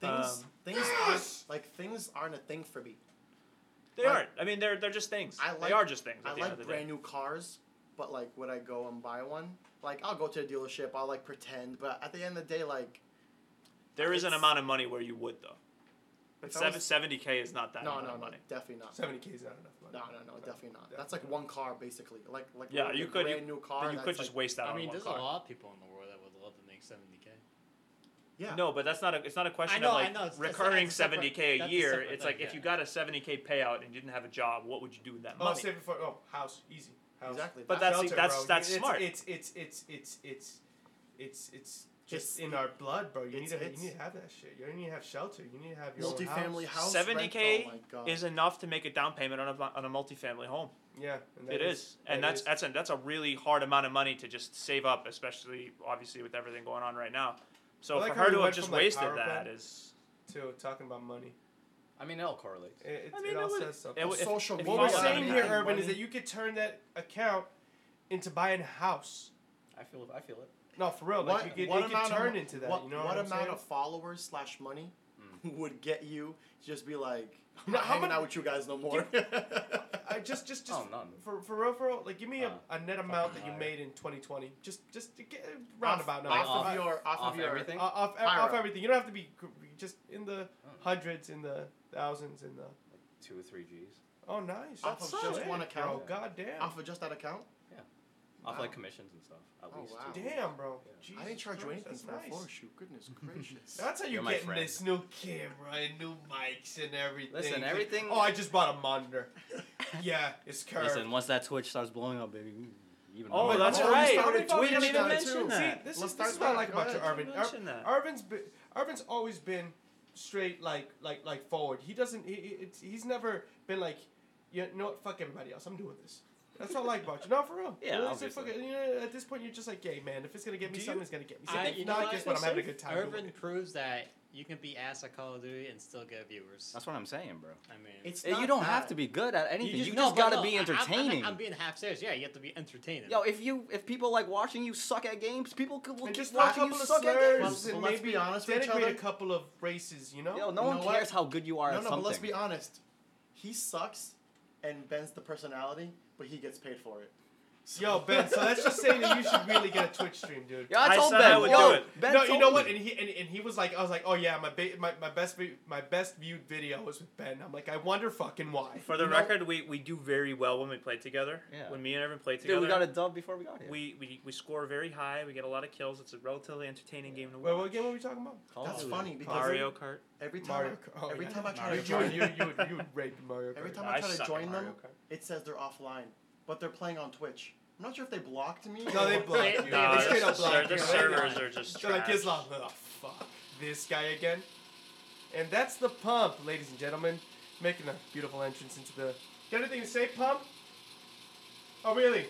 [SPEAKER 1] Things
[SPEAKER 2] Um,
[SPEAKER 1] things aren't, like things aren't a thing for me.
[SPEAKER 2] they
[SPEAKER 1] I-
[SPEAKER 2] aren't. I mean, they're they're just things.
[SPEAKER 1] I like-
[SPEAKER 2] they are just things. At
[SPEAKER 1] I
[SPEAKER 2] the end
[SPEAKER 1] like
[SPEAKER 2] of the day.
[SPEAKER 1] brand new cars, but like would I go and buy one? Like I'll go to a dealership. I'll like pretend, but at the end of the day, like
[SPEAKER 2] There is an
[SPEAKER 1] It's-
[SPEAKER 2] amount of money where you would though. But
[SPEAKER 1] If I
[SPEAKER 2] seven
[SPEAKER 1] was-
[SPEAKER 2] seventy k is not that
[SPEAKER 1] no,
[SPEAKER 2] amount
[SPEAKER 1] no,
[SPEAKER 2] of
[SPEAKER 1] no,
[SPEAKER 2] money.
[SPEAKER 1] definitely not.
[SPEAKER 5] 70k is not enough money. Oh,
[SPEAKER 1] No, no, no, definitely not. That's like one car basically. Like like
[SPEAKER 2] Yeah,
[SPEAKER 1] like
[SPEAKER 2] you
[SPEAKER 1] a
[SPEAKER 2] could- you-
[SPEAKER 1] brand new car.
[SPEAKER 2] But you
[SPEAKER 1] that's,
[SPEAKER 2] could
[SPEAKER 1] like-
[SPEAKER 2] just waste that
[SPEAKER 4] I
[SPEAKER 2] on
[SPEAKER 4] mean,
[SPEAKER 2] one
[SPEAKER 4] there's
[SPEAKER 2] car.
[SPEAKER 4] a lot of people in the world that would love to make 70k.
[SPEAKER 1] yeah.
[SPEAKER 2] No, but that's not a. It's not a question
[SPEAKER 4] know,
[SPEAKER 2] of
[SPEAKER 4] I
[SPEAKER 2] like
[SPEAKER 4] know, it's- that's-
[SPEAKER 2] recurring
[SPEAKER 4] that's a separate-
[SPEAKER 2] seventy k a
[SPEAKER 4] that's a
[SPEAKER 2] year.
[SPEAKER 4] separate
[SPEAKER 2] It's
[SPEAKER 4] thing,
[SPEAKER 2] like if
[SPEAKER 4] yeah.
[SPEAKER 2] you got a seventy k payout and you didn't have a job, what would you do with that
[SPEAKER 5] Oh,
[SPEAKER 2] money?
[SPEAKER 5] save it for oh house easy. House.
[SPEAKER 1] Exactly.
[SPEAKER 2] But that's- e-
[SPEAKER 5] Shelter,
[SPEAKER 2] that's-
[SPEAKER 5] bro.
[SPEAKER 2] that's
[SPEAKER 5] it's,
[SPEAKER 2] smart.
[SPEAKER 5] It's it's it's it's it's it's it's
[SPEAKER 1] It's-
[SPEAKER 5] just in our blood, bro. You need
[SPEAKER 1] it's-
[SPEAKER 5] to you
[SPEAKER 1] it's-
[SPEAKER 5] need to have that shit. You need to have shelter. You need to have your own
[SPEAKER 1] multifamily
[SPEAKER 5] house.
[SPEAKER 1] house.
[SPEAKER 2] 70K
[SPEAKER 1] rent, oh my God.
[SPEAKER 2] Is enough to make a down payment on a on a multifamily home.
[SPEAKER 5] Yeah, and that
[SPEAKER 2] it is, and
[SPEAKER 5] that
[SPEAKER 2] that's that's a that's a really hard amount of money to just save up, especially obviously with everything going on right now. So
[SPEAKER 5] I like
[SPEAKER 2] for
[SPEAKER 5] how
[SPEAKER 2] her
[SPEAKER 5] we
[SPEAKER 2] to have
[SPEAKER 5] went
[SPEAKER 2] just
[SPEAKER 5] from, like,
[SPEAKER 2] wasted
[SPEAKER 5] power
[SPEAKER 2] that
[SPEAKER 5] plant-
[SPEAKER 2] is.
[SPEAKER 5] too talking about money.
[SPEAKER 3] I mean, it all correlates.
[SPEAKER 5] It, it,
[SPEAKER 2] I mean,
[SPEAKER 5] it
[SPEAKER 2] it
[SPEAKER 5] all
[SPEAKER 2] would-
[SPEAKER 5] says something.
[SPEAKER 2] it would- if-
[SPEAKER 1] social
[SPEAKER 2] if
[SPEAKER 5] what
[SPEAKER 2] you
[SPEAKER 5] we're
[SPEAKER 2] got
[SPEAKER 5] saying
[SPEAKER 2] that
[SPEAKER 5] here,
[SPEAKER 2] kind
[SPEAKER 5] Urban, is that you could turn that account into buying a house.
[SPEAKER 3] I feel. I feel it.
[SPEAKER 5] No, for real.
[SPEAKER 1] what,
[SPEAKER 5] like you could,
[SPEAKER 1] what
[SPEAKER 5] it could
[SPEAKER 1] amount
[SPEAKER 5] turn
[SPEAKER 1] of,
[SPEAKER 5] into that.
[SPEAKER 1] What,
[SPEAKER 5] you know
[SPEAKER 1] what,
[SPEAKER 5] what, I'm
[SPEAKER 1] amount
[SPEAKER 5] saying? Mm.
[SPEAKER 1] of followers slash money would get you to just be like, I'm
[SPEAKER 5] No,
[SPEAKER 1] not
[SPEAKER 5] how
[SPEAKER 1] hanging
[SPEAKER 5] many-
[SPEAKER 1] out with you guys no more.
[SPEAKER 5] I just, just, just
[SPEAKER 3] Oh, none.
[SPEAKER 5] for for real, for real. Like, give me
[SPEAKER 3] Uh,
[SPEAKER 5] a, a net amount that
[SPEAKER 3] fucking
[SPEAKER 5] you
[SPEAKER 3] liar.
[SPEAKER 5] made in 2020. Just, just to get a roundabout
[SPEAKER 1] off,
[SPEAKER 5] number.
[SPEAKER 1] off
[SPEAKER 3] Off-
[SPEAKER 1] of your off,
[SPEAKER 3] off
[SPEAKER 1] of your
[SPEAKER 3] everything?
[SPEAKER 5] Uh, off, off,
[SPEAKER 1] Pyro.
[SPEAKER 5] everything. You don't have to be gr- just in the
[SPEAKER 3] Oh.
[SPEAKER 5] hundreds, in the thousands, in the.
[SPEAKER 3] Two or three G's.
[SPEAKER 5] Oh, nice.
[SPEAKER 1] Off
[SPEAKER 5] That's
[SPEAKER 1] of just
[SPEAKER 5] lit,
[SPEAKER 1] one
[SPEAKER 5] bro.
[SPEAKER 1] account?
[SPEAKER 5] Goddamn.
[SPEAKER 1] off of just that account.
[SPEAKER 3] Off
[SPEAKER 1] Wow.
[SPEAKER 3] like commissions and stuff. At
[SPEAKER 1] Oh,
[SPEAKER 3] least.
[SPEAKER 1] wow.
[SPEAKER 3] two.
[SPEAKER 5] Damn, bro.
[SPEAKER 3] Yeah.
[SPEAKER 5] Jesus
[SPEAKER 1] I didn't charge you
[SPEAKER 5] Christ,
[SPEAKER 1] anything
[SPEAKER 5] that's
[SPEAKER 1] for
[SPEAKER 5] nice.
[SPEAKER 1] a photo shoot. Goodness gracious.
[SPEAKER 5] That's how you
[SPEAKER 3] You're my
[SPEAKER 5] get
[SPEAKER 3] friend.
[SPEAKER 5] this new camera and new mics and everything.
[SPEAKER 3] Listen, everything-
[SPEAKER 5] Oh, I just bought a monitor. Yeah, it's curved.
[SPEAKER 3] Listen, once that Twitch starts blowing up, baby, you even
[SPEAKER 2] Oh,
[SPEAKER 3] more.
[SPEAKER 2] that's
[SPEAKER 5] Oh, we
[SPEAKER 2] right.
[SPEAKER 5] started
[SPEAKER 2] We didn't
[SPEAKER 5] Twitch
[SPEAKER 2] even
[SPEAKER 5] now,
[SPEAKER 2] mention
[SPEAKER 5] too.
[SPEAKER 2] that.
[SPEAKER 5] See,
[SPEAKER 1] Let's
[SPEAKER 5] this is, this
[SPEAKER 1] start
[SPEAKER 5] is what I
[SPEAKER 1] there.
[SPEAKER 5] like
[SPEAKER 1] Go
[SPEAKER 5] about your
[SPEAKER 1] ahead.
[SPEAKER 5] Arvin.
[SPEAKER 2] Mention that.
[SPEAKER 5] Ar- Arvin's been, Arvin's always been straight, like like like forward. He doesn't. He, he- it's, he's never been like, you know what? Fuck everybody else. I'm doing this. That's what I like about you. No, for real.
[SPEAKER 3] Yeah,
[SPEAKER 5] You know, it's
[SPEAKER 3] obviously.
[SPEAKER 5] Like, fucking- you know, at this point, you're just like, hey, man, if it's gonna get me
[SPEAKER 2] Do
[SPEAKER 5] something,
[SPEAKER 2] you-
[SPEAKER 5] it's gonna get me
[SPEAKER 4] I,
[SPEAKER 5] something.
[SPEAKER 4] you
[SPEAKER 5] If
[SPEAKER 4] know
[SPEAKER 5] not,
[SPEAKER 4] what?
[SPEAKER 5] guess what? I'm having a good time. doing
[SPEAKER 4] Urban
[SPEAKER 5] it.
[SPEAKER 4] proves that you can be ass at Call of Duty and still get viewers.
[SPEAKER 3] That's what I'm saying, bro.
[SPEAKER 4] I mean,
[SPEAKER 1] It's
[SPEAKER 3] Hey, you
[SPEAKER 1] not
[SPEAKER 3] don't have
[SPEAKER 1] bad.
[SPEAKER 3] to be good at anything. You just,
[SPEAKER 4] no, but
[SPEAKER 3] gotta
[SPEAKER 4] no,
[SPEAKER 3] be
[SPEAKER 4] I- I'm- I'm-
[SPEAKER 3] entertaining.
[SPEAKER 4] I'm, being half serious. Yeah, you have to be entertaining.
[SPEAKER 3] Yo, if you if people like watching you suck at games, people could will
[SPEAKER 5] And just
[SPEAKER 3] keep
[SPEAKER 5] a
[SPEAKER 3] watching
[SPEAKER 5] couple
[SPEAKER 3] you
[SPEAKER 5] of
[SPEAKER 3] suck at
[SPEAKER 5] slurs
[SPEAKER 3] games.
[SPEAKER 1] Well,
[SPEAKER 5] and
[SPEAKER 1] let's
[SPEAKER 5] maybe
[SPEAKER 1] be honest with each
[SPEAKER 5] denigrate a
[SPEAKER 1] other.
[SPEAKER 5] couple of races. You know.
[SPEAKER 3] Yo, no
[SPEAKER 1] You
[SPEAKER 3] one
[SPEAKER 1] know
[SPEAKER 3] cares
[SPEAKER 1] what?
[SPEAKER 3] how good you are
[SPEAKER 1] No,
[SPEAKER 3] at
[SPEAKER 1] no,
[SPEAKER 3] something.
[SPEAKER 1] but let's be honest. He sucks and bends the personality, but he gets paid for it. So-
[SPEAKER 5] Yo, Ben. So that's just saying that you should really get a Twitch stream, dude.
[SPEAKER 3] Yo, I,
[SPEAKER 2] I
[SPEAKER 3] told
[SPEAKER 2] said
[SPEAKER 3] Ben.
[SPEAKER 2] I would
[SPEAKER 3] yo,
[SPEAKER 2] do it.
[SPEAKER 3] Ben
[SPEAKER 5] no, you
[SPEAKER 3] told
[SPEAKER 5] know
[SPEAKER 3] me.
[SPEAKER 5] what? And he and, and he was like, I was like, oh yeah, my ba- my, my best vi- my best viewed video was with Ben. I'm like, I wonder fucking why.
[SPEAKER 2] For the
[SPEAKER 5] You know?
[SPEAKER 2] record, we, we do very well when we play together.
[SPEAKER 3] Yeah.
[SPEAKER 2] When me and Evan play together,
[SPEAKER 3] Dude, we got a dub before we got here.
[SPEAKER 2] we, we, we score very high. We get a lot of kills. It's a relatively entertaining game to
[SPEAKER 5] Wait,
[SPEAKER 2] watch.
[SPEAKER 5] what game were we talking about?
[SPEAKER 3] Call
[SPEAKER 1] That's
[SPEAKER 3] it.
[SPEAKER 1] funny because
[SPEAKER 2] Mario Kart.
[SPEAKER 1] every time
[SPEAKER 5] Mario.
[SPEAKER 1] I-
[SPEAKER 5] Kart. Oh,
[SPEAKER 1] every
[SPEAKER 5] yeah.
[SPEAKER 1] time I try
[SPEAKER 5] Mario
[SPEAKER 1] to
[SPEAKER 5] you, would-
[SPEAKER 1] join
[SPEAKER 5] you, would- you, would- you would rape Mario.
[SPEAKER 1] every
[SPEAKER 5] Kart.
[SPEAKER 1] time
[SPEAKER 2] I
[SPEAKER 1] I try
[SPEAKER 2] suck
[SPEAKER 1] to
[SPEAKER 2] at
[SPEAKER 1] join
[SPEAKER 2] Mario
[SPEAKER 1] them, it says they're offline, but they're playing on Twitch. I'm not sure if they blocked me.
[SPEAKER 5] No, they
[SPEAKER 1] or-
[SPEAKER 5] blocked
[SPEAKER 4] They-
[SPEAKER 5] you.
[SPEAKER 4] No,
[SPEAKER 5] they
[SPEAKER 4] it's
[SPEAKER 5] straight
[SPEAKER 2] the,
[SPEAKER 5] up
[SPEAKER 4] just-
[SPEAKER 5] blocked
[SPEAKER 2] the
[SPEAKER 5] you.
[SPEAKER 4] they're
[SPEAKER 2] servers are just
[SPEAKER 5] They're like
[SPEAKER 2] trash.
[SPEAKER 5] Islam. Oh fuck, this guy again. And that's the pump, ladies and gentlemen, making a beautiful entrance into the. Got anything to say, pump? Oh really?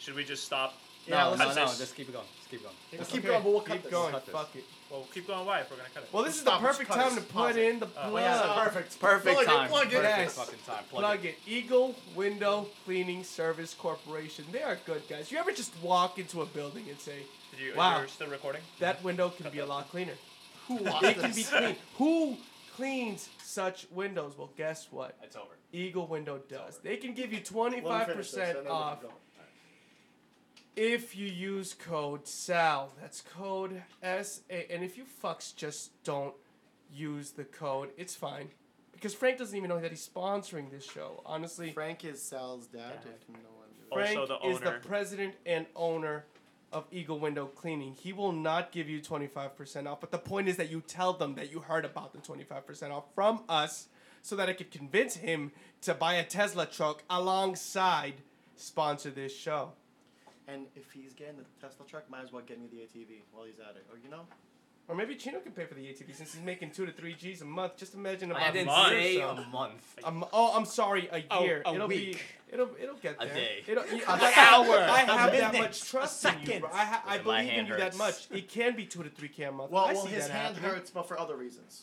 [SPEAKER 2] Should we just stop?
[SPEAKER 1] Yeah,
[SPEAKER 3] No,
[SPEAKER 1] let's
[SPEAKER 3] no, no,
[SPEAKER 2] just-
[SPEAKER 3] just keep it going. Just keep it going.
[SPEAKER 1] Let's keep going, but we'll cut
[SPEAKER 5] keep
[SPEAKER 1] this.
[SPEAKER 5] going.
[SPEAKER 3] Cut this.
[SPEAKER 5] Fuck it.
[SPEAKER 2] Well, we'll keep going. Why if we're gonna cut it?
[SPEAKER 5] Well, this is the
[SPEAKER 1] Stop, let's
[SPEAKER 5] perfect
[SPEAKER 1] cut
[SPEAKER 5] time to
[SPEAKER 1] this.
[SPEAKER 5] put
[SPEAKER 1] Pause it.
[SPEAKER 5] in the plug.
[SPEAKER 2] Oh, yeah,
[SPEAKER 1] perfect.
[SPEAKER 3] Perfect
[SPEAKER 1] Plug it,
[SPEAKER 3] time.
[SPEAKER 1] plug it.
[SPEAKER 3] Perfect
[SPEAKER 5] Yes.
[SPEAKER 3] fucking time. Plug,
[SPEAKER 5] plug,
[SPEAKER 3] it.
[SPEAKER 5] it. Eagle Window Cleaning Service Corporation. They are good guys. You ever just walk into a building and say,
[SPEAKER 2] Did you,
[SPEAKER 5] Wow.
[SPEAKER 2] You're still recording?
[SPEAKER 5] "That window can be a lot cleaner.
[SPEAKER 1] Who watched
[SPEAKER 5] It can be
[SPEAKER 1] this?
[SPEAKER 5] clean." Who cleans such windows? Well, guess what?
[SPEAKER 3] It's over.
[SPEAKER 5] Eagle Window does.
[SPEAKER 3] over.
[SPEAKER 5] They can give you
[SPEAKER 1] Let me finish this, and
[SPEAKER 5] 25%
[SPEAKER 1] then we can
[SPEAKER 5] off
[SPEAKER 1] go.
[SPEAKER 5] if you use code SAL. That's code S A. And if you fucks just don't use the code, it's fine. Because Frank doesn't even know that he's sponsoring this show. Honestly,
[SPEAKER 1] Frank is Sal's dad.
[SPEAKER 2] Dad.
[SPEAKER 1] If no one knew.
[SPEAKER 2] Also
[SPEAKER 5] Frank
[SPEAKER 2] the
[SPEAKER 5] is the
[SPEAKER 2] owner.
[SPEAKER 5] president and owner of Eagle Window Cleaning. He will not give you 25% off, but the point is that you tell them that you heard about the 25% off from us so that I could convince him to buy a Tesla truck alongside sponsor this show.
[SPEAKER 1] And if he's getting the Tesla truck, might as well get me the ATV while he's at it. Or you know,
[SPEAKER 5] Or maybe Chino can pay for the ATV since he's making two to three G's a month. Just imagine about
[SPEAKER 3] I
[SPEAKER 5] a
[SPEAKER 3] didn't
[SPEAKER 2] month.
[SPEAKER 3] say um,
[SPEAKER 5] year or
[SPEAKER 3] a
[SPEAKER 5] so.
[SPEAKER 3] month.
[SPEAKER 5] A mo- oh, I'm sorry, a
[SPEAKER 4] Oh,
[SPEAKER 5] year.
[SPEAKER 4] a
[SPEAKER 5] it'll
[SPEAKER 4] week.
[SPEAKER 5] be it'll it'll get
[SPEAKER 3] A
[SPEAKER 5] there.
[SPEAKER 3] day.
[SPEAKER 5] It'll, you-
[SPEAKER 1] An
[SPEAKER 5] I-
[SPEAKER 4] hour,
[SPEAKER 5] I
[SPEAKER 4] a
[SPEAKER 5] have that
[SPEAKER 4] minute,
[SPEAKER 5] much
[SPEAKER 4] a
[SPEAKER 5] trust in you, bro.
[SPEAKER 4] second.
[SPEAKER 5] I, ha- I
[SPEAKER 3] Listen, my
[SPEAKER 5] believe in
[SPEAKER 3] hand
[SPEAKER 5] you that
[SPEAKER 3] hurts.
[SPEAKER 5] much. It can be two to three k a month.
[SPEAKER 1] well,
[SPEAKER 5] I
[SPEAKER 1] well,
[SPEAKER 5] see
[SPEAKER 1] his
[SPEAKER 5] that
[SPEAKER 1] hand
[SPEAKER 5] happening.
[SPEAKER 1] hurts, but for other reasons.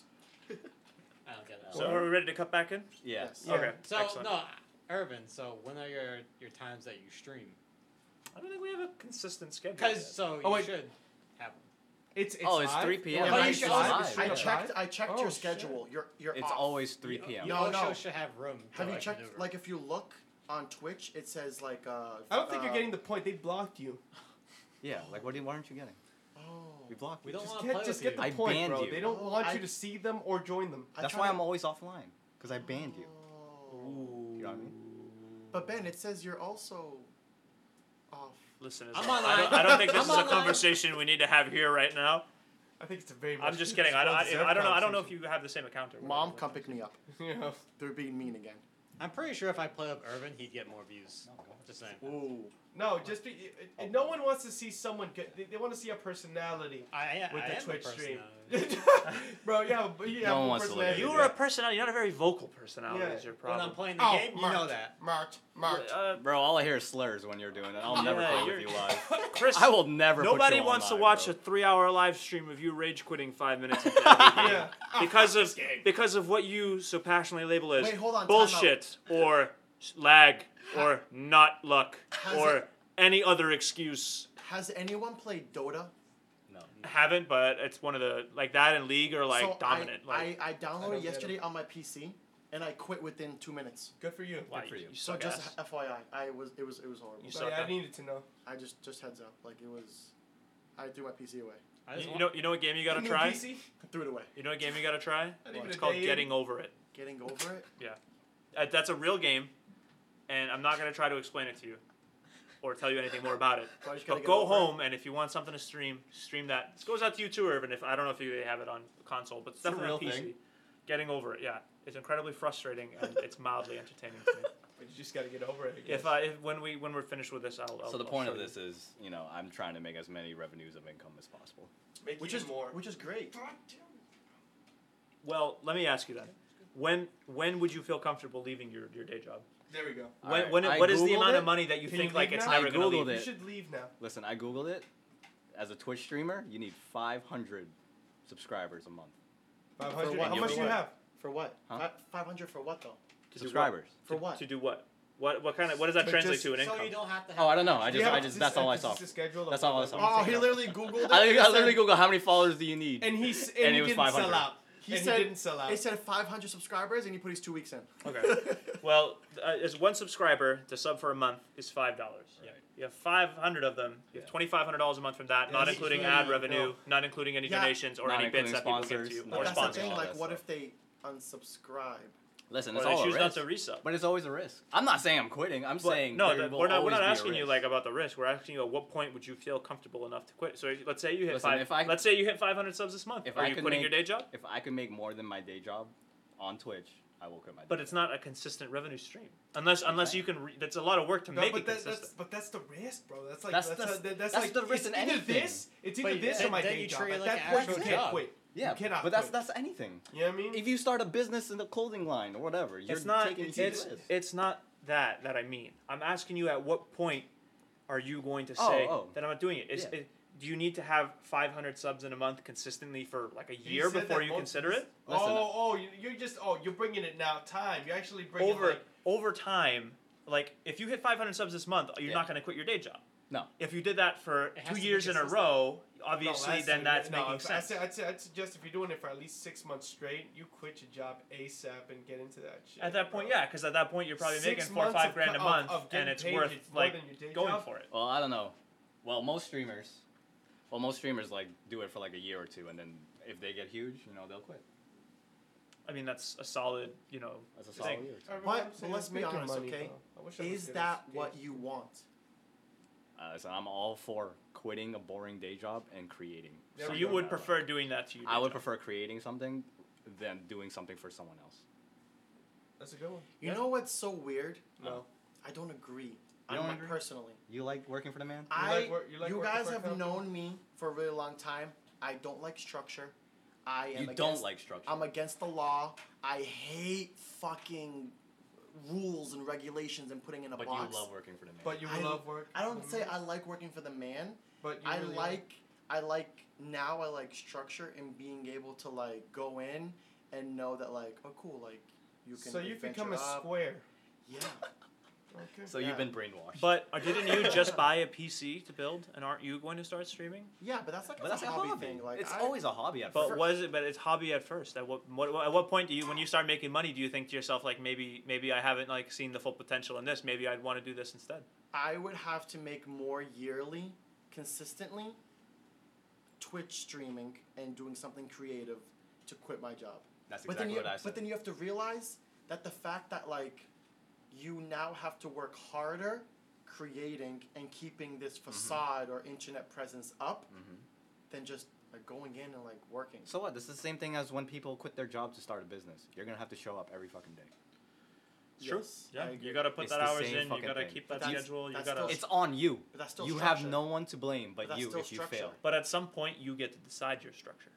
[SPEAKER 4] I don't get that.
[SPEAKER 2] So are we ready to cut back in?
[SPEAKER 3] Yeah.
[SPEAKER 1] Yes.
[SPEAKER 5] Yeah.
[SPEAKER 2] Okay.
[SPEAKER 4] So
[SPEAKER 2] Excellent.
[SPEAKER 4] no, Irvin. So when are your your times that you stream?
[SPEAKER 2] I don't think we have a consistent schedule.
[SPEAKER 4] Because
[SPEAKER 2] yet.
[SPEAKER 4] so you
[SPEAKER 5] Oh, wait.
[SPEAKER 4] should have.
[SPEAKER 5] It's, it's
[SPEAKER 3] Oh, it's
[SPEAKER 5] live?
[SPEAKER 3] 3 p.m.
[SPEAKER 5] Yeah,
[SPEAKER 1] Oh, you
[SPEAKER 5] it's
[SPEAKER 1] should-
[SPEAKER 5] live.
[SPEAKER 1] I,
[SPEAKER 5] It's
[SPEAKER 1] I
[SPEAKER 5] streamed live.
[SPEAKER 1] checked. I checked
[SPEAKER 5] Oh,
[SPEAKER 1] your
[SPEAKER 5] shit.
[SPEAKER 1] schedule. You're you're
[SPEAKER 3] It's
[SPEAKER 1] off.
[SPEAKER 3] always 3
[SPEAKER 4] You,
[SPEAKER 3] p.m.
[SPEAKER 4] you
[SPEAKER 1] No,
[SPEAKER 4] also
[SPEAKER 1] no.
[SPEAKER 4] should have room. to,
[SPEAKER 1] Have you
[SPEAKER 4] like,
[SPEAKER 1] checked?
[SPEAKER 4] maneuver.
[SPEAKER 1] Like, if you look on Twitch, it says like. Uh,
[SPEAKER 5] I don't think
[SPEAKER 1] uh,
[SPEAKER 5] you're getting the point. They blocked you.
[SPEAKER 3] Yeah. Like, what? do you- Why aren't you getting?
[SPEAKER 1] Oh.
[SPEAKER 3] We blocked.
[SPEAKER 4] We
[SPEAKER 3] you.
[SPEAKER 4] don't
[SPEAKER 5] Just
[SPEAKER 4] wanna
[SPEAKER 5] get,
[SPEAKER 4] play
[SPEAKER 5] just
[SPEAKER 4] with
[SPEAKER 5] get
[SPEAKER 4] you.
[SPEAKER 5] the
[SPEAKER 3] I
[SPEAKER 5] point,
[SPEAKER 3] banned
[SPEAKER 5] bro.
[SPEAKER 3] you.
[SPEAKER 5] They don't
[SPEAKER 1] Oh,
[SPEAKER 5] want you
[SPEAKER 1] I-
[SPEAKER 5] to see them or join them.
[SPEAKER 1] I
[SPEAKER 3] That's
[SPEAKER 1] tried
[SPEAKER 3] why
[SPEAKER 1] to-
[SPEAKER 3] I'm always offline. Cause I banned you.
[SPEAKER 1] Oh.
[SPEAKER 3] You know what I mean?
[SPEAKER 1] But Ben, it says you're also oh, off.
[SPEAKER 2] Listen,
[SPEAKER 4] I'm
[SPEAKER 2] I, don't, I
[SPEAKER 4] online.
[SPEAKER 2] don't think this
[SPEAKER 4] I'm
[SPEAKER 2] is
[SPEAKER 4] online.
[SPEAKER 2] a conversation we need to have here right now.
[SPEAKER 5] I think it's a very.
[SPEAKER 2] I'm
[SPEAKER 5] much-
[SPEAKER 2] just kidding. I don't,
[SPEAKER 5] it's a
[SPEAKER 2] I, I don't know. I don't know if
[SPEAKER 5] conversation.
[SPEAKER 2] you have the same account. Or whatever.
[SPEAKER 1] Mom, come pick me up.
[SPEAKER 5] Yeah.
[SPEAKER 1] They're being mean again.
[SPEAKER 4] I'm pretty sure if I play up Irvin, he'd get more views. Just saying.
[SPEAKER 1] Ooh.
[SPEAKER 5] No, just be, it- it- no one wants to see someone get. They, they want to see a personality
[SPEAKER 4] I, I,
[SPEAKER 5] with
[SPEAKER 4] I
[SPEAKER 5] the
[SPEAKER 4] am a
[SPEAKER 5] Twitch stream.
[SPEAKER 4] personality.
[SPEAKER 5] Bro, yeah, but you
[SPEAKER 3] No
[SPEAKER 5] have
[SPEAKER 3] one
[SPEAKER 5] a
[SPEAKER 3] wants to look at
[SPEAKER 5] personality.
[SPEAKER 2] You are a personality. You're not a very vocal personality.
[SPEAKER 5] Yeah.
[SPEAKER 2] Is your
[SPEAKER 4] When
[SPEAKER 2] problem?
[SPEAKER 4] I'm playing the
[SPEAKER 1] Oh,
[SPEAKER 4] game, you know that.
[SPEAKER 5] Marked,
[SPEAKER 2] Uh,
[SPEAKER 3] Bro, all I hear is slurs when you're doing it. I'll never
[SPEAKER 2] Yeah,
[SPEAKER 3] play
[SPEAKER 2] you're-
[SPEAKER 3] with you live.
[SPEAKER 2] Chris,
[SPEAKER 3] I will never. put
[SPEAKER 2] nobody
[SPEAKER 3] you
[SPEAKER 2] wants to
[SPEAKER 3] online,
[SPEAKER 2] watch
[SPEAKER 3] bro.
[SPEAKER 2] a three-hour live stream of you rage quitting five minutes into every game
[SPEAKER 5] Yeah.
[SPEAKER 2] because of because of what you so passionately label as
[SPEAKER 1] Wait, hold on, time
[SPEAKER 2] bullshit or s- lag or not luck
[SPEAKER 1] How's
[SPEAKER 2] or
[SPEAKER 1] it-
[SPEAKER 2] any other excuse.
[SPEAKER 1] Has anyone played Dota?
[SPEAKER 3] No.
[SPEAKER 2] haven't, but it's one of the like that in league are like
[SPEAKER 1] So I-
[SPEAKER 2] dominant. like
[SPEAKER 1] I, I
[SPEAKER 5] I don't
[SPEAKER 1] downloaded
[SPEAKER 5] get
[SPEAKER 1] yesterday on my PC, and I quit within two minutes.
[SPEAKER 5] Good for you.
[SPEAKER 2] why,
[SPEAKER 3] good for you.
[SPEAKER 2] you
[SPEAKER 1] So
[SPEAKER 2] suck
[SPEAKER 1] just
[SPEAKER 2] ass.
[SPEAKER 1] FYI, I was it was it was horrible.
[SPEAKER 2] You
[SPEAKER 5] But
[SPEAKER 2] suck
[SPEAKER 5] yeah, I
[SPEAKER 2] up.
[SPEAKER 5] needed to know.
[SPEAKER 1] I just just heads up, like it was. I threw my PC away.
[SPEAKER 4] I
[SPEAKER 2] You,
[SPEAKER 4] just
[SPEAKER 2] you
[SPEAKER 4] want-
[SPEAKER 2] know, you know what game you gotta
[SPEAKER 5] New
[SPEAKER 2] try.
[SPEAKER 5] PC?
[SPEAKER 1] I threw it away.
[SPEAKER 2] You know what game you gotta try.
[SPEAKER 5] even
[SPEAKER 2] It's
[SPEAKER 5] a
[SPEAKER 2] called
[SPEAKER 5] day in.
[SPEAKER 2] Getting Over It.
[SPEAKER 1] Getting over it.
[SPEAKER 2] Uh, That's a real game, and I'm not gonna try to explain it to you, or tell you anything more about it.
[SPEAKER 1] So I just gotta
[SPEAKER 2] But
[SPEAKER 1] get
[SPEAKER 2] go
[SPEAKER 1] over it.
[SPEAKER 2] home, and if you want something to stream, stream that. This goes out to you too, Irvin. If I don't know if you they have it on console, but it's
[SPEAKER 3] It's a
[SPEAKER 2] definitely on
[SPEAKER 3] real
[SPEAKER 2] PC.
[SPEAKER 3] thing.
[SPEAKER 2] Getting over it, yeah. It's incredibly frustrating, and it's mildly entertaining to me.
[SPEAKER 5] But you just gotta get over it. I guess.
[SPEAKER 2] If I if, when we when we're finished with this, I'll. I'll
[SPEAKER 3] So the
[SPEAKER 2] I'll
[SPEAKER 3] point
[SPEAKER 2] show
[SPEAKER 3] of
[SPEAKER 2] you.
[SPEAKER 3] this is, you know, I'm trying to make as many revenues of income as possible.
[SPEAKER 5] make
[SPEAKER 1] which
[SPEAKER 5] even
[SPEAKER 1] is
[SPEAKER 5] more.
[SPEAKER 1] which is great.
[SPEAKER 2] Well, let me ask you that. When when would you feel comfortable leaving your, your day job?
[SPEAKER 5] There we go.
[SPEAKER 3] All
[SPEAKER 2] When,
[SPEAKER 3] right.
[SPEAKER 2] when
[SPEAKER 3] I
[SPEAKER 2] what is the
[SPEAKER 3] Googled
[SPEAKER 2] amount
[SPEAKER 3] it.
[SPEAKER 2] of money that you
[SPEAKER 5] Can
[SPEAKER 2] think
[SPEAKER 5] you
[SPEAKER 2] like
[SPEAKER 5] leave
[SPEAKER 2] it's
[SPEAKER 5] now?
[SPEAKER 2] never
[SPEAKER 3] I
[SPEAKER 2] gonna
[SPEAKER 3] Googled
[SPEAKER 2] leave?
[SPEAKER 3] it.
[SPEAKER 5] You should leave now.
[SPEAKER 3] Listen, I googled it. As a Twitch streamer, you need 500 subscribers a month.
[SPEAKER 5] Five hundred.
[SPEAKER 1] what?
[SPEAKER 5] How
[SPEAKER 1] You'll
[SPEAKER 5] much
[SPEAKER 1] be
[SPEAKER 5] do you
[SPEAKER 1] what?
[SPEAKER 5] have?
[SPEAKER 1] For what?
[SPEAKER 3] Huh?
[SPEAKER 1] Five hundred for what though?
[SPEAKER 2] To do what?
[SPEAKER 3] subscribers.
[SPEAKER 1] For
[SPEAKER 2] To-
[SPEAKER 1] what?
[SPEAKER 2] To do what? What what kind of what does that
[SPEAKER 5] To
[SPEAKER 2] translate
[SPEAKER 5] just-
[SPEAKER 2] to in
[SPEAKER 4] So
[SPEAKER 2] income?
[SPEAKER 4] you don't have to. Have
[SPEAKER 3] Oh, I don't know. I
[SPEAKER 5] Do you
[SPEAKER 3] just,
[SPEAKER 5] have
[SPEAKER 3] I
[SPEAKER 5] a
[SPEAKER 3] just,
[SPEAKER 5] consistent-
[SPEAKER 3] that's all I saw.
[SPEAKER 5] consistent schedule of
[SPEAKER 3] That's all I
[SPEAKER 5] what-
[SPEAKER 3] saw.
[SPEAKER 1] Oh, he literally googled it.
[SPEAKER 3] I,
[SPEAKER 1] It
[SPEAKER 3] I
[SPEAKER 1] said-
[SPEAKER 3] literally googled how many followers do you need.
[SPEAKER 5] And he s-
[SPEAKER 3] And
[SPEAKER 5] and
[SPEAKER 3] it
[SPEAKER 5] he
[SPEAKER 3] was
[SPEAKER 5] didn't sell
[SPEAKER 3] 500.
[SPEAKER 5] out.
[SPEAKER 1] He
[SPEAKER 5] And
[SPEAKER 1] said-
[SPEAKER 5] he didn't sell out.
[SPEAKER 1] It said 500 subscribers, and he put his two weeks in.
[SPEAKER 2] Okay. Well, uh, as one subscriber to sub for a month is five dollars.
[SPEAKER 3] Right.
[SPEAKER 2] You have five hundred of them. You have
[SPEAKER 3] Yeah.
[SPEAKER 2] twenty five hundred dollars a month from that,
[SPEAKER 5] Yeah,
[SPEAKER 2] not
[SPEAKER 5] this is
[SPEAKER 2] including
[SPEAKER 5] really-
[SPEAKER 2] ad
[SPEAKER 5] no.
[SPEAKER 2] revenue, not including any
[SPEAKER 1] Yeah.
[SPEAKER 2] donations or
[SPEAKER 3] Not
[SPEAKER 2] any
[SPEAKER 3] including
[SPEAKER 2] bits that people give to you
[SPEAKER 3] sponsors,
[SPEAKER 1] but
[SPEAKER 2] or
[SPEAKER 3] not
[SPEAKER 1] that's the
[SPEAKER 2] sponsors.
[SPEAKER 1] thing.
[SPEAKER 3] all
[SPEAKER 1] Like,
[SPEAKER 3] that
[SPEAKER 1] what
[SPEAKER 3] stuff.
[SPEAKER 1] if they unsubscribe?
[SPEAKER 3] Listen,
[SPEAKER 2] Or
[SPEAKER 3] it's
[SPEAKER 2] they
[SPEAKER 3] all a
[SPEAKER 2] choose not
[SPEAKER 3] risk.
[SPEAKER 2] to resub.
[SPEAKER 3] But it's always a risk. I'm not saying I'm quitting. I'm
[SPEAKER 2] But
[SPEAKER 3] saying
[SPEAKER 2] no,
[SPEAKER 3] there
[SPEAKER 2] that-
[SPEAKER 3] will
[SPEAKER 2] we're not.
[SPEAKER 3] always
[SPEAKER 2] We're not
[SPEAKER 3] be a
[SPEAKER 2] asking you
[SPEAKER 3] risk.
[SPEAKER 2] like about the risk. We're asking you at what point would you feel comfortable enough to quit. So let's say you hit
[SPEAKER 3] Listen,
[SPEAKER 2] five.
[SPEAKER 3] if I-
[SPEAKER 2] let's say you hit five hundred subs this month.
[SPEAKER 3] If
[SPEAKER 2] Are
[SPEAKER 3] I
[SPEAKER 2] you
[SPEAKER 3] could
[SPEAKER 2] quitting your
[SPEAKER 3] make-
[SPEAKER 2] day job?
[SPEAKER 3] If I could make more than my day job on Twitch, I will quit my.
[SPEAKER 2] But
[SPEAKER 3] day
[SPEAKER 2] it's not a consistent revenue stream unless unless you can. Re- that's a lot of work to
[SPEAKER 5] No,
[SPEAKER 2] make
[SPEAKER 5] but
[SPEAKER 2] it
[SPEAKER 5] that-
[SPEAKER 2] consistent.
[SPEAKER 5] that's but that's the risk, bro. That's like
[SPEAKER 3] That's
[SPEAKER 5] that's
[SPEAKER 3] the-
[SPEAKER 5] a- that- that's
[SPEAKER 3] that's
[SPEAKER 5] like
[SPEAKER 3] the risk
[SPEAKER 5] it's
[SPEAKER 3] in
[SPEAKER 5] either
[SPEAKER 3] anything.
[SPEAKER 5] this, it's either
[SPEAKER 4] But
[SPEAKER 5] this or
[SPEAKER 4] then-
[SPEAKER 5] my
[SPEAKER 4] then
[SPEAKER 5] day
[SPEAKER 4] you
[SPEAKER 5] job.
[SPEAKER 4] treat it
[SPEAKER 5] At
[SPEAKER 4] like
[SPEAKER 5] that
[SPEAKER 4] an
[SPEAKER 5] point, you
[SPEAKER 4] actual
[SPEAKER 5] can't
[SPEAKER 4] job.
[SPEAKER 5] quit.
[SPEAKER 3] Yeah,
[SPEAKER 5] you cannot
[SPEAKER 3] but that's
[SPEAKER 5] quit.
[SPEAKER 3] that's anything.
[SPEAKER 5] You know what I mean?
[SPEAKER 3] If you start a business in the clothing line or whatever, you're
[SPEAKER 2] it's not.
[SPEAKER 3] taking
[SPEAKER 2] It's
[SPEAKER 3] huge
[SPEAKER 2] it's,
[SPEAKER 3] risks.
[SPEAKER 2] not that that I mean. I'm asking you at what point are you going to
[SPEAKER 3] Oh,
[SPEAKER 2] say
[SPEAKER 3] oh.
[SPEAKER 2] that I'm not doing it? It's,
[SPEAKER 3] Yeah.
[SPEAKER 2] it? Do you need to have 500 subs in a month consistently for like a
[SPEAKER 5] You
[SPEAKER 2] year
[SPEAKER 5] said
[SPEAKER 2] before
[SPEAKER 5] that
[SPEAKER 2] you
[SPEAKER 5] most-
[SPEAKER 2] consider it?
[SPEAKER 3] Listen,
[SPEAKER 5] oh, oh, you- you're just oh, you're bringing it now. Time. You're actually bringing
[SPEAKER 2] Over
[SPEAKER 5] like,
[SPEAKER 2] over time, like if you hit 500 subs this month, you're
[SPEAKER 3] Yeah.
[SPEAKER 2] not going to quit your day job.
[SPEAKER 3] No.
[SPEAKER 2] If you did that for
[SPEAKER 4] It has
[SPEAKER 2] two
[SPEAKER 4] to be
[SPEAKER 2] years in a
[SPEAKER 4] consistent.
[SPEAKER 2] row,
[SPEAKER 5] No,
[SPEAKER 2] obviously,
[SPEAKER 5] I'd
[SPEAKER 2] then
[SPEAKER 5] say-
[SPEAKER 2] that's
[SPEAKER 5] no,
[SPEAKER 2] making
[SPEAKER 5] I'd-
[SPEAKER 2] sense.
[SPEAKER 5] I'd, say, I'd suggest if you're doing it for at least six months straight, you quit your job ASAP and get into that shit.
[SPEAKER 2] at that point,
[SPEAKER 5] bro.
[SPEAKER 2] yeah, because at that point you're probably
[SPEAKER 5] Six
[SPEAKER 2] making four or
[SPEAKER 5] months
[SPEAKER 2] five
[SPEAKER 5] of
[SPEAKER 2] grand a
[SPEAKER 5] co- of-
[SPEAKER 2] month,
[SPEAKER 5] of
[SPEAKER 2] and
[SPEAKER 5] getting
[SPEAKER 2] it's
[SPEAKER 5] paid
[SPEAKER 2] worth
[SPEAKER 5] is more
[SPEAKER 2] like
[SPEAKER 5] than your day
[SPEAKER 2] going
[SPEAKER 5] job.
[SPEAKER 2] for it.
[SPEAKER 3] Well, I don't know. Well, most streamers, well, most streamers like do it for like a year or two, and then if they get huge, you know, they'll quit.
[SPEAKER 2] I mean, that's a solid, you know,
[SPEAKER 3] That's a
[SPEAKER 2] Thing.
[SPEAKER 3] solid year. Or two.
[SPEAKER 5] Everyone
[SPEAKER 1] But-
[SPEAKER 5] says
[SPEAKER 1] but let's be
[SPEAKER 5] making
[SPEAKER 1] honest,
[SPEAKER 5] money,
[SPEAKER 1] okay?
[SPEAKER 5] though. I wish I was
[SPEAKER 1] Is
[SPEAKER 5] good at
[SPEAKER 1] that
[SPEAKER 5] this
[SPEAKER 1] what
[SPEAKER 5] game.
[SPEAKER 1] you want?
[SPEAKER 3] Uh, listen, I'm all for quitting a boring day job and creating.
[SPEAKER 5] There
[SPEAKER 2] So
[SPEAKER 5] we
[SPEAKER 3] something
[SPEAKER 2] you
[SPEAKER 5] go.
[SPEAKER 2] would
[SPEAKER 3] that
[SPEAKER 2] prefer doing that to you?
[SPEAKER 3] way. I would prefer creating something than doing something for someone else.
[SPEAKER 5] That's a good one.
[SPEAKER 1] You know what's so weird?
[SPEAKER 5] No.
[SPEAKER 1] I don't agree. I
[SPEAKER 3] You don't
[SPEAKER 1] don't
[SPEAKER 3] agree?
[SPEAKER 1] personally.
[SPEAKER 3] You like working for the man?
[SPEAKER 1] I
[SPEAKER 5] like wor- you like
[SPEAKER 1] you
[SPEAKER 5] working
[SPEAKER 1] guys
[SPEAKER 5] for a
[SPEAKER 1] have
[SPEAKER 5] company?
[SPEAKER 1] known me for a really long time. I don't like structure. I am
[SPEAKER 3] You
[SPEAKER 1] against-
[SPEAKER 3] don't like structure.
[SPEAKER 1] I'm against the law. I hate fucking rules and regulations and putting in a
[SPEAKER 3] but
[SPEAKER 1] box.
[SPEAKER 3] you love working for the man.
[SPEAKER 5] But you
[SPEAKER 1] I-
[SPEAKER 5] love work.
[SPEAKER 1] I don't
[SPEAKER 5] Mhm.
[SPEAKER 1] say I like working for the man.
[SPEAKER 5] But you
[SPEAKER 1] I
[SPEAKER 5] really
[SPEAKER 1] like I like now I like structure and being able to like go in and know that like oh cool like you can
[SPEAKER 5] So you've
[SPEAKER 1] adventure
[SPEAKER 5] become a
[SPEAKER 1] up.
[SPEAKER 5] square.
[SPEAKER 1] yeah
[SPEAKER 5] Okay.
[SPEAKER 3] so
[SPEAKER 1] yeah.
[SPEAKER 3] you've been brainwashed.
[SPEAKER 2] But uh, didn't you just buy a PC to build, and aren't you going to start streaming?
[SPEAKER 1] yeah but that's like
[SPEAKER 3] but that's a hobby.
[SPEAKER 1] thing like
[SPEAKER 3] it's
[SPEAKER 1] I-
[SPEAKER 3] always a hobby at
[SPEAKER 2] But
[SPEAKER 3] first.
[SPEAKER 2] was it? But it's hobby at first. At what, what? At what point do you, when you start making money, do you think to yourself like maybe maybe I haven't like seen the full potential in this? Maybe I'd want to do this instead.
[SPEAKER 1] I would have to make more yearly consistently Twitch streaming and doing something creative to quit my job
[SPEAKER 3] That's
[SPEAKER 1] but then
[SPEAKER 3] exactly
[SPEAKER 1] you,
[SPEAKER 3] what I said.
[SPEAKER 1] But then you have to realize that the fact that like you now have to work harder creating and keeping this facade or internet presence up
[SPEAKER 3] Mhm.
[SPEAKER 1] than just like going in and like working.
[SPEAKER 3] So what? This is the same thing as when people quit their job to start a business. You're gonna have to show up every fucking day.
[SPEAKER 1] Yes, I
[SPEAKER 2] Yeah.
[SPEAKER 1] agree.
[SPEAKER 2] You got to put
[SPEAKER 3] It's
[SPEAKER 2] that
[SPEAKER 3] the
[SPEAKER 2] hours
[SPEAKER 3] same
[SPEAKER 2] in. You
[SPEAKER 3] fucking
[SPEAKER 2] got to
[SPEAKER 3] thing.
[SPEAKER 2] keep
[SPEAKER 1] But
[SPEAKER 2] that
[SPEAKER 1] that's-
[SPEAKER 2] schedule. You
[SPEAKER 1] that's
[SPEAKER 2] got
[SPEAKER 1] still-
[SPEAKER 2] to.
[SPEAKER 3] It's on you.
[SPEAKER 1] But that's still
[SPEAKER 3] You
[SPEAKER 1] structure.
[SPEAKER 3] have no one to blame but,
[SPEAKER 1] But that's
[SPEAKER 3] you
[SPEAKER 1] still
[SPEAKER 3] if you
[SPEAKER 1] structure.
[SPEAKER 3] fail.
[SPEAKER 2] But at some point, you get to decide your structure,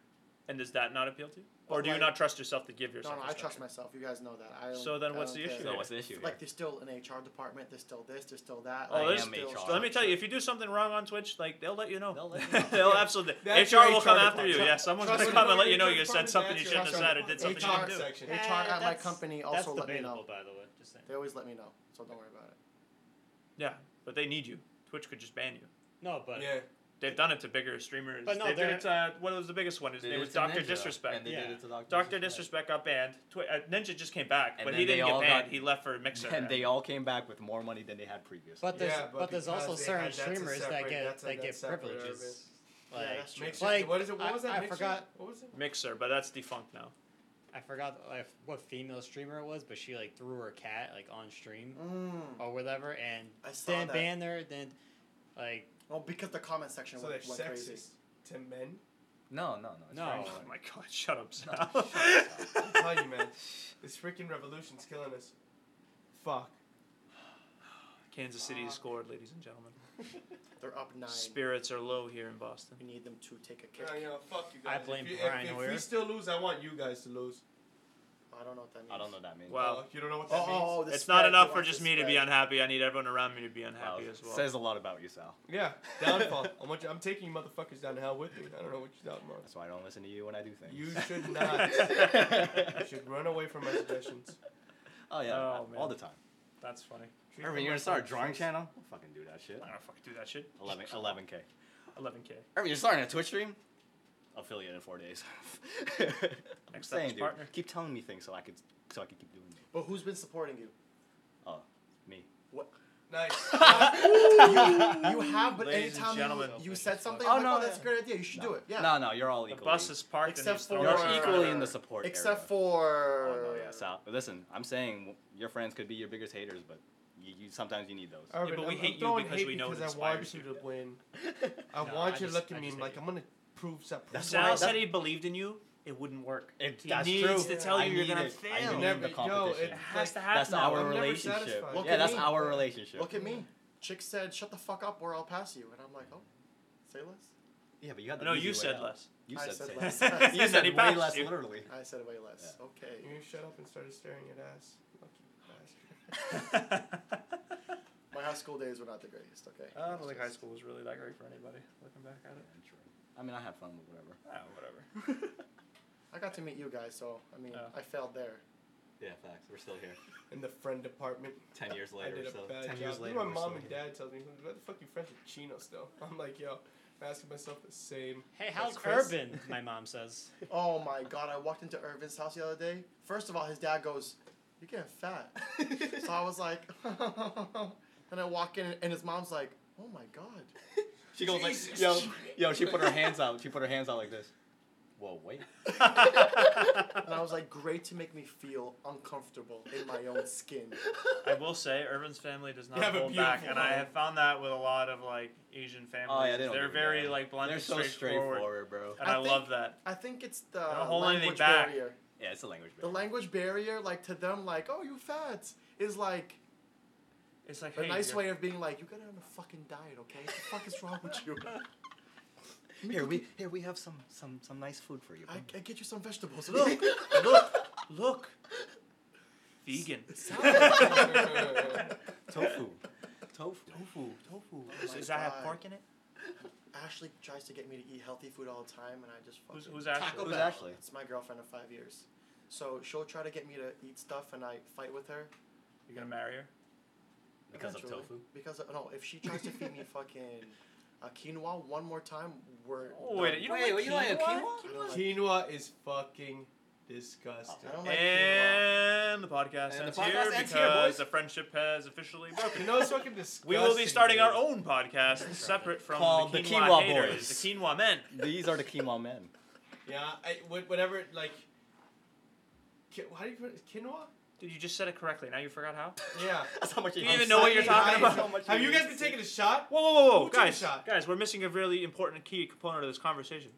[SPEAKER 2] and does that not appeal to you, or
[SPEAKER 1] But,
[SPEAKER 2] do you
[SPEAKER 1] like-
[SPEAKER 2] not trust yourself to give
[SPEAKER 1] No,
[SPEAKER 2] yourself?
[SPEAKER 1] no,
[SPEAKER 2] a
[SPEAKER 1] I trust
[SPEAKER 2] structure?
[SPEAKER 1] myself. You guys know that. I don't-
[SPEAKER 2] So then
[SPEAKER 1] I
[SPEAKER 2] what's
[SPEAKER 1] don't
[SPEAKER 2] the
[SPEAKER 1] care.
[SPEAKER 2] issue?
[SPEAKER 3] So what's the issue? here?
[SPEAKER 1] Like there's still an HR department. There's still this. There's still that.
[SPEAKER 2] Oh,
[SPEAKER 1] like,
[SPEAKER 3] I
[SPEAKER 2] there's
[SPEAKER 3] am
[SPEAKER 1] still
[SPEAKER 3] HR.
[SPEAKER 1] structure.
[SPEAKER 2] Let me tell you, if you do something wrong on Twitch, like they'll let you know.
[SPEAKER 3] They'll let you know.
[SPEAKER 2] They'll absolutely.
[SPEAKER 5] That's
[SPEAKER 2] HR
[SPEAKER 5] your
[SPEAKER 2] will come
[SPEAKER 5] HR
[SPEAKER 2] after you.
[SPEAKER 5] department.
[SPEAKER 2] Yeah, someone's
[SPEAKER 5] Trust
[SPEAKER 2] gonna
[SPEAKER 5] me,
[SPEAKER 2] come and let
[SPEAKER 5] your
[SPEAKER 2] you know
[SPEAKER 5] HR
[SPEAKER 2] you said
[SPEAKER 5] department,
[SPEAKER 2] something you
[SPEAKER 5] that's
[SPEAKER 2] shouldn't have
[SPEAKER 5] your
[SPEAKER 2] said or did
[SPEAKER 5] HR
[SPEAKER 2] something you shouldn't do.
[SPEAKER 5] section.
[SPEAKER 1] HR
[SPEAKER 4] Eh,
[SPEAKER 1] at my
[SPEAKER 4] that's-
[SPEAKER 1] company
[SPEAKER 4] That's
[SPEAKER 1] also let me
[SPEAKER 4] debatable,
[SPEAKER 1] know.
[SPEAKER 4] by the way. Just saying.
[SPEAKER 1] They always let me know, so don't worry about it.
[SPEAKER 2] Yeah, but they need you. Twitch could just ban you.
[SPEAKER 4] No, but
[SPEAKER 5] Yeah.
[SPEAKER 2] They've done it to bigger streamers.
[SPEAKER 4] But no,
[SPEAKER 2] they did
[SPEAKER 4] they're-
[SPEAKER 2] it to, uh, what was the biggest one? His
[SPEAKER 3] They
[SPEAKER 2] name
[SPEAKER 3] did
[SPEAKER 2] was
[SPEAKER 3] it to
[SPEAKER 2] Doctor
[SPEAKER 3] Ninja,
[SPEAKER 2] Disrespect.
[SPEAKER 3] and they did
[SPEAKER 4] Yeah.
[SPEAKER 3] it to Doctor
[SPEAKER 2] Doctor Disrespect got banned. Twi- uh, Ninja just came back,
[SPEAKER 3] And
[SPEAKER 2] but
[SPEAKER 3] then
[SPEAKER 2] he
[SPEAKER 3] they
[SPEAKER 2] didn't get
[SPEAKER 3] all
[SPEAKER 2] banned.
[SPEAKER 3] got-
[SPEAKER 2] he left for Mixer.
[SPEAKER 3] And they all came back with more money than they had previously.
[SPEAKER 4] But there's
[SPEAKER 5] Yeah,
[SPEAKER 4] but,
[SPEAKER 5] but
[SPEAKER 4] there's also
[SPEAKER 5] because they
[SPEAKER 4] certain
[SPEAKER 5] had- that's a
[SPEAKER 4] streamers that
[SPEAKER 5] separate-
[SPEAKER 4] get
[SPEAKER 5] that's a-
[SPEAKER 4] that get
[SPEAKER 5] that's separate
[SPEAKER 4] privileges.
[SPEAKER 1] Yeah,
[SPEAKER 4] Like
[SPEAKER 1] that's true.
[SPEAKER 5] Mixer,
[SPEAKER 4] Like,
[SPEAKER 5] what is it? What
[SPEAKER 4] I-
[SPEAKER 5] was that?
[SPEAKER 4] I
[SPEAKER 5] Mixer?
[SPEAKER 4] forgot-
[SPEAKER 5] What was it?
[SPEAKER 2] uh, Mixer, but that's defunct now.
[SPEAKER 4] I forgot like, what female streamer it was, but she like threw her cat like on stream
[SPEAKER 1] Mm.
[SPEAKER 4] or whatever, and
[SPEAKER 1] I saw
[SPEAKER 4] then
[SPEAKER 1] that.
[SPEAKER 4] banned her. Then like
[SPEAKER 1] Well, because the comment section
[SPEAKER 5] So they're
[SPEAKER 1] went, went crazy.
[SPEAKER 5] sexist to men.
[SPEAKER 3] No, no, no. It's
[SPEAKER 4] No.
[SPEAKER 3] very
[SPEAKER 2] Oh,
[SPEAKER 3] funny.
[SPEAKER 2] my god! Shut up,
[SPEAKER 3] No,
[SPEAKER 2] Sal.
[SPEAKER 3] shut up, Sal.
[SPEAKER 5] I'm telling you, man, this freaking revolution's killing us. Fuck.
[SPEAKER 2] Kansas City
[SPEAKER 5] Fuck.
[SPEAKER 2] scored, ladies and gentlemen.
[SPEAKER 1] They're up nine.
[SPEAKER 2] Spirits are low here in Boston.
[SPEAKER 1] We need them to take a kick.
[SPEAKER 5] Yeah, yeah, fuck you
[SPEAKER 4] I
[SPEAKER 5] guys.
[SPEAKER 4] blame
[SPEAKER 5] if you, if-
[SPEAKER 4] Brian
[SPEAKER 5] if, we
[SPEAKER 4] Hoyer.
[SPEAKER 5] still lose, I want you guys to lose.
[SPEAKER 1] I don't know what that means.
[SPEAKER 3] I don't know what that means.
[SPEAKER 2] Wow.
[SPEAKER 5] Oh, you don't know what
[SPEAKER 1] Oh,
[SPEAKER 5] that means?
[SPEAKER 1] oh, oh, the
[SPEAKER 2] It's
[SPEAKER 1] spread.
[SPEAKER 2] not
[SPEAKER 1] You
[SPEAKER 2] enough for
[SPEAKER 1] want
[SPEAKER 2] just
[SPEAKER 1] the
[SPEAKER 2] me to be
[SPEAKER 1] spread.
[SPEAKER 2] unhappy. I need everyone around me to be
[SPEAKER 3] Wow,
[SPEAKER 2] unhappy as well.
[SPEAKER 3] Says a lot about you, Sal.
[SPEAKER 5] Yeah, downfall. I'm, want you, I'm taking you motherfuckers down to hell with me. I don't know what you're talking about.
[SPEAKER 3] That's why I don't listen to you when I do things.
[SPEAKER 5] You should not. you should run away from my suggestions.
[SPEAKER 3] oh yeah,
[SPEAKER 2] Oh,
[SPEAKER 3] all
[SPEAKER 2] man.
[SPEAKER 3] the time.
[SPEAKER 2] That's funny.
[SPEAKER 5] Treat
[SPEAKER 3] Irvin,
[SPEAKER 5] them
[SPEAKER 3] you're gonna
[SPEAKER 5] like
[SPEAKER 3] start a
[SPEAKER 5] my
[SPEAKER 3] drawing
[SPEAKER 5] friends.
[SPEAKER 3] channel? I'll fucking do that shit.
[SPEAKER 2] I don't fucking do that shit.
[SPEAKER 3] 11, 11k.
[SPEAKER 2] 11k.
[SPEAKER 3] Irvin, you're starting a Twitch stream? Affiliate in four days. I'm
[SPEAKER 2] Next up
[SPEAKER 3] saying,
[SPEAKER 2] is
[SPEAKER 3] dude,
[SPEAKER 2] partner.
[SPEAKER 3] keep telling me things so I could so I could keep doing it.
[SPEAKER 1] But who's been supporting you?
[SPEAKER 3] Me.
[SPEAKER 1] What
[SPEAKER 5] Nice.
[SPEAKER 1] you have, but
[SPEAKER 2] Ladies and
[SPEAKER 1] anytime
[SPEAKER 2] gentlemen.
[SPEAKER 1] you, you said something,
[SPEAKER 3] Oh,
[SPEAKER 1] I'm like,
[SPEAKER 3] no,
[SPEAKER 1] oh, that's
[SPEAKER 3] yeah.
[SPEAKER 1] a great idea. You should
[SPEAKER 3] No.
[SPEAKER 1] do it. Yeah.
[SPEAKER 3] No, no, you're all
[SPEAKER 2] The
[SPEAKER 3] equally.
[SPEAKER 2] bus is parked. and
[SPEAKER 1] Except
[SPEAKER 2] he's
[SPEAKER 1] for-
[SPEAKER 2] throwing
[SPEAKER 3] You're
[SPEAKER 2] shit.
[SPEAKER 3] equally in the support.
[SPEAKER 1] Except
[SPEAKER 3] area.
[SPEAKER 1] for.
[SPEAKER 3] Oh no, yeah, Sal. But listen, I'm saying w- your friends could be your biggest haters, but you, you sometimes you need those.
[SPEAKER 5] Irvin,
[SPEAKER 2] but we
[SPEAKER 5] I'm,
[SPEAKER 2] hate
[SPEAKER 5] I'm
[SPEAKER 2] you
[SPEAKER 5] throwing
[SPEAKER 2] because
[SPEAKER 5] hate
[SPEAKER 2] we know it
[SPEAKER 5] because I
[SPEAKER 2] inspires
[SPEAKER 5] want
[SPEAKER 2] you.
[SPEAKER 5] you to win. I
[SPEAKER 2] No,
[SPEAKER 5] want
[SPEAKER 2] I
[SPEAKER 5] you
[SPEAKER 2] just-
[SPEAKER 5] to look
[SPEAKER 2] I
[SPEAKER 5] at me
[SPEAKER 2] just
[SPEAKER 5] and
[SPEAKER 2] hate
[SPEAKER 5] like
[SPEAKER 2] you.
[SPEAKER 5] I'm gonna prove something.
[SPEAKER 3] That's
[SPEAKER 2] Sal
[SPEAKER 3] why-
[SPEAKER 2] said he believed in you. It wouldn't work.
[SPEAKER 3] It-
[SPEAKER 2] he
[SPEAKER 3] that's
[SPEAKER 2] needs
[SPEAKER 3] true.
[SPEAKER 2] to tell
[SPEAKER 3] I
[SPEAKER 2] you you're
[SPEAKER 3] need
[SPEAKER 2] gonna
[SPEAKER 3] it. I
[SPEAKER 2] fail.
[SPEAKER 3] need
[SPEAKER 2] It
[SPEAKER 3] it. the competition.
[SPEAKER 5] Yo, it,
[SPEAKER 2] has to
[SPEAKER 5] like,
[SPEAKER 2] happen.
[SPEAKER 3] That's our
[SPEAKER 5] I'm never
[SPEAKER 3] relationship.
[SPEAKER 5] satisfied.
[SPEAKER 1] Look
[SPEAKER 3] Yeah,
[SPEAKER 1] at
[SPEAKER 3] that's
[SPEAKER 1] me.
[SPEAKER 3] our relationship.
[SPEAKER 1] Look at me. Chick said, "Shut the fuck up, or I'll pass you." And I'm like, "Oh, say less."
[SPEAKER 3] Yeah, but you had the
[SPEAKER 2] No,
[SPEAKER 3] easy
[SPEAKER 2] you
[SPEAKER 3] way
[SPEAKER 2] said
[SPEAKER 3] out.
[SPEAKER 2] less.
[SPEAKER 3] You
[SPEAKER 1] I
[SPEAKER 3] said,
[SPEAKER 1] said
[SPEAKER 3] said
[SPEAKER 1] less.
[SPEAKER 3] you
[SPEAKER 2] Then
[SPEAKER 3] said
[SPEAKER 2] he
[SPEAKER 3] way
[SPEAKER 2] passed
[SPEAKER 3] less,
[SPEAKER 2] you.
[SPEAKER 3] literally.
[SPEAKER 1] I said way less. Okay.
[SPEAKER 5] You shut up and started staring at ass. Lucky bastard.
[SPEAKER 1] My high school days were not the greatest. Okay.
[SPEAKER 2] I don't think high school was really that great for anybody. Looking back at it.
[SPEAKER 3] I mean, I had fun with whatever.
[SPEAKER 2] Ah, whatever.
[SPEAKER 1] I got to meet you guys, so I mean,
[SPEAKER 2] Oh.
[SPEAKER 1] I failed there.
[SPEAKER 3] Yeah, facts. We're still here.
[SPEAKER 5] In the friend department.
[SPEAKER 3] Ten years
[SPEAKER 5] I did a bad job. You know, my mom and dad tells me, "Why the fuck you friends with Chino still?" I'm like, yo, I'm asking myself the same.
[SPEAKER 4] Hey, how's
[SPEAKER 5] That's Chris.
[SPEAKER 4] Urban? My mom says.
[SPEAKER 1] Oh my god! I walked into Irvin's house the other day. First of all, his dad goes, "You're getting fat," so I was like, and I walk in, and his mom's like, "Oh my god."
[SPEAKER 3] She goes like,
[SPEAKER 5] Jesus.
[SPEAKER 3] yo, yo. She put her hands out. She put her hands out like this. Whoa, wait.
[SPEAKER 1] And I was like, great to make me feel uncomfortable in my own skin.
[SPEAKER 2] I will say, Irvin's family does not
[SPEAKER 5] You have a
[SPEAKER 2] hold back,
[SPEAKER 5] beautiful
[SPEAKER 2] and I
[SPEAKER 5] home.
[SPEAKER 2] have found that with a lot of like Asian families.
[SPEAKER 3] Oh yeah, they don't.
[SPEAKER 2] are
[SPEAKER 3] give a
[SPEAKER 2] very
[SPEAKER 3] damn.
[SPEAKER 2] like blunt
[SPEAKER 3] They're
[SPEAKER 2] and
[SPEAKER 3] so
[SPEAKER 2] straightforward,
[SPEAKER 3] straightforward, bro.
[SPEAKER 2] and
[SPEAKER 1] I
[SPEAKER 2] I,
[SPEAKER 1] think-
[SPEAKER 2] love that.
[SPEAKER 1] I think it's the
[SPEAKER 2] don't hold anything
[SPEAKER 1] language
[SPEAKER 2] back.
[SPEAKER 1] barrier.
[SPEAKER 3] Yeah, it's a language.
[SPEAKER 1] The
[SPEAKER 3] barrier.
[SPEAKER 1] language barrier, like to them, like, oh, you fat, is like
[SPEAKER 2] It's like
[SPEAKER 1] a
[SPEAKER 2] hey,
[SPEAKER 1] nice
[SPEAKER 2] you're-
[SPEAKER 1] way of being like, you gotta on a fucking diet, okay? What the fuck is wrong with you?
[SPEAKER 3] Here we here we have some some some nice food for you.
[SPEAKER 1] I,
[SPEAKER 3] Come
[SPEAKER 1] I get you some vegetables.
[SPEAKER 2] Look,
[SPEAKER 1] Look.
[SPEAKER 2] look, look. Vegan.
[SPEAKER 3] tofu. tofu.
[SPEAKER 2] Tofu, tofu.
[SPEAKER 1] Oh my
[SPEAKER 2] Does that have
[SPEAKER 1] God.
[SPEAKER 2] pork in it?
[SPEAKER 1] Ashley tries to get me to eat healthy food all the time, and I just fucking.
[SPEAKER 2] Who's, who's Ashley?
[SPEAKER 3] Taco Who's Bell. Ashley?
[SPEAKER 1] It's my girlfriend of five years. So she'll try to get me to eat stuff, and I fight with her.
[SPEAKER 2] You're gonna marry her?
[SPEAKER 3] Because of
[SPEAKER 1] Eventually.
[SPEAKER 3] tofu?
[SPEAKER 1] Because of, no, if she tries to feed me fucking uh, quinoa one more time, we're
[SPEAKER 2] Oh, wait,
[SPEAKER 1] done.
[SPEAKER 2] you don't
[SPEAKER 3] Wait,
[SPEAKER 2] like
[SPEAKER 3] you don't like a
[SPEAKER 2] quinoa?
[SPEAKER 1] I don't like,
[SPEAKER 5] Quinoa is fucking disgusting.
[SPEAKER 1] I don't like
[SPEAKER 3] eh.
[SPEAKER 1] quinoa.
[SPEAKER 2] And the podcast
[SPEAKER 3] And the
[SPEAKER 2] ends
[SPEAKER 3] podcast
[SPEAKER 2] here
[SPEAKER 3] ends
[SPEAKER 2] because
[SPEAKER 3] here, boys.
[SPEAKER 2] the friendship has officially broken.
[SPEAKER 5] You know it's fucking disgusting.
[SPEAKER 2] We will be starting our
[SPEAKER 5] dude.
[SPEAKER 2] own podcast separate from
[SPEAKER 3] Called
[SPEAKER 2] the
[SPEAKER 3] the
[SPEAKER 2] quinoa,
[SPEAKER 3] Quinoa
[SPEAKER 2] haters,
[SPEAKER 3] Boys.
[SPEAKER 2] the quinoa men.
[SPEAKER 3] These are the quinoa men.
[SPEAKER 5] Yeah, I, wh- whatever. Like, ki- how do you put it? Quinoa?
[SPEAKER 2] Dude, you just said it correctly. Now you forgot how?
[SPEAKER 5] Yeah.
[SPEAKER 3] That's how much
[SPEAKER 2] Do you
[SPEAKER 3] I'm
[SPEAKER 2] even know what you're
[SPEAKER 3] sucking
[SPEAKER 2] talking
[SPEAKER 3] eyes.
[SPEAKER 2] about?
[SPEAKER 3] How much
[SPEAKER 5] Have you
[SPEAKER 3] eat.
[SPEAKER 5] guys been taking a shot?
[SPEAKER 2] Whoa, whoa, whoa, whoa.
[SPEAKER 5] Who took a
[SPEAKER 2] Guys,
[SPEAKER 5] shot?
[SPEAKER 2] guys, we're missing a really important key component of this conversation.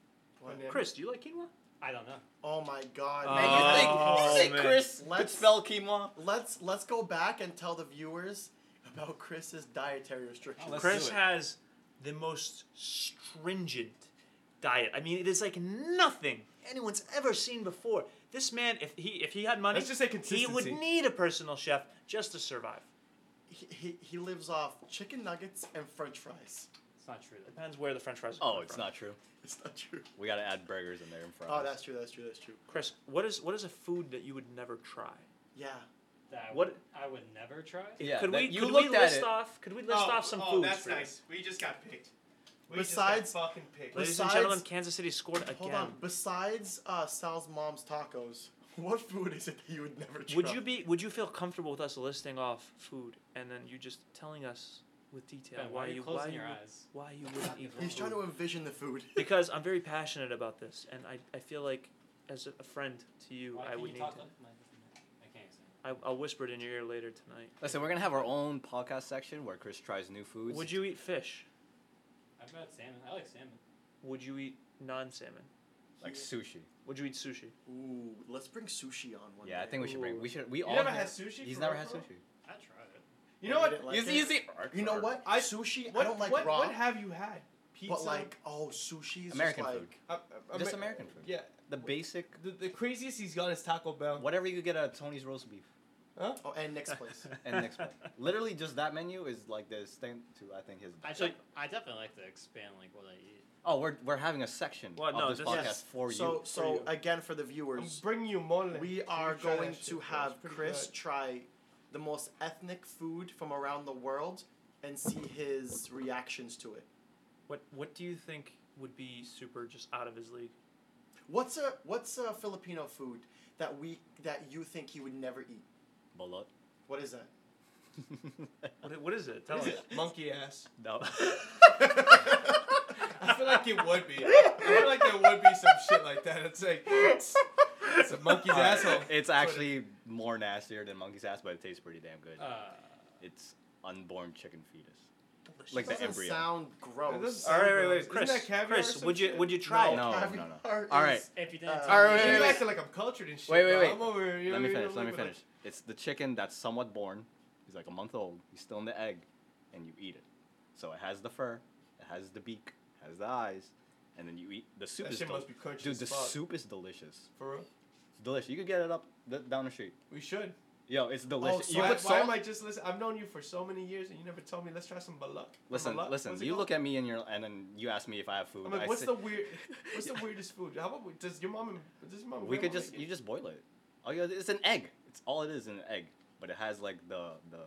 [SPEAKER 2] Chris, do you like quinoa?
[SPEAKER 4] I don't know.
[SPEAKER 1] Oh my god.
[SPEAKER 2] Oh,
[SPEAKER 3] Man, you think,
[SPEAKER 2] Oh,
[SPEAKER 3] you think
[SPEAKER 2] man.
[SPEAKER 3] Chris could
[SPEAKER 1] Let's-
[SPEAKER 3] spell quinoa?
[SPEAKER 1] Let's let's go back and tell the viewers about Chris's dietary restrictions.
[SPEAKER 3] Let's
[SPEAKER 2] Chris
[SPEAKER 3] do it.
[SPEAKER 2] has the most stringent diet. I mean, it is like nothing anyone's ever seen before. This man, if he if he had money,
[SPEAKER 5] Let's just say
[SPEAKER 2] he would
[SPEAKER 5] consistency.
[SPEAKER 2] need a personal chef just to survive.
[SPEAKER 1] He, he, he lives off chicken nuggets and French fries.
[SPEAKER 4] It's not true. Though.
[SPEAKER 2] Depends where the French fries. are
[SPEAKER 3] Oh,
[SPEAKER 2] coming
[SPEAKER 3] it's
[SPEAKER 2] from.
[SPEAKER 3] not true.
[SPEAKER 1] It's not true.
[SPEAKER 3] We gotta add burgers in there in front.
[SPEAKER 1] Oh, that's true. That's true. That's true.
[SPEAKER 2] Chris, what is what is a food that you would never try?
[SPEAKER 1] Yeah.
[SPEAKER 4] That I
[SPEAKER 2] What-
[SPEAKER 4] Would, I would never try.
[SPEAKER 3] Yeah,
[SPEAKER 2] could
[SPEAKER 3] that-
[SPEAKER 2] we
[SPEAKER 3] you
[SPEAKER 2] could
[SPEAKER 3] looked
[SPEAKER 2] we
[SPEAKER 3] at
[SPEAKER 2] list
[SPEAKER 3] it.
[SPEAKER 2] off could we list off some
[SPEAKER 5] oh,
[SPEAKER 2] foods?
[SPEAKER 5] that's
[SPEAKER 2] for you?
[SPEAKER 5] nice. We just got picked. We
[SPEAKER 1] Besides-
[SPEAKER 5] just got fucking picked.
[SPEAKER 2] Ladies
[SPEAKER 1] Besides-
[SPEAKER 2] and gentlemen, Kansas City scored again.
[SPEAKER 1] Hold on. Besides uh, Sal's mom's tacos, what food is it that you would never try?
[SPEAKER 2] Would you be would you feel comfortable with us listing off food and then you just telling us with detail
[SPEAKER 4] Ben,
[SPEAKER 2] why,
[SPEAKER 4] why are you
[SPEAKER 2] why
[SPEAKER 4] closing
[SPEAKER 2] you
[SPEAKER 4] your
[SPEAKER 2] would-
[SPEAKER 4] eyes?
[SPEAKER 2] why you wouldn't eat the
[SPEAKER 1] He's trying
[SPEAKER 2] food?
[SPEAKER 1] to envision the food.
[SPEAKER 2] because I'm very passionate about this, and I, I feel like as a friend to you,
[SPEAKER 4] Why
[SPEAKER 2] I
[SPEAKER 4] can
[SPEAKER 2] would
[SPEAKER 4] you
[SPEAKER 2] need
[SPEAKER 4] talk
[SPEAKER 2] to.
[SPEAKER 4] up my- I can't say.
[SPEAKER 2] I, I'll whisper it in your ear later tonight.
[SPEAKER 3] Listen, we're gonna have our own podcast section where Chris tries new foods.
[SPEAKER 2] Would you eat fish?
[SPEAKER 4] I've got salmon. I like salmon.
[SPEAKER 2] Would you eat non-salmon?
[SPEAKER 3] like sushi?
[SPEAKER 2] Would you eat sushi?
[SPEAKER 1] Ooh, let's bring sushi on one
[SPEAKER 3] Yeah, I
[SPEAKER 1] day.
[SPEAKER 3] think we should bring. We should. We
[SPEAKER 5] You
[SPEAKER 3] all.
[SPEAKER 5] never
[SPEAKER 3] have-
[SPEAKER 5] had sushi
[SPEAKER 3] He's
[SPEAKER 5] for
[SPEAKER 3] never
[SPEAKER 5] real,
[SPEAKER 3] had
[SPEAKER 5] bro?
[SPEAKER 3] sushi.
[SPEAKER 4] I tried it.
[SPEAKER 5] You know
[SPEAKER 1] You
[SPEAKER 5] what?
[SPEAKER 1] didn't like
[SPEAKER 3] it's
[SPEAKER 1] it?
[SPEAKER 3] easy.
[SPEAKER 1] You know what?
[SPEAKER 5] I-
[SPEAKER 1] sushi.
[SPEAKER 5] What,
[SPEAKER 1] I don't like
[SPEAKER 5] what,
[SPEAKER 1] raw,
[SPEAKER 5] what have you had? Pizza.
[SPEAKER 1] but like oh, sushi is
[SPEAKER 3] American
[SPEAKER 1] just like
[SPEAKER 3] food.
[SPEAKER 5] uh, uh,
[SPEAKER 3] Just
[SPEAKER 5] Amer-
[SPEAKER 3] American food.
[SPEAKER 5] Yeah.
[SPEAKER 3] The basic.
[SPEAKER 5] The, the craziest he's got is Taco Bell.
[SPEAKER 3] Whatever you get at Tony's roast beef
[SPEAKER 5] Huh?
[SPEAKER 1] oh, and next place.
[SPEAKER 3] and next one. Literally, just that menu is like the extent to I think his.
[SPEAKER 4] I,
[SPEAKER 2] So-
[SPEAKER 4] def- I definitely like to expand like what I eat.
[SPEAKER 3] Oh, we're, we're having a section
[SPEAKER 2] Well,
[SPEAKER 3] of
[SPEAKER 2] no,
[SPEAKER 3] this
[SPEAKER 2] this-
[SPEAKER 3] podcast
[SPEAKER 1] yes.
[SPEAKER 3] for
[SPEAKER 1] so
[SPEAKER 3] you.
[SPEAKER 1] so
[SPEAKER 5] you.
[SPEAKER 1] again for the
[SPEAKER 5] I'm
[SPEAKER 1] viewers,
[SPEAKER 5] bringing you mole.
[SPEAKER 1] we
[SPEAKER 5] You
[SPEAKER 1] are
[SPEAKER 5] try that
[SPEAKER 1] going
[SPEAKER 5] shit, bro.
[SPEAKER 1] to
[SPEAKER 5] It's
[SPEAKER 1] have
[SPEAKER 5] pretty
[SPEAKER 1] Chris
[SPEAKER 5] good.
[SPEAKER 1] try the most ethnic food from around the world and see his reactions to it.
[SPEAKER 2] What What do you think would be super just out of his league?
[SPEAKER 1] What's a what's a Filipino food that we that you think he would never eat?
[SPEAKER 3] Balot.
[SPEAKER 1] What is that?
[SPEAKER 2] What, i- what is it? Tell
[SPEAKER 5] What
[SPEAKER 2] us.
[SPEAKER 5] is it? Monkey ass.
[SPEAKER 3] no.
[SPEAKER 5] I feel like it would be. I feel like there would be some shit like that. It's like it's, it's a monkey's
[SPEAKER 3] Alright,
[SPEAKER 5] asshole.
[SPEAKER 3] It's actually more nastier than monkey's ass, but it tastes pretty damn good.
[SPEAKER 4] Uh,
[SPEAKER 3] it's unborn chicken fetus.
[SPEAKER 1] Delicious.
[SPEAKER 3] Like the
[SPEAKER 1] doesn't
[SPEAKER 3] embryo.
[SPEAKER 1] sound
[SPEAKER 5] It doesn't
[SPEAKER 1] gross.
[SPEAKER 5] sound
[SPEAKER 2] All right, wait,
[SPEAKER 5] gross.
[SPEAKER 2] wait,
[SPEAKER 5] Isn't
[SPEAKER 2] Chris.
[SPEAKER 5] that caviar or
[SPEAKER 2] Chris,
[SPEAKER 5] some
[SPEAKER 2] would you
[SPEAKER 5] shit?
[SPEAKER 2] would you try
[SPEAKER 3] Oh, No.
[SPEAKER 2] it?
[SPEAKER 1] Caviar
[SPEAKER 3] no.
[SPEAKER 1] is-
[SPEAKER 3] All right.
[SPEAKER 4] if you didn't,
[SPEAKER 1] Uh,
[SPEAKER 4] tell
[SPEAKER 3] all
[SPEAKER 4] me-
[SPEAKER 3] right, wait,
[SPEAKER 5] You
[SPEAKER 3] wait,
[SPEAKER 5] acting like I'm cultured and shit.
[SPEAKER 3] Wait, wait,
[SPEAKER 5] bro.
[SPEAKER 3] wait.
[SPEAKER 5] I'm over here, you
[SPEAKER 3] Let me
[SPEAKER 5] know, you know,
[SPEAKER 3] finish. Let me
[SPEAKER 5] like-
[SPEAKER 3] finish. It's the chicken that's somewhat born. He's like a month old. He's still in the egg, and you eat it. So it has the fur, it has the beak, it has the eyes, and then you eat the soup.
[SPEAKER 5] That
[SPEAKER 3] is
[SPEAKER 5] shit
[SPEAKER 3] del-
[SPEAKER 5] must be crunchy
[SPEAKER 3] Dude,
[SPEAKER 5] as
[SPEAKER 3] the
[SPEAKER 5] fuck.
[SPEAKER 3] soup is delicious.
[SPEAKER 5] For real.
[SPEAKER 3] It's delicious. You could get it up th- down the street.
[SPEAKER 5] We should.
[SPEAKER 3] Yo, it's delicious.
[SPEAKER 1] so
[SPEAKER 3] Oh, you
[SPEAKER 5] why,
[SPEAKER 3] put
[SPEAKER 5] why
[SPEAKER 3] salt.
[SPEAKER 5] am Oh, I just listen? I've known you for so many years, and you never told me. Let's try some balak.
[SPEAKER 3] listen,
[SPEAKER 5] balak?
[SPEAKER 3] listen.
[SPEAKER 5] What's it
[SPEAKER 3] You
[SPEAKER 5] called?
[SPEAKER 3] look at me and you're, and then you ask me if I have food.
[SPEAKER 5] I'm like,
[SPEAKER 3] I
[SPEAKER 5] what's
[SPEAKER 3] say-
[SPEAKER 5] the weird? What's the weirdest food? How about we- does your mom and does your mom? and
[SPEAKER 3] We could
[SPEAKER 5] grandma
[SPEAKER 3] just
[SPEAKER 5] make
[SPEAKER 3] you
[SPEAKER 5] it?
[SPEAKER 3] just boil it. Oh yeah, it's an egg. It's all it is an egg, but it has like the the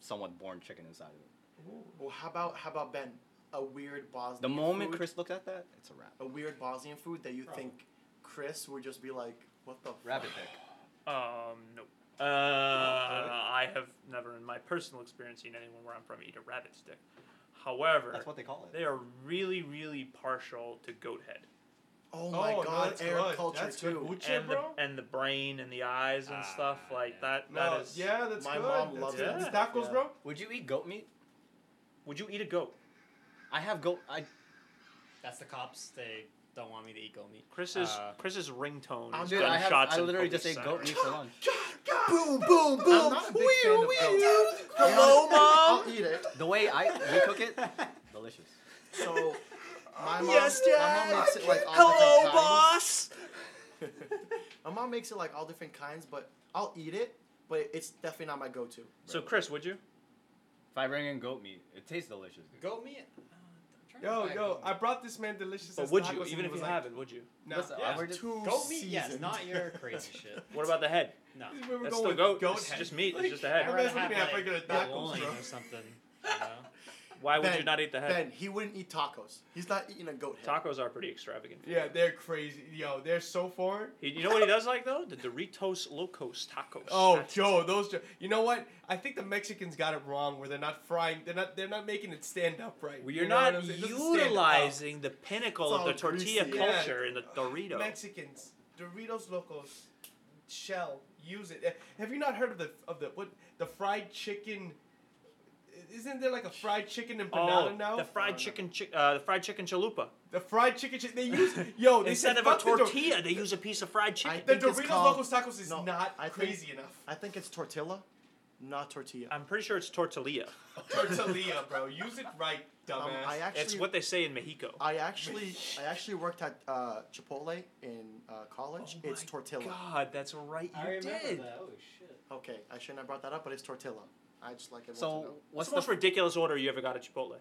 [SPEAKER 3] somewhat born chicken inside of it.
[SPEAKER 5] Ooh.
[SPEAKER 1] Well, how about how about Ben? A weird Bosnian.
[SPEAKER 3] The moment
[SPEAKER 1] food,
[SPEAKER 3] Chris looked at that, it's a wrap.
[SPEAKER 1] a weird Bosnian food that you think Chris would just be like, what the
[SPEAKER 3] Rabbit
[SPEAKER 1] fuck?
[SPEAKER 3] dick.
[SPEAKER 2] Um, no.
[SPEAKER 5] Oh,
[SPEAKER 2] Uh, I have never, in my personal experience, seen anyone where I'm from eat a rabbit stick. However,
[SPEAKER 3] That's what they call it.
[SPEAKER 2] they are really, really partial to goat head.
[SPEAKER 1] Oh my
[SPEAKER 5] Oh, no,
[SPEAKER 1] god,
[SPEAKER 5] that's
[SPEAKER 1] Arab
[SPEAKER 5] good.
[SPEAKER 1] culture
[SPEAKER 5] That's good.
[SPEAKER 1] too.
[SPEAKER 5] Uche,
[SPEAKER 2] and
[SPEAKER 5] bro?
[SPEAKER 2] the and the brain and the eyes and
[SPEAKER 4] Ah,
[SPEAKER 2] stuff like
[SPEAKER 4] yeah.
[SPEAKER 2] that.
[SPEAKER 5] No,
[SPEAKER 2] that is.
[SPEAKER 5] yeah, that's
[SPEAKER 1] My
[SPEAKER 5] good.
[SPEAKER 1] mom
[SPEAKER 5] that's
[SPEAKER 1] loves
[SPEAKER 5] good.
[SPEAKER 2] it.
[SPEAKER 5] These tacos,
[SPEAKER 1] Yeah.
[SPEAKER 5] bro.
[SPEAKER 3] Would you eat goat meat?
[SPEAKER 2] Would you eat a goat?
[SPEAKER 3] I have goat. I
[SPEAKER 4] that's the cops. They don't want me to eat goat meat.
[SPEAKER 2] Chris's
[SPEAKER 4] Uh,
[SPEAKER 2] Chris's ringtone
[SPEAKER 1] I'm
[SPEAKER 2] is
[SPEAKER 1] good.
[SPEAKER 3] dude, I have.
[SPEAKER 2] gunshots
[SPEAKER 3] I
[SPEAKER 2] and
[SPEAKER 3] literally
[SPEAKER 2] police
[SPEAKER 3] just ate goat
[SPEAKER 2] sirens.
[SPEAKER 3] meat for lunch.
[SPEAKER 1] boom, boom, boom.
[SPEAKER 5] I'm not a big fan of goat.
[SPEAKER 1] Hello, mom. I'll eat it.
[SPEAKER 3] The way I we cook it, delicious.
[SPEAKER 1] So, my mom,
[SPEAKER 2] Yes,
[SPEAKER 1] my mom
[SPEAKER 2] Dad.
[SPEAKER 1] makes it like all
[SPEAKER 2] Hello,
[SPEAKER 1] different kinds.
[SPEAKER 2] boss.
[SPEAKER 1] My mom makes it like all different kinds, but I'll eat it. But it's definitely not my go-to.
[SPEAKER 2] So Chris, would you?
[SPEAKER 3] If I bring in goat meat, it tastes delicious. Dude.
[SPEAKER 4] goat meat. Uh, I'm trying to
[SPEAKER 5] Yo,
[SPEAKER 4] find
[SPEAKER 5] yo,
[SPEAKER 4] goat
[SPEAKER 5] I
[SPEAKER 4] meat.
[SPEAKER 5] brought this man delicious.
[SPEAKER 2] But
[SPEAKER 5] ass
[SPEAKER 2] would
[SPEAKER 5] tacos
[SPEAKER 2] you,
[SPEAKER 5] and
[SPEAKER 2] even
[SPEAKER 5] he
[SPEAKER 2] if
[SPEAKER 5] was
[SPEAKER 2] you
[SPEAKER 5] like,
[SPEAKER 2] haven't? Would you?
[SPEAKER 5] No.
[SPEAKER 3] Listen,
[SPEAKER 4] Yeah.
[SPEAKER 3] I would just-
[SPEAKER 1] Too
[SPEAKER 4] Goat meat, yes,
[SPEAKER 1] seasoned.
[SPEAKER 4] not your crazy shit.
[SPEAKER 2] What about the head?
[SPEAKER 4] No.
[SPEAKER 5] This is where we're
[SPEAKER 2] That's
[SPEAKER 5] going
[SPEAKER 2] the
[SPEAKER 5] with
[SPEAKER 2] goat.
[SPEAKER 5] Goat
[SPEAKER 2] It's
[SPEAKER 5] head.
[SPEAKER 2] just meat.
[SPEAKER 5] Like,
[SPEAKER 2] it's just a
[SPEAKER 5] I
[SPEAKER 4] I'd
[SPEAKER 2] head.
[SPEAKER 4] rather
[SPEAKER 5] remember when
[SPEAKER 4] have
[SPEAKER 5] we had
[SPEAKER 4] like
[SPEAKER 5] regular
[SPEAKER 4] a
[SPEAKER 5] tacos,
[SPEAKER 4] loin
[SPEAKER 5] bro.
[SPEAKER 4] or something. You know?
[SPEAKER 2] Why would
[SPEAKER 1] Ben,
[SPEAKER 2] you not eat the head?
[SPEAKER 1] Ben, he wouldn't eat tacos. He's not eating a goat head.
[SPEAKER 2] Tacos are pretty extravagant. food.
[SPEAKER 5] Yeah, they're crazy. Yo, they're so foreign.
[SPEAKER 2] He, you know what he does like though? The Doritos Locos tacos.
[SPEAKER 5] Oh,
[SPEAKER 2] That's-
[SPEAKER 5] Joe, those. Jo- you know what? I think the Mexicans got it wrong. Where they're not frying. They're not. They're not making it stand up right.
[SPEAKER 2] Well,
[SPEAKER 5] You
[SPEAKER 2] you're
[SPEAKER 5] know what
[SPEAKER 2] not
[SPEAKER 5] I'm saying? It doesn't stand up.
[SPEAKER 2] utilizing the pinnacle
[SPEAKER 1] It's
[SPEAKER 2] of the
[SPEAKER 1] all greasy,
[SPEAKER 2] tortilla
[SPEAKER 1] yeah.
[SPEAKER 2] culture in the Dorito.
[SPEAKER 5] Mexicans, Doritos Locos, shell. Use it. Eh, Have you not heard of the of the what the fried chicken? Isn't there like a fried chicken empanada
[SPEAKER 2] oh,
[SPEAKER 5] now?
[SPEAKER 2] the fried
[SPEAKER 1] no.
[SPEAKER 2] chicken, chi- uh, the fried chicken chalupa.
[SPEAKER 5] The fried chicken. chi- They use yo. They
[SPEAKER 2] Instead
[SPEAKER 5] said,
[SPEAKER 2] of a
[SPEAKER 5] "Fuck the Dor-
[SPEAKER 2] tortilla, they use a piece of fried chicken.
[SPEAKER 5] The
[SPEAKER 1] think it's
[SPEAKER 5] Doritos
[SPEAKER 1] called-
[SPEAKER 5] Locos Tacos is
[SPEAKER 1] No,
[SPEAKER 5] not
[SPEAKER 1] I think-
[SPEAKER 5] crazy enough.
[SPEAKER 1] I think it's tortilla, not tortilla.
[SPEAKER 2] I'm pretty sure it's tortilla.
[SPEAKER 5] Tortilla, bro. Use it right, dumbass.
[SPEAKER 1] Um, I actually,
[SPEAKER 2] it's what they say in Mexico.
[SPEAKER 1] I actually, I actually worked at uh, Chipotle in uh, college. it's
[SPEAKER 2] Oh my
[SPEAKER 1] tortilla.
[SPEAKER 2] God, that's right. You did. It's
[SPEAKER 4] Oh shit.
[SPEAKER 1] Okay, I shouldn't have brought that up, but it's tortilla. I just like it.
[SPEAKER 3] So what's
[SPEAKER 2] the most
[SPEAKER 3] the?
[SPEAKER 2] ridiculous order you ever got at Chipotle?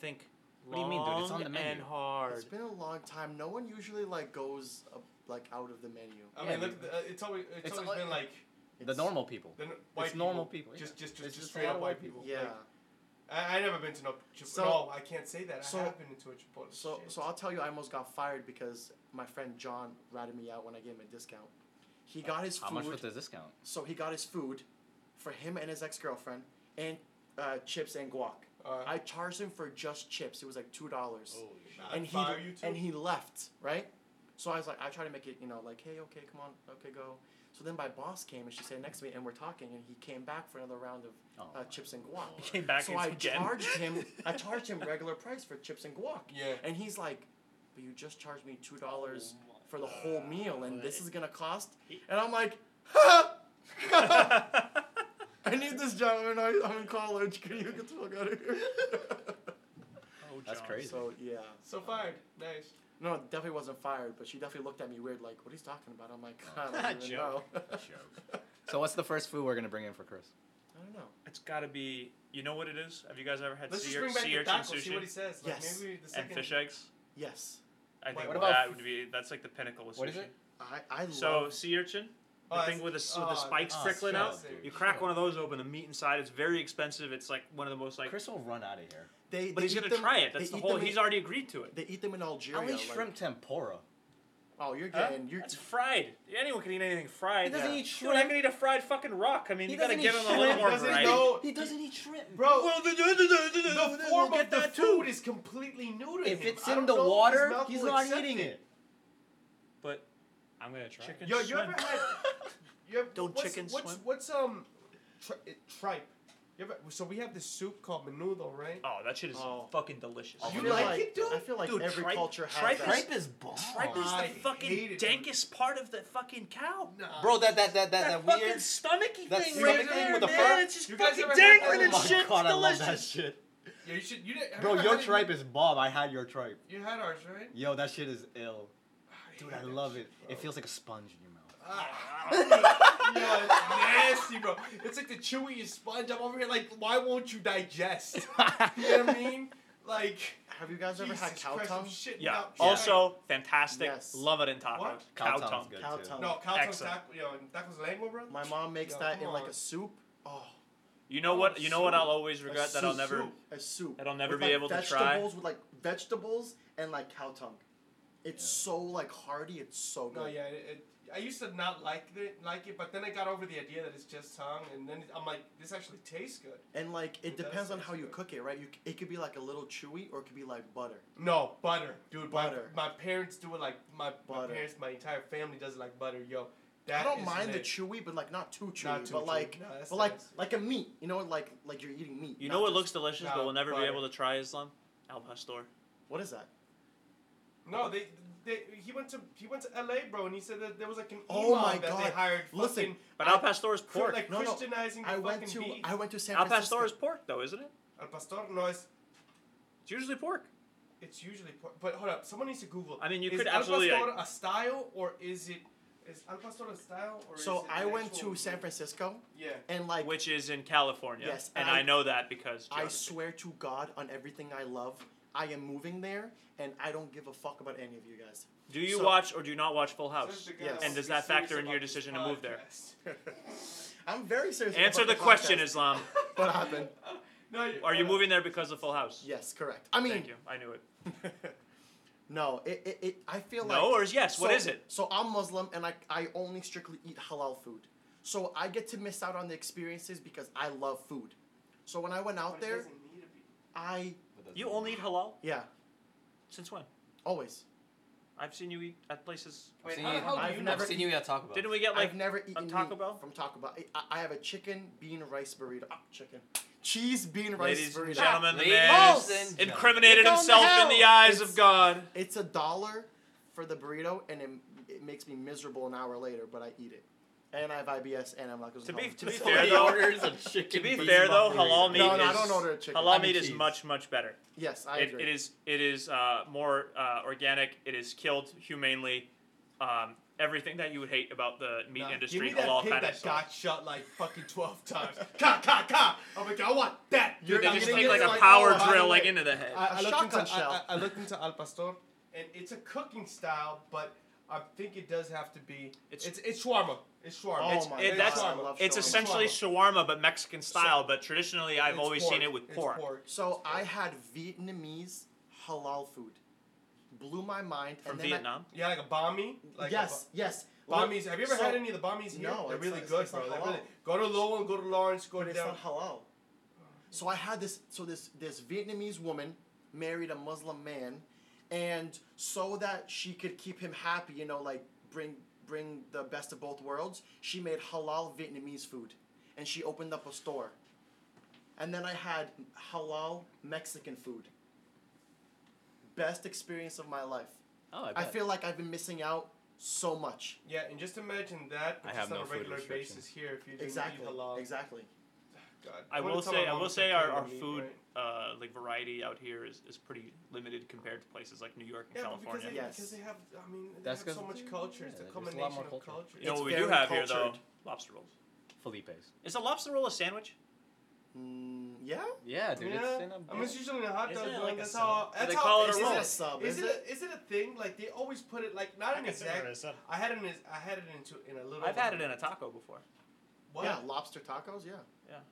[SPEAKER 2] Think.
[SPEAKER 3] What do you mean, dude? It's on the
[SPEAKER 2] long
[SPEAKER 3] menu.
[SPEAKER 2] And
[SPEAKER 1] Uh, It's
[SPEAKER 2] hard.
[SPEAKER 1] been a long time. No one usually like goes uh, like out of the menu.
[SPEAKER 5] I
[SPEAKER 3] Yeah,
[SPEAKER 5] mean, look. at the- uh, It's always it's,
[SPEAKER 3] It's
[SPEAKER 5] always
[SPEAKER 3] al-
[SPEAKER 5] been like
[SPEAKER 3] The normal people.
[SPEAKER 5] the n- white
[SPEAKER 3] normal people,
[SPEAKER 5] Just
[SPEAKER 3] yeah.
[SPEAKER 5] just
[SPEAKER 3] It's just
[SPEAKER 5] just, just
[SPEAKER 3] a
[SPEAKER 5] straight
[SPEAKER 3] lot
[SPEAKER 5] up
[SPEAKER 3] of
[SPEAKER 5] white
[SPEAKER 3] white
[SPEAKER 5] people.
[SPEAKER 1] Yeah.
[SPEAKER 5] Like, I, I never been to no Chipotle.
[SPEAKER 1] So-
[SPEAKER 5] no, I can't say that.
[SPEAKER 1] so-
[SPEAKER 5] I have been to a Chipotle.
[SPEAKER 1] so
[SPEAKER 5] Shit.
[SPEAKER 1] so I'll tell you, I almost got fired because my friend John ratted me out when I gave him a discount. He got his
[SPEAKER 3] How
[SPEAKER 1] food.
[SPEAKER 3] much was the discount?
[SPEAKER 1] so he got his food for him and his ex girlfriend and uh, chips and guac.
[SPEAKER 5] Uh,
[SPEAKER 1] I charged him for just chips. It was like two dollars.
[SPEAKER 4] Holy shit.
[SPEAKER 5] I'd
[SPEAKER 1] and he
[SPEAKER 5] fire you too.
[SPEAKER 1] and he left, right? So I was like, I try to make it, you know, like, hey, okay, come on, okay, go. So then my boss came and she sat next to me and we're talking, and he came back for another round of
[SPEAKER 3] Oh
[SPEAKER 1] uh,
[SPEAKER 3] my
[SPEAKER 1] chips and guac.
[SPEAKER 3] lord.
[SPEAKER 2] Came back
[SPEAKER 1] so
[SPEAKER 2] and
[SPEAKER 1] I
[SPEAKER 2] again.
[SPEAKER 1] charged him, I charged him regular price for chips and guac,
[SPEAKER 5] yeah.
[SPEAKER 1] and he's like, but you just charged me two dollars
[SPEAKER 4] Oh my
[SPEAKER 1] for the whole meal, and
[SPEAKER 4] God.
[SPEAKER 2] Oh,
[SPEAKER 1] this is gonna cost, and I'm like, ha! I need this job. I'm in, high- I'm in college. Can you get the fuck out of here?
[SPEAKER 2] Oh,
[SPEAKER 3] That's
[SPEAKER 2] John.
[SPEAKER 3] crazy.
[SPEAKER 1] so yeah.
[SPEAKER 5] So fired. Nice.
[SPEAKER 1] No, definitely wasn't fired, but she definitely looked at me weird, like, "What are you talking about?" I'm like, "God, I don't even know."
[SPEAKER 4] Joke.
[SPEAKER 1] I
[SPEAKER 3] Joke. So what's the first food we're gonna bring in for Chris?
[SPEAKER 1] don't know.
[SPEAKER 2] It's got to be. You know what it is? Have you guys ever had
[SPEAKER 5] Let's
[SPEAKER 2] sea,
[SPEAKER 5] just bring back
[SPEAKER 2] sea
[SPEAKER 5] the
[SPEAKER 2] urchin
[SPEAKER 5] taco. See what
[SPEAKER 2] sushi
[SPEAKER 5] he says. Like,
[SPEAKER 1] Yes.
[SPEAKER 5] Maybe the
[SPEAKER 2] and
[SPEAKER 5] second.
[SPEAKER 2] fish eggs?
[SPEAKER 1] Yes,
[SPEAKER 2] I think
[SPEAKER 5] what
[SPEAKER 3] about
[SPEAKER 2] that
[SPEAKER 3] f-
[SPEAKER 2] would be that's like the pinnacle of sushi.
[SPEAKER 3] What is it?
[SPEAKER 1] I I
[SPEAKER 2] So
[SPEAKER 1] love.
[SPEAKER 2] sea urchin, the
[SPEAKER 5] Oh, that's-
[SPEAKER 2] thing with the s- with the
[SPEAKER 5] oh,
[SPEAKER 2] spikes
[SPEAKER 5] that's
[SPEAKER 2] prickling out.
[SPEAKER 5] disgusting.
[SPEAKER 2] You crack one of those open, the meat inside. It's very expensive. It's like one of the most like.
[SPEAKER 3] Chris will run out of here.
[SPEAKER 1] They,
[SPEAKER 2] but
[SPEAKER 1] they
[SPEAKER 2] he's
[SPEAKER 1] eat
[SPEAKER 2] gonna
[SPEAKER 1] them-
[SPEAKER 2] try it.
[SPEAKER 1] they
[SPEAKER 2] That's the
[SPEAKER 1] eat
[SPEAKER 2] whole.
[SPEAKER 1] them in-
[SPEAKER 2] He's already agreed to it.
[SPEAKER 1] They eat them in Algeria.
[SPEAKER 3] How many
[SPEAKER 1] like-
[SPEAKER 3] shrimp tempura?
[SPEAKER 1] oh, you're
[SPEAKER 2] Huh?
[SPEAKER 1] getting you're.
[SPEAKER 2] It's fried. Anyone can eat anything fried.
[SPEAKER 3] He doesn't
[SPEAKER 1] Yeah.
[SPEAKER 3] eat
[SPEAKER 2] Dude, I
[SPEAKER 3] shrimp.
[SPEAKER 2] can eat a fried fucking rock. I mean,
[SPEAKER 3] He
[SPEAKER 2] you gotta
[SPEAKER 3] doesn't
[SPEAKER 2] give
[SPEAKER 3] eat
[SPEAKER 2] him a
[SPEAKER 3] shrimp.
[SPEAKER 2] little
[SPEAKER 5] He
[SPEAKER 2] more
[SPEAKER 5] doesn't
[SPEAKER 2] variety.
[SPEAKER 5] know-
[SPEAKER 3] He doesn't eat shrimp.
[SPEAKER 5] Bro,
[SPEAKER 2] Well, the, the, the,
[SPEAKER 5] the
[SPEAKER 2] the,
[SPEAKER 5] form
[SPEAKER 3] get
[SPEAKER 5] of the
[SPEAKER 3] that too.
[SPEAKER 5] food is completely new to him.
[SPEAKER 3] If it's
[SPEAKER 5] I
[SPEAKER 3] in
[SPEAKER 5] don't
[SPEAKER 3] the
[SPEAKER 5] know if his
[SPEAKER 3] water,
[SPEAKER 5] mouth
[SPEAKER 3] he's
[SPEAKER 5] will
[SPEAKER 3] not
[SPEAKER 5] accept
[SPEAKER 3] eating it.
[SPEAKER 2] But
[SPEAKER 4] I'm gonna try.
[SPEAKER 2] chicken
[SPEAKER 5] Yo, you
[SPEAKER 2] swim.
[SPEAKER 5] ever had? You ever,
[SPEAKER 2] Don't
[SPEAKER 5] what's,
[SPEAKER 2] chickens
[SPEAKER 5] what's,
[SPEAKER 2] swim?
[SPEAKER 5] What's um, tri- uh, tripe? You ever, so we have this soup called menudo, right?
[SPEAKER 2] Oh, that shit is
[SPEAKER 1] Oh.
[SPEAKER 2] fucking delicious.
[SPEAKER 5] You
[SPEAKER 1] I feel
[SPEAKER 5] like it, dude?
[SPEAKER 1] I feel like
[SPEAKER 2] Dude,
[SPEAKER 1] every
[SPEAKER 2] tripe-
[SPEAKER 1] culture has
[SPEAKER 2] tripe
[SPEAKER 1] that.
[SPEAKER 2] is-
[SPEAKER 3] is bomb.
[SPEAKER 2] Tripe is
[SPEAKER 5] I
[SPEAKER 2] the
[SPEAKER 5] hate
[SPEAKER 2] fucking
[SPEAKER 5] it.
[SPEAKER 2] dankest part of the fucking cow.
[SPEAKER 5] Nah.
[SPEAKER 3] Bro, that that that that,
[SPEAKER 2] That,
[SPEAKER 3] that,
[SPEAKER 2] fucking
[SPEAKER 3] weird.
[SPEAKER 2] stomachy
[SPEAKER 3] that
[SPEAKER 2] thing
[SPEAKER 5] stomach
[SPEAKER 2] right
[SPEAKER 5] thing
[SPEAKER 2] there,
[SPEAKER 5] with the
[SPEAKER 2] man.
[SPEAKER 3] fur?
[SPEAKER 2] It's just
[SPEAKER 5] You guys
[SPEAKER 2] fucking
[SPEAKER 5] ever had that?
[SPEAKER 2] dangling and
[SPEAKER 5] Oh my
[SPEAKER 2] shit.
[SPEAKER 3] God, I
[SPEAKER 2] it's
[SPEAKER 3] love
[SPEAKER 2] delicious.
[SPEAKER 3] that shit.
[SPEAKER 5] Yeah, you should. You didn't. have
[SPEAKER 3] Bro,
[SPEAKER 5] you
[SPEAKER 3] your
[SPEAKER 5] had it?
[SPEAKER 3] tripe is bomb. I had your tripe.
[SPEAKER 5] You had ours, right?
[SPEAKER 3] Yo, that shit is ill. Dude, I
[SPEAKER 5] hate that
[SPEAKER 3] love
[SPEAKER 5] shit,
[SPEAKER 3] it.
[SPEAKER 5] bro.
[SPEAKER 3] It feels like a sponge in your mouth.
[SPEAKER 5] Ah. Yo, it's nasty, bro. It's like the chewiest sponge. I'm over here like, why won't you digest? you know what I mean? Like,
[SPEAKER 1] Have you guys ever
[SPEAKER 5] Jesus
[SPEAKER 1] had cow
[SPEAKER 5] Christ,
[SPEAKER 1] tongue?
[SPEAKER 5] I'm shitting
[SPEAKER 2] Yeah.
[SPEAKER 5] out tripe.
[SPEAKER 2] Also, fantastic.
[SPEAKER 1] Yes.
[SPEAKER 2] Love it in tacos.
[SPEAKER 5] What?
[SPEAKER 2] Cow,
[SPEAKER 3] tongue's
[SPEAKER 2] tongue.
[SPEAKER 3] good
[SPEAKER 1] Cow
[SPEAKER 3] too.
[SPEAKER 1] tongue.
[SPEAKER 5] no, cow tongue
[SPEAKER 2] Excellent.
[SPEAKER 5] taco, yo, and tacos lengua, bro.
[SPEAKER 1] My mom makes
[SPEAKER 5] Yo,
[SPEAKER 1] that
[SPEAKER 5] come
[SPEAKER 1] in like
[SPEAKER 5] on.
[SPEAKER 1] a soup. Oh,
[SPEAKER 2] You know what? You know what?
[SPEAKER 5] soup.
[SPEAKER 2] I'll always regret that I'll
[SPEAKER 5] soup,
[SPEAKER 2] never.
[SPEAKER 5] soup.
[SPEAKER 1] a soup.
[SPEAKER 2] That I'll never
[SPEAKER 1] with,
[SPEAKER 2] be
[SPEAKER 1] like,
[SPEAKER 2] able to try.
[SPEAKER 1] vegetables, With like vegetables and like cow tongue. It's so like hearty. It's so good.
[SPEAKER 5] No, yeah, it, it, I used to not like it, like it, but then I got over the idea that it's just tongue, and then I'm like, this actually tastes good.
[SPEAKER 1] And like it,
[SPEAKER 5] It does
[SPEAKER 1] depends on
[SPEAKER 5] taste
[SPEAKER 1] how you
[SPEAKER 5] good.
[SPEAKER 1] cook it, right? You c- it could be like a little chewy or it could be like butter.
[SPEAKER 5] No butter, dude. my-
[SPEAKER 1] Butter.
[SPEAKER 5] My, parents do it like my, my
[SPEAKER 1] Butter.
[SPEAKER 5] parents, my entire family does it like butter, yo. That
[SPEAKER 1] I don't
[SPEAKER 5] is
[SPEAKER 1] mind the
[SPEAKER 5] lit.
[SPEAKER 1] chewy, but like not too chewy.
[SPEAKER 5] Not too
[SPEAKER 1] but
[SPEAKER 5] chewy.
[SPEAKER 1] like,
[SPEAKER 5] No, that's
[SPEAKER 1] but like,
[SPEAKER 5] nice.
[SPEAKER 1] like a meat. You know, like like you're eating meat.
[SPEAKER 2] You
[SPEAKER 1] not
[SPEAKER 2] know what
[SPEAKER 1] just-
[SPEAKER 2] looks delicious,
[SPEAKER 5] nah,
[SPEAKER 2] but we'll never be
[SPEAKER 5] butter.
[SPEAKER 2] able to try Islam. Al pastor.
[SPEAKER 1] What is that?
[SPEAKER 5] No, they, they he went to he went to L.A. bro, and he said that there was like an
[SPEAKER 1] Oh
[SPEAKER 5] imam
[SPEAKER 1] my
[SPEAKER 5] that they
[SPEAKER 1] God.
[SPEAKER 5] hired.
[SPEAKER 1] Listen,
[SPEAKER 5] fucking,
[SPEAKER 2] But al pastor is
[SPEAKER 5] for,
[SPEAKER 2] pork.
[SPEAKER 5] like
[SPEAKER 1] No, no.
[SPEAKER 5] Christianizing the
[SPEAKER 1] I went to
[SPEAKER 5] fucking beef.
[SPEAKER 1] I went to San
[SPEAKER 2] al
[SPEAKER 1] Francisco.
[SPEAKER 2] pastor is pork, though, isn't it?
[SPEAKER 5] Al pastor, no, it's,
[SPEAKER 2] It's usually pork.
[SPEAKER 5] it's usually por- but hold up, someone needs to Google.
[SPEAKER 2] I mean, you
[SPEAKER 5] is
[SPEAKER 2] could
[SPEAKER 5] al
[SPEAKER 2] absolutely,
[SPEAKER 5] pastor a style or is it is al pastor a style or is
[SPEAKER 1] So
[SPEAKER 5] it
[SPEAKER 1] I
[SPEAKER 5] an
[SPEAKER 1] went
[SPEAKER 5] actual-
[SPEAKER 1] to San Francisco
[SPEAKER 5] Yeah.
[SPEAKER 1] and like
[SPEAKER 2] which is in California.
[SPEAKER 1] Yes,
[SPEAKER 2] and
[SPEAKER 1] and
[SPEAKER 2] I,
[SPEAKER 1] I-
[SPEAKER 2] know that because
[SPEAKER 1] I
[SPEAKER 2] geography.
[SPEAKER 1] swear to God on everything I love, I am moving there and I don't give a fuck about any of you guys.
[SPEAKER 2] Do you
[SPEAKER 1] so-
[SPEAKER 2] watch or do you not watch Full
[SPEAKER 5] Says
[SPEAKER 2] House?
[SPEAKER 5] the guy
[SPEAKER 1] Yes.
[SPEAKER 5] that
[SPEAKER 1] And
[SPEAKER 5] wants
[SPEAKER 2] does
[SPEAKER 5] to be
[SPEAKER 2] that
[SPEAKER 5] serious
[SPEAKER 2] factor in your
[SPEAKER 5] about this
[SPEAKER 2] decision to move there?
[SPEAKER 5] podcast.
[SPEAKER 1] I'm very serious.
[SPEAKER 2] Answer the
[SPEAKER 1] about
[SPEAKER 2] question,
[SPEAKER 1] podcast.
[SPEAKER 2] Islam.
[SPEAKER 1] what happened?
[SPEAKER 5] No, you-
[SPEAKER 2] Are you
[SPEAKER 5] uh,
[SPEAKER 2] moving there because of Full House?
[SPEAKER 1] Yes, correct. I mean,
[SPEAKER 2] Thank you. I knew it.
[SPEAKER 1] no, it, it, it I feel like
[SPEAKER 2] No or is yes? What
[SPEAKER 1] so-
[SPEAKER 2] is it?
[SPEAKER 1] So I'm Muslim and I, I only strictly eat halal food. So I get to miss out on the experiences because I love food. So when I went
[SPEAKER 5] but
[SPEAKER 1] out
[SPEAKER 5] it
[SPEAKER 1] there,
[SPEAKER 5] doesn't need to be.
[SPEAKER 1] I
[SPEAKER 2] You only eat halal?
[SPEAKER 1] yeah,
[SPEAKER 2] Since when?
[SPEAKER 1] always.
[SPEAKER 2] I've seen you eat at places.
[SPEAKER 5] Wait,
[SPEAKER 3] See,
[SPEAKER 5] how the hell do
[SPEAKER 1] I've
[SPEAKER 5] you know?
[SPEAKER 1] never
[SPEAKER 3] I've seen you at Taco Bell.
[SPEAKER 2] Didn't we get like
[SPEAKER 1] I've never eaten
[SPEAKER 2] Taco
[SPEAKER 1] meat
[SPEAKER 2] Bell?
[SPEAKER 1] from Taco Bell. I, I have a chicken bean rice burrito. Ah, chicken, cheese bean rice
[SPEAKER 2] ladies
[SPEAKER 1] burrito.
[SPEAKER 2] and gentlemen, the
[SPEAKER 3] Ladies
[SPEAKER 2] man
[SPEAKER 1] and
[SPEAKER 2] is
[SPEAKER 3] gentlemen.
[SPEAKER 2] incriminated
[SPEAKER 1] Get on the
[SPEAKER 2] himself in the
[SPEAKER 1] house.
[SPEAKER 2] eyes
[SPEAKER 1] It's-
[SPEAKER 2] of God.
[SPEAKER 1] It's a dollar for the burrito, and it, it makes me miserable an hour later, but I eat it. And I have IBS, and I'm like,
[SPEAKER 2] To be to be
[SPEAKER 3] So
[SPEAKER 2] fair
[SPEAKER 3] he
[SPEAKER 2] though,
[SPEAKER 3] orders a chicken
[SPEAKER 2] to be
[SPEAKER 3] beef
[SPEAKER 2] fair though,
[SPEAKER 3] burrito.
[SPEAKER 2] halal meat
[SPEAKER 1] no, no, I
[SPEAKER 2] is-
[SPEAKER 1] don't order a chicken.
[SPEAKER 2] halal
[SPEAKER 3] I'm a
[SPEAKER 2] meat is
[SPEAKER 3] cheese.
[SPEAKER 2] much much better.
[SPEAKER 1] yes, I
[SPEAKER 2] It,
[SPEAKER 1] agree.
[SPEAKER 2] it is it is uh, more uh, organic. It is killed humanely. Um, everything that you would hate about the meat
[SPEAKER 5] Nah,
[SPEAKER 2] industry,
[SPEAKER 5] Give me that
[SPEAKER 2] halal
[SPEAKER 5] pig
[SPEAKER 2] kind of
[SPEAKER 5] that
[SPEAKER 2] stuff.
[SPEAKER 5] got shot like fucking twelve times. Ka ka ka! Oh my god, I want that.
[SPEAKER 2] Dude,
[SPEAKER 5] You're
[SPEAKER 2] they
[SPEAKER 5] not
[SPEAKER 2] just
[SPEAKER 5] gonna
[SPEAKER 2] take
[SPEAKER 5] get
[SPEAKER 2] like
[SPEAKER 5] it.
[SPEAKER 2] a
[SPEAKER 5] Like,
[SPEAKER 2] power
[SPEAKER 5] oh, by the
[SPEAKER 2] drill
[SPEAKER 5] way,
[SPEAKER 2] like into the head.
[SPEAKER 5] I, I
[SPEAKER 1] A
[SPEAKER 5] looked into
[SPEAKER 1] shotgun
[SPEAKER 5] I, I,
[SPEAKER 1] shell.
[SPEAKER 5] I looked into Al Pastor, and it's a cooking style, but I think it does have to be.
[SPEAKER 2] It's-
[SPEAKER 5] It's it's, shawarma. It's shawarma.
[SPEAKER 1] Oh
[SPEAKER 2] It's-
[SPEAKER 1] my
[SPEAKER 2] it-
[SPEAKER 1] god,
[SPEAKER 2] that's-
[SPEAKER 1] I love
[SPEAKER 2] it's
[SPEAKER 1] shawarma.
[SPEAKER 2] essentially shawarma, but Mexican style. but traditionally, I've
[SPEAKER 5] It's
[SPEAKER 2] always
[SPEAKER 5] pork.
[SPEAKER 2] seen it with
[SPEAKER 5] It's
[SPEAKER 2] pork.
[SPEAKER 1] So I had Vietnamese halal food. Blew my mind.
[SPEAKER 2] from
[SPEAKER 1] and then I-
[SPEAKER 2] Vietnam.
[SPEAKER 5] Yeah, like a bami. Like
[SPEAKER 1] yes, yes.
[SPEAKER 5] A ba- Bommies. Have you ever
[SPEAKER 1] So-
[SPEAKER 5] had any of the bommies here?
[SPEAKER 1] No,
[SPEAKER 5] they're
[SPEAKER 1] it's
[SPEAKER 5] really
[SPEAKER 1] not-
[SPEAKER 5] good,
[SPEAKER 1] it's not
[SPEAKER 5] bro. They're
[SPEAKER 1] halal.
[SPEAKER 5] really, go to Lowell, go to Lawrence, go
[SPEAKER 1] But
[SPEAKER 5] to
[SPEAKER 1] it's
[SPEAKER 5] down.
[SPEAKER 1] not halal. So I had this. So this this Vietnamese woman married a Muslim man, and so that she could keep him happy, you know, like bring bring the best of both worlds, she made halal Vietnamese food, and she opened up a store. And then I had halal Mexican food. Best experience of my life.
[SPEAKER 3] Oh, I,
[SPEAKER 1] I
[SPEAKER 3] bet.
[SPEAKER 1] feel like I've been missing out so much.
[SPEAKER 5] Yeah, and just imagine that, but
[SPEAKER 3] I
[SPEAKER 5] just
[SPEAKER 3] have
[SPEAKER 5] on
[SPEAKER 3] no
[SPEAKER 5] a
[SPEAKER 3] food
[SPEAKER 5] regular
[SPEAKER 3] restrictions.
[SPEAKER 5] basis here if you didn't
[SPEAKER 1] Exactly.
[SPEAKER 5] eat halal.
[SPEAKER 1] Exactly.
[SPEAKER 5] God.
[SPEAKER 2] I
[SPEAKER 5] What
[SPEAKER 2] will
[SPEAKER 5] if some
[SPEAKER 2] say,
[SPEAKER 5] of
[SPEAKER 2] I
[SPEAKER 5] them
[SPEAKER 2] will
[SPEAKER 5] are
[SPEAKER 2] say, our,
[SPEAKER 5] cooking
[SPEAKER 2] our
[SPEAKER 5] meat,
[SPEAKER 2] food
[SPEAKER 5] right?
[SPEAKER 2] uh, like variety out here is, is pretty limited compared to places like New York and
[SPEAKER 5] Yeah, but because
[SPEAKER 2] California.
[SPEAKER 5] they,
[SPEAKER 1] Yes.
[SPEAKER 5] because they have, I mean, they
[SPEAKER 3] That's
[SPEAKER 5] have
[SPEAKER 3] 'cause-
[SPEAKER 5] so much culture.
[SPEAKER 3] yeah,
[SPEAKER 5] it's a
[SPEAKER 3] there's a lot
[SPEAKER 5] combination
[SPEAKER 3] more
[SPEAKER 5] of
[SPEAKER 3] culture.
[SPEAKER 5] culture.
[SPEAKER 2] you know
[SPEAKER 1] It's
[SPEAKER 2] what we do
[SPEAKER 1] very
[SPEAKER 2] have here though?
[SPEAKER 1] cultured.
[SPEAKER 2] Lobster rolls.
[SPEAKER 3] Felipe's.
[SPEAKER 2] Is a lobster roll a sandwich?
[SPEAKER 1] Mm, yeah.
[SPEAKER 3] Yeah, dude.
[SPEAKER 5] yeah.
[SPEAKER 3] It's in a
[SPEAKER 5] I mean, it's usually in a hot
[SPEAKER 4] Isn't
[SPEAKER 5] dog.
[SPEAKER 4] it
[SPEAKER 5] bun,
[SPEAKER 4] like a
[SPEAKER 5] that's
[SPEAKER 4] sub?
[SPEAKER 5] how. That's
[SPEAKER 2] they
[SPEAKER 5] how.
[SPEAKER 2] call it a
[SPEAKER 5] is
[SPEAKER 1] Is
[SPEAKER 2] roll.
[SPEAKER 1] it
[SPEAKER 5] it
[SPEAKER 1] a sub?
[SPEAKER 5] a- Is
[SPEAKER 1] Is
[SPEAKER 5] it?
[SPEAKER 1] it?
[SPEAKER 5] Is it a thing? Like they always put it like not
[SPEAKER 4] I
[SPEAKER 5] an
[SPEAKER 4] consider it
[SPEAKER 5] exact.
[SPEAKER 4] as something.
[SPEAKER 5] I had it. In, I had it into in a little.
[SPEAKER 2] I've had it in a taco before.
[SPEAKER 5] What?
[SPEAKER 1] Yeah, lobster tacos. Yeah.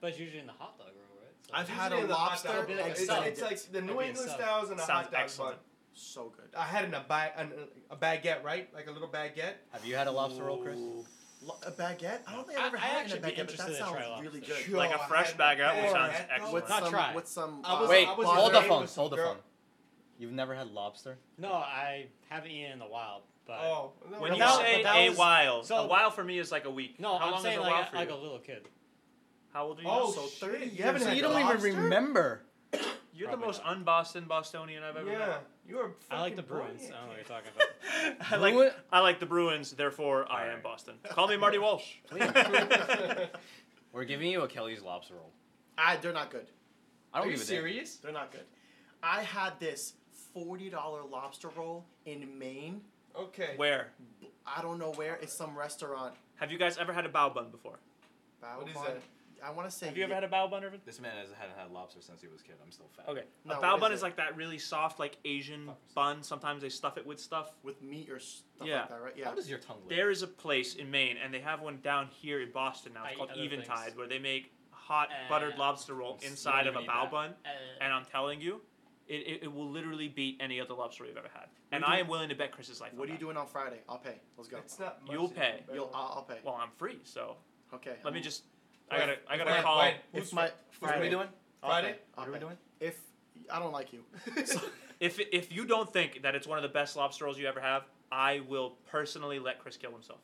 [SPEAKER 4] But it's usually in the hot dog roll, right? So
[SPEAKER 1] I've
[SPEAKER 5] It's
[SPEAKER 1] had
[SPEAKER 5] usually
[SPEAKER 1] a
[SPEAKER 5] in the hot
[SPEAKER 1] lobster.
[SPEAKER 5] dog bun.
[SPEAKER 4] It'd be like
[SPEAKER 1] and
[SPEAKER 4] a
[SPEAKER 5] It's,
[SPEAKER 4] sub.
[SPEAKER 5] it's like the
[SPEAKER 4] It'd
[SPEAKER 5] New
[SPEAKER 4] be a
[SPEAKER 5] England
[SPEAKER 4] sub.
[SPEAKER 5] styles and a
[SPEAKER 2] Sounds
[SPEAKER 5] hot dog bun.
[SPEAKER 2] excellent.
[SPEAKER 1] so good.
[SPEAKER 5] I had it in a bag, an, a baguette, right? Like a little baguette.
[SPEAKER 3] Have you had a lobster roll, Chris?
[SPEAKER 2] Ooh.
[SPEAKER 1] Lo- a baguette? I don't think
[SPEAKER 4] I-
[SPEAKER 1] I've ever
[SPEAKER 4] I
[SPEAKER 1] had it
[SPEAKER 4] actually
[SPEAKER 1] in a
[SPEAKER 4] be
[SPEAKER 1] baguette, but
[SPEAKER 4] interested
[SPEAKER 1] that
[SPEAKER 4] to try
[SPEAKER 1] sounds really
[SPEAKER 4] lobster.
[SPEAKER 1] good.
[SPEAKER 5] Yo,
[SPEAKER 2] Like a
[SPEAKER 5] I
[SPEAKER 2] fresh
[SPEAKER 5] had
[SPEAKER 2] baguette, which
[SPEAKER 5] that.
[SPEAKER 2] sounds
[SPEAKER 5] Or
[SPEAKER 2] excellent.
[SPEAKER 1] With
[SPEAKER 4] Not
[SPEAKER 1] some,
[SPEAKER 4] tried.
[SPEAKER 1] with some.
[SPEAKER 5] I was-
[SPEAKER 1] uh,
[SPEAKER 3] Wait,
[SPEAKER 5] I was
[SPEAKER 3] hold the
[SPEAKER 5] there
[SPEAKER 3] phone.
[SPEAKER 5] with some
[SPEAKER 3] Hold the
[SPEAKER 5] girl-
[SPEAKER 3] phone. You've never had lobster?
[SPEAKER 4] No, I haven't eaten in a while, but
[SPEAKER 5] Oh, no,
[SPEAKER 2] When
[SPEAKER 5] but
[SPEAKER 2] you
[SPEAKER 5] that-
[SPEAKER 2] say
[SPEAKER 5] but that
[SPEAKER 2] a
[SPEAKER 5] was-
[SPEAKER 2] while,
[SPEAKER 4] so-
[SPEAKER 2] a while for me is like a week.
[SPEAKER 4] no,
[SPEAKER 2] how
[SPEAKER 4] I'm
[SPEAKER 2] long
[SPEAKER 4] saying
[SPEAKER 2] is a
[SPEAKER 4] like,
[SPEAKER 2] while
[SPEAKER 4] a-
[SPEAKER 2] for
[SPEAKER 4] like
[SPEAKER 2] you?
[SPEAKER 4] a little kid.
[SPEAKER 2] How old are you?
[SPEAKER 5] Oh,
[SPEAKER 1] so
[SPEAKER 5] shit,
[SPEAKER 1] 30
[SPEAKER 5] you
[SPEAKER 1] years
[SPEAKER 5] haven't
[SPEAKER 1] ago.
[SPEAKER 5] had
[SPEAKER 3] So you don't even
[SPEAKER 1] lobster?
[SPEAKER 3] remember.
[SPEAKER 2] You're the
[SPEAKER 4] Probably
[SPEAKER 2] most
[SPEAKER 4] not.
[SPEAKER 2] un-Boston Bostonian I've ever
[SPEAKER 5] Yeah, you're a
[SPEAKER 4] I like
[SPEAKER 5] fucking
[SPEAKER 4] the Bruins. I
[SPEAKER 5] brilliant
[SPEAKER 4] don't know what
[SPEAKER 5] kid.
[SPEAKER 4] you're talking about.
[SPEAKER 2] met. I like,
[SPEAKER 3] Bruin-
[SPEAKER 2] I like the Bruins, therefore I am
[SPEAKER 3] Alright.
[SPEAKER 2] Boston. Call me Marty Walsh.
[SPEAKER 3] We're giving you a Kelly's lobster roll.
[SPEAKER 1] I, they're not good.
[SPEAKER 3] I don't
[SPEAKER 5] Are you
[SPEAKER 3] give a damn.
[SPEAKER 5] serious?
[SPEAKER 1] They're not good. I had this $40 lobster roll in Maine.
[SPEAKER 5] Okay.
[SPEAKER 2] Where?
[SPEAKER 1] I don't know where. It's some restaurant.
[SPEAKER 2] Have you guys ever had a bao bun before?
[SPEAKER 1] Bao
[SPEAKER 5] What is
[SPEAKER 1] Bun.
[SPEAKER 5] that?
[SPEAKER 1] I want to say.
[SPEAKER 2] Have you ever had a bao bun, Irvin?
[SPEAKER 3] This man has, hadn't had lobster since he was a kid. I'm still fat.
[SPEAKER 2] Okay.
[SPEAKER 1] No,
[SPEAKER 2] a
[SPEAKER 1] what
[SPEAKER 2] bao
[SPEAKER 1] is
[SPEAKER 2] bun
[SPEAKER 1] it?
[SPEAKER 2] is like that really soft, like Asian
[SPEAKER 4] Fuckers.
[SPEAKER 2] bun. Sometimes they stuff it with stuff.
[SPEAKER 1] with meat or stuff
[SPEAKER 2] Yeah.
[SPEAKER 1] like that, right?
[SPEAKER 3] How
[SPEAKER 1] Yeah.
[SPEAKER 3] does your tongue look?
[SPEAKER 2] There is a place in Maine, and they have one down here in Boston now.
[SPEAKER 4] I
[SPEAKER 2] It's
[SPEAKER 4] eat
[SPEAKER 2] called
[SPEAKER 4] other
[SPEAKER 2] Eventide,
[SPEAKER 4] things.
[SPEAKER 2] where they make hot
[SPEAKER 4] Uh,
[SPEAKER 2] buttered lobster roll
[SPEAKER 3] it's- you
[SPEAKER 2] inside
[SPEAKER 3] don't
[SPEAKER 2] of a
[SPEAKER 3] even eat
[SPEAKER 2] bao
[SPEAKER 3] that.
[SPEAKER 2] bun.
[SPEAKER 4] Uh,
[SPEAKER 2] And I'm telling you, it, it, it will literally beat any other lobster you've ever had. And
[SPEAKER 1] do
[SPEAKER 2] I
[SPEAKER 1] you-
[SPEAKER 2] am willing to bet Chris's life.
[SPEAKER 1] What
[SPEAKER 2] on
[SPEAKER 1] are you
[SPEAKER 2] that.
[SPEAKER 1] doing on Friday? I'll pay. Let's go.
[SPEAKER 5] It's not.
[SPEAKER 2] You'll
[SPEAKER 5] much
[SPEAKER 2] pay.
[SPEAKER 5] better.
[SPEAKER 1] You'll, uh, I'll, I'll pay.
[SPEAKER 2] Well, I'm free, so
[SPEAKER 1] Okay.
[SPEAKER 2] let me
[SPEAKER 1] I'm-
[SPEAKER 2] just. I
[SPEAKER 5] Wait,
[SPEAKER 2] gotta. I gotta
[SPEAKER 5] wait,
[SPEAKER 2] call.
[SPEAKER 5] wait,
[SPEAKER 1] If
[SPEAKER 5] who's
[SPEAKER 1] my
[SPEAKER 3] What are we
[SPEAKER 1] Friday.
[SPEAKER 3] doing?
[SPEAKER 1] I'll
[SPEAKER 5] Friday?
[SPEAKER 1] pay. I'll
[SPEAKER 3] What are we
[SPEAKER 1] pay.
[SPEAKER 3] doing?
[SPEAKER 1] If I don't like you, So-
[SPEAKER 2] If if you don't think that it's one of the best lobster rolls you ever have, I will personally let Chris kill himself.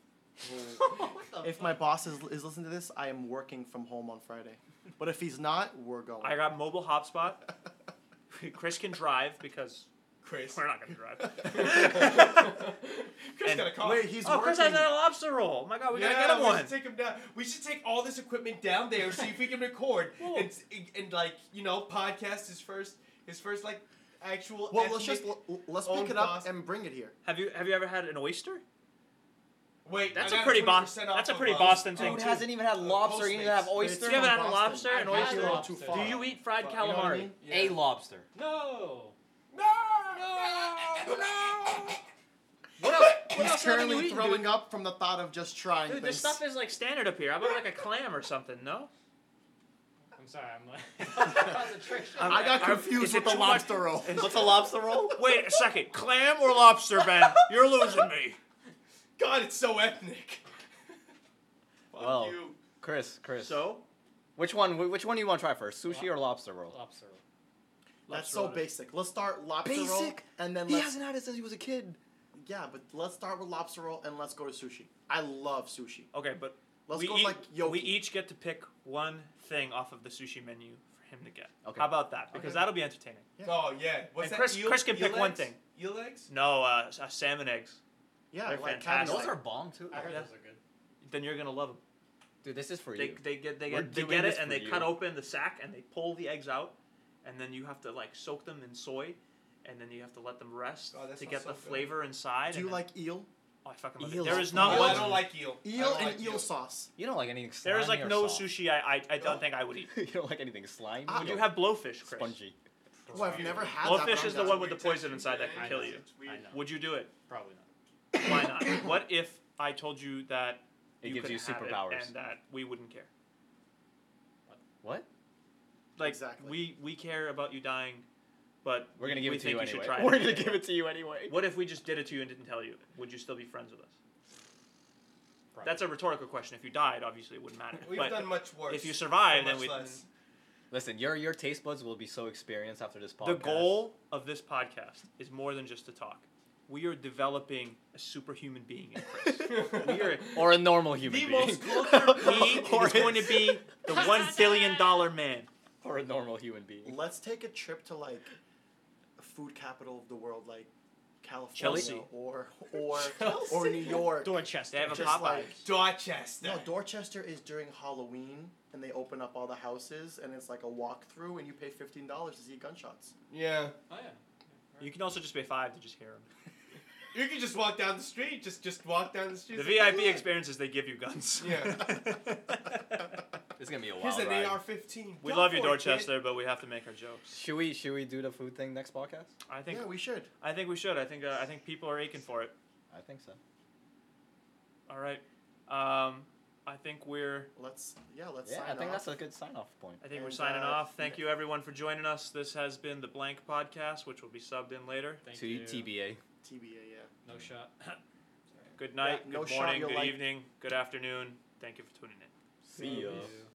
[SPEAKER 5] Uh,
[SPEAKER 1] if my boss is, is listening to this, I am working from home on Friday. But if he's not, we're going.
[SPEAKER 2] I got mobile hotspot. Chris can drive because
[SPEAKER 5] Chris.
[SPEAKER 2] we're not gonna drive.
[SPEAKER 5] Chris
[SPEAKER 2] And-
[SPEAKER 5] got a call.
[SPEAKER 1] Wait, he's
[SPEAKER 2] oh, Chris has
[SPEAKER 1] working.
[SPEAKER 2] a lobster roll. Oh my god, we
[SPEAKER 5] yeah,
[SPEAKER 2] gotta get him
[SPEAKER 5] we
[SPEAKER 2] one.
[SPEAKER 5] should take him down. We should take all this equipment down there, see if we can record
[SPEAKER 2] Whoa.
[SPEAKER 5] and, and like you know podcast his first his first like actual.
[SPEAKER 1] Well, let's just
[SPEAKER 5] ethnic-
[SPEAKER 1] l- l- let's
[SPEAKER 5] own
[SPEAKER 1] pick it up
[SPEAKER 5] boss.
[SPEAKER 1] and bring it here.
[SPEAKER 2] Have you have you ever had an oyster?
[SPEAKER 5] wait.
[SPEAKER 2] That's
[SPEAKER 5] I
[SPEAKER 2] a
[SPEAKER 5] got
[SPEAKER 2] pretty
[SPEAKER 5] 20%
[SPEAKER 2] Boston.
[SPEAKER 5] off
[SPEAKER 2] That's a
[SPEAKER 5] of uh, oh,
[SPEAKER 2] pretty
[SPEAKER 5] those.
[SPEAKER 2] Boston thing
[SPEAKER 3] Dude
[SPEAKER 2] too.
[SPEAKER 3] hasn't even had lobster. You
[SPEAKER 5] Postmates.
[SPEAKER 3] didn't have
[SPEAKER 1] But it's
[SPEAKER 3] oyster.
[SPEAKER 2] You haven't
[SPEAKER 1] from
[SPEAKER 2] had a lobster,
[SPEAKER 1] Boston.
[SPEAKER 2] an
[SPEAKER 1] I've had
[SPEAKER 4] oyster?
[SPEAKER 1] it a little too
[SPEAKER 4] Do
[SPEAKER 1] far.
[SPEAKER 2] Do you eat fried
[SPEAKER 5] Fuck, you know what I
[SPEAKER 2] calamari?
[SPEAKER 5] mean? Yeah.
[SPEAKER 3] A lobster.
[SPEAKER 4] No.
[SPEAKER 5] No, no, no.
[SPEAKER 2] What else? What
[SPEAKER 1] He's
[SPEAKER 2] else haven't you
[SPEAKER 1] currently
[SPEAKER 2] eaten,
[SPEAKER 1] throwing
[SPEAKER 2] dude?
[SPEAKER 1] up from the thought of just trying
[SPEAKER 2] Dude, this
[SPEAKER 1] things.
[SPEAKER 2] stuff is like standard up here. How about like a clam or something? No.
[SPEAKER 4] I'm sorry. I'm like concentration.
[SPEAKER 1] I got
[SPEAKER 2] Are-
[SPEAKER 1] confused
[SPEAKER 2] is
[SPEAKER 1] with
[SPEAKER 2] it
[SPEAKER 1] the
[SPEAKER 2] too much-
[SPEAKER 1] lobster roll.
[SPEAKER 2] is-
[SPEAKER 1] What's a lobster roll?
[SPEAKER 2] Wait a second. Clam or lobster, Ben? You're losing me.
[SPEAKER 5] God, it's so ethnic. Fuck
[SPEAKER 3] Well.
[SPEAKER 5] you.
[SPEAKER 3] Chris, Chris.
[SPEAKER 2] So
[SPEAKER 3] Which one? wh- Which one do you want to try first? Sushi or lobster roll?
[SPEAKER 4] Lobster.
[SPEAKER 1] That's
[SPEAKER 2] lobster
[SPEAKER 1] so
[SPEAKER 2] roll.
[SPEAKER 1] basic. Let's start lobster roll,
[SPEAKER 3] Basic?
[SPEAKER 1] and then let's
[SPEAKER 3] had it since he was a kid.
[SPEAKER 1] yeah, but let's start with lobster roll and let's go to sushi. I love sushi.
[SPEAKER 2] Okay, but
[SPEAKER 1] Let's
[SPEAKER 2] we
[SPEAKER 1] go
[SPEAKER 2] each,
[SPEAKER 1] like yoki.
[SPEAKER 2] we each get to pick one thing off of the sushi menu for him to get.
[SPEAKER 3] Okay.
[SPEAKER 2] How about that? Because
[SPEAKER 5] Okay.
[SPEAKER 2] that'll be entertaining.
[SPEAKER 1] Yeah.
[SPEAKER 5] Oh yeah. What's
[SPEAKER 2] And
[SPEAKER 5] that?
[SPEAKER 2] Chris-
[SPEAKER 5] eel,
[SPEAKER 2] Chris can
[SPEAKER 5] eel
[SPEAKER 2] pick one
[SPEAKER 5] eggs?
[SPEAKER 2] thing.
[SPEAKER 5] Eel eggs?
[SPEAKER 2] No, uh, s- uh, salmon eggs.
[SPEAKER 1] Yeah,
[SPEAKER 2] They're
[SPEAKER 1] like
[SPEAKER 2] fantastic.
[SPEAKER 1] caviar.
[SPEAKER 3] Those are bomb too.
[SPEAKER 4] I heard
[SPEAKER 2] Yeah.
[SPEAKER 4] those are good.
[SPEAKER 2] Then you're gonna love them.
[SPEAKER 3] Dude, this is for
[SPEAKER 2] They,
[SPEAKER 3] you.
[SPEAKER 2] they get they
[SPEAKER 3] We're
[SPEAKER 2] get they
[SPEAKER 3] doing
[SPEAKER 2] get it
[SPEAKER 3] this
[SPEAKER 2] and
[SPEAKER 3] for
[SPEAKER 2] they cut
[SPEAKER 3] you.
[SPEAKER 2] open the sack and they pull the eggs out, and then you have to like soak them in soy, and then you have to let them rest
[SPEAKER 5] Oh, that
[SPEAKER 2] to
[SPEAKER 5] sounds
[SPEAKER 2] get
[SPEAKER 5] so
[SPEAKER 2] the
[SPEAKER 5] good.
[SPEAKER 2] flavor inside.
[SPEAKER 1] Do
[SPEAKER 2] and
[SPEAKER 1] you
[SPEAKER 2] then-
[SPEAKER 1] like eel?
[SPEAKER 2] Oh, I fucking love
[SPEAKER 3] Eel.
[SPEAKER 2] it. There is
[SPEAKER 3] Oh,
[SPEAKER 2] not
[SPEAKER 5] Eel,
[SPEAKER 2] one.
[SPEAKER 5] I don't like eel. I
[SPEAKER 1] Eel
[SPEAKER 5] don't
[SPEAKER 1] and
[SPEAKER 5] like
[SPEAKER 1] eel sauce.
[SPEAKER 3] you don't like anything slimy
[SPEAKER 2] There is like
[SPEAKER 3] or
[SPEAKER 2] no
[SPEAKER 3] soft.
[SPEAKER 2] sushi I, I, I don't think I would eat.
[SPEAKER 3] you don't like anything slimy.
[SPEAKER 1] Ah,
[SPEAKER 2] Would you have blowfish, Chris?
[SPEAKER 3] spongy?
[SPEAKER 1] Well, I've never had that.
[SPEAKER 2] Blowfish
[SPEAKER 1] but
[SPEAKER 2] is
[SPEAKER 1] I'm
[SPEAKER 2] the one
[SPEAKER 1] down.
[SPEAKER 2] with the
[SPEAKER 5] Weird
[SPEAKER 2] poison
[SPEAKER 5] texture,
[SPEAKER 2] inside that
[SPEAKER 5] yeah,
[SPEAKER 2] can
[SPEAKER 4] I
[SPEAKER 2] kill
[SPEAKER 4] know.
[SPEAKER 2] you.
[SPEAKER 5] It's weird.
[SPEAKER 4] I know.
[SPEAKER 2] Would you do it?
[SPEAKER 4] Probably not.
[SPEAKER 2] Why not? What if I told you that
[SPEAKER 3] It
[SPEAKER 2] you
[SPEAKER 3] gives
[SPEAKER 2] could
[SPEAKER 3] you
[SPEAKER 2] have it
[SPEAKER 3] superpowers.
[SPEAKER 2] and that we wouldn't care?
[SPEAKER 3] What?
[SPEAKER 2] Like
[SPEAKER 1] Exactly.
[SPEAKER 2] we we care about you dying, but
[SPEAKER 3] We're gonna give
[SPEAKER 2] we
[SPEAKER 3] it to
[SPEAKER 2] think
[SPEAKER 3] you
[SPEAKER 2] you
[SPEAKER 3] anyway.
[SPEAKER 2] should try it
[SPEAKER 3] We're gonna
[SPEAKER 2] anyway.
[SPEAKER 3] give it to you anyway.
[SPEAKER 2] What if we just did it to you and didn't tell you? Would you still be friends with us?
[SPEAKER 4] Probably.
[SPEAKER 2] That's a rhetorical question. If you died, obviously it wouldn't matter.
[SPEAKER 5] We've
[SPEAKER 2] but
[SPEAKER 5] done much worse.
[SPEAKER 2] if you
[SPEAKER 5] so
[SPEAKER 2] survive, then
[SPEAKER 5] much
[SPEAKER 2] we.
[SPEAKER 5] less.
[SPEAKER 3] Listen, your your taste buds will be so experienced after this podcast.
[SPEAKER 2] The goal of this podcast is more than just to talk. We are developing a superhuman being in Chris. we are
[SPEAKER 3] or a normal human
[SPEAKER 5] The
[SPEAKER 3] being,
[SPEAKER 5] most cultured
[SPEAKER 2] He
[SPEAKER 3] or,
[SPEAKER 2] is going to be the one billion dollar man.
[SPEAKER 3] or a normal human being.
[SPEAKER 1] Let's take a trip to like food capital of the world, like California
[SPEAKER 2] Chelsea.
[SPEAKER 1] or or or New York.
[SPEAKER 2] Dorchester.
[SPEAKER 6] They have a
[SPEAKER 1] Just
[SPEAKER 6] Popeyes.
[SPEAKER 1] like-
[SPEAKER 5] Dorchester.
[SPEAKER 1] No, Dorchester is during Halloween and they open up all the houses and it's like a walkthrough and you pay fifteen dollars to see gunshots.
[SPEAKER 5] yeah.
[SPEAKER 4] Oh yeah.
[SPEAKER 6] You can also just pay five to just hear them.
[SPEAKER 5] You can just walk down the street. Just just walk down the street.
[SPEAKER 2] The
[SPEAKER 5] It's like,
[SPEAKER 2] VIP
[SPEAKER 5] "Yeah."
[SPEAKER 2] experience is they give you guns.
[SPEAKER 3] It's gonna be a
[SPEAKER 5] Here's
[SPEAKER 3] wild
[SPEAKER 5] an
[SPEAKER 3] ride.
[SPEAKER 5] AR-15.
[SPEAKER 2] we
[SPEAKER 5] Go
[SPEAKER 2] love you,
[SPEAKER 5] for it, kid.
[SPEAKER 2] Dorchester, but we have to make our jokes.
[SPEAKER 3] Should we should we do the food thing next podcast?
[SPEAKER 2] I think
[SPEAKER 1] yeah, we should.
[SPEAKER 2] I think we should. I think uh, I think people are aching for it.
[SPEAKER 3] I think so.
[SPEAKER 2] All right. Um, I think we're
[SPEAKER 1] Let's yeah, let's
[SPEAKER 3] yeah,
[SPEAKER 1] sign
[SPEAKER 3] I think
[SPEAKER 1] off.
[SPEAKER 3] that's a good sign off point.
[SPEAKER 2] I think we're
[SPEAKER 1] And,
[SPEAKER 2] signing
[SPEAKER 1] uh,
[SPEAKER 2] off. Thank you everyone for joining us. This has been the Blank Podcast, which will be subbed in later.
[SPEAKER 4] Thank
[SPEAKER 3] To
[SPEAKER 4] you.
[SPEAKER 3] TBA.
[SPEAKER 1] TBA, yeah.
[SPEAKER 4] No shot.
[SPEAKER 2] Good night,
[SPEAKER 1] Yeah, no
[SPEAKER 2] good
[SPEAKER 1] shot,
[SPEAKER 2] morning,
[SPEAKER 1] you'll
[SPEAKER 2] good
[SPEAKER 1] like-
[SPEAKER 2] evening, good afternoon. Thank you for tuning in.
[SPEAKER 3] See ya.
[SPEAKER 4] Love you.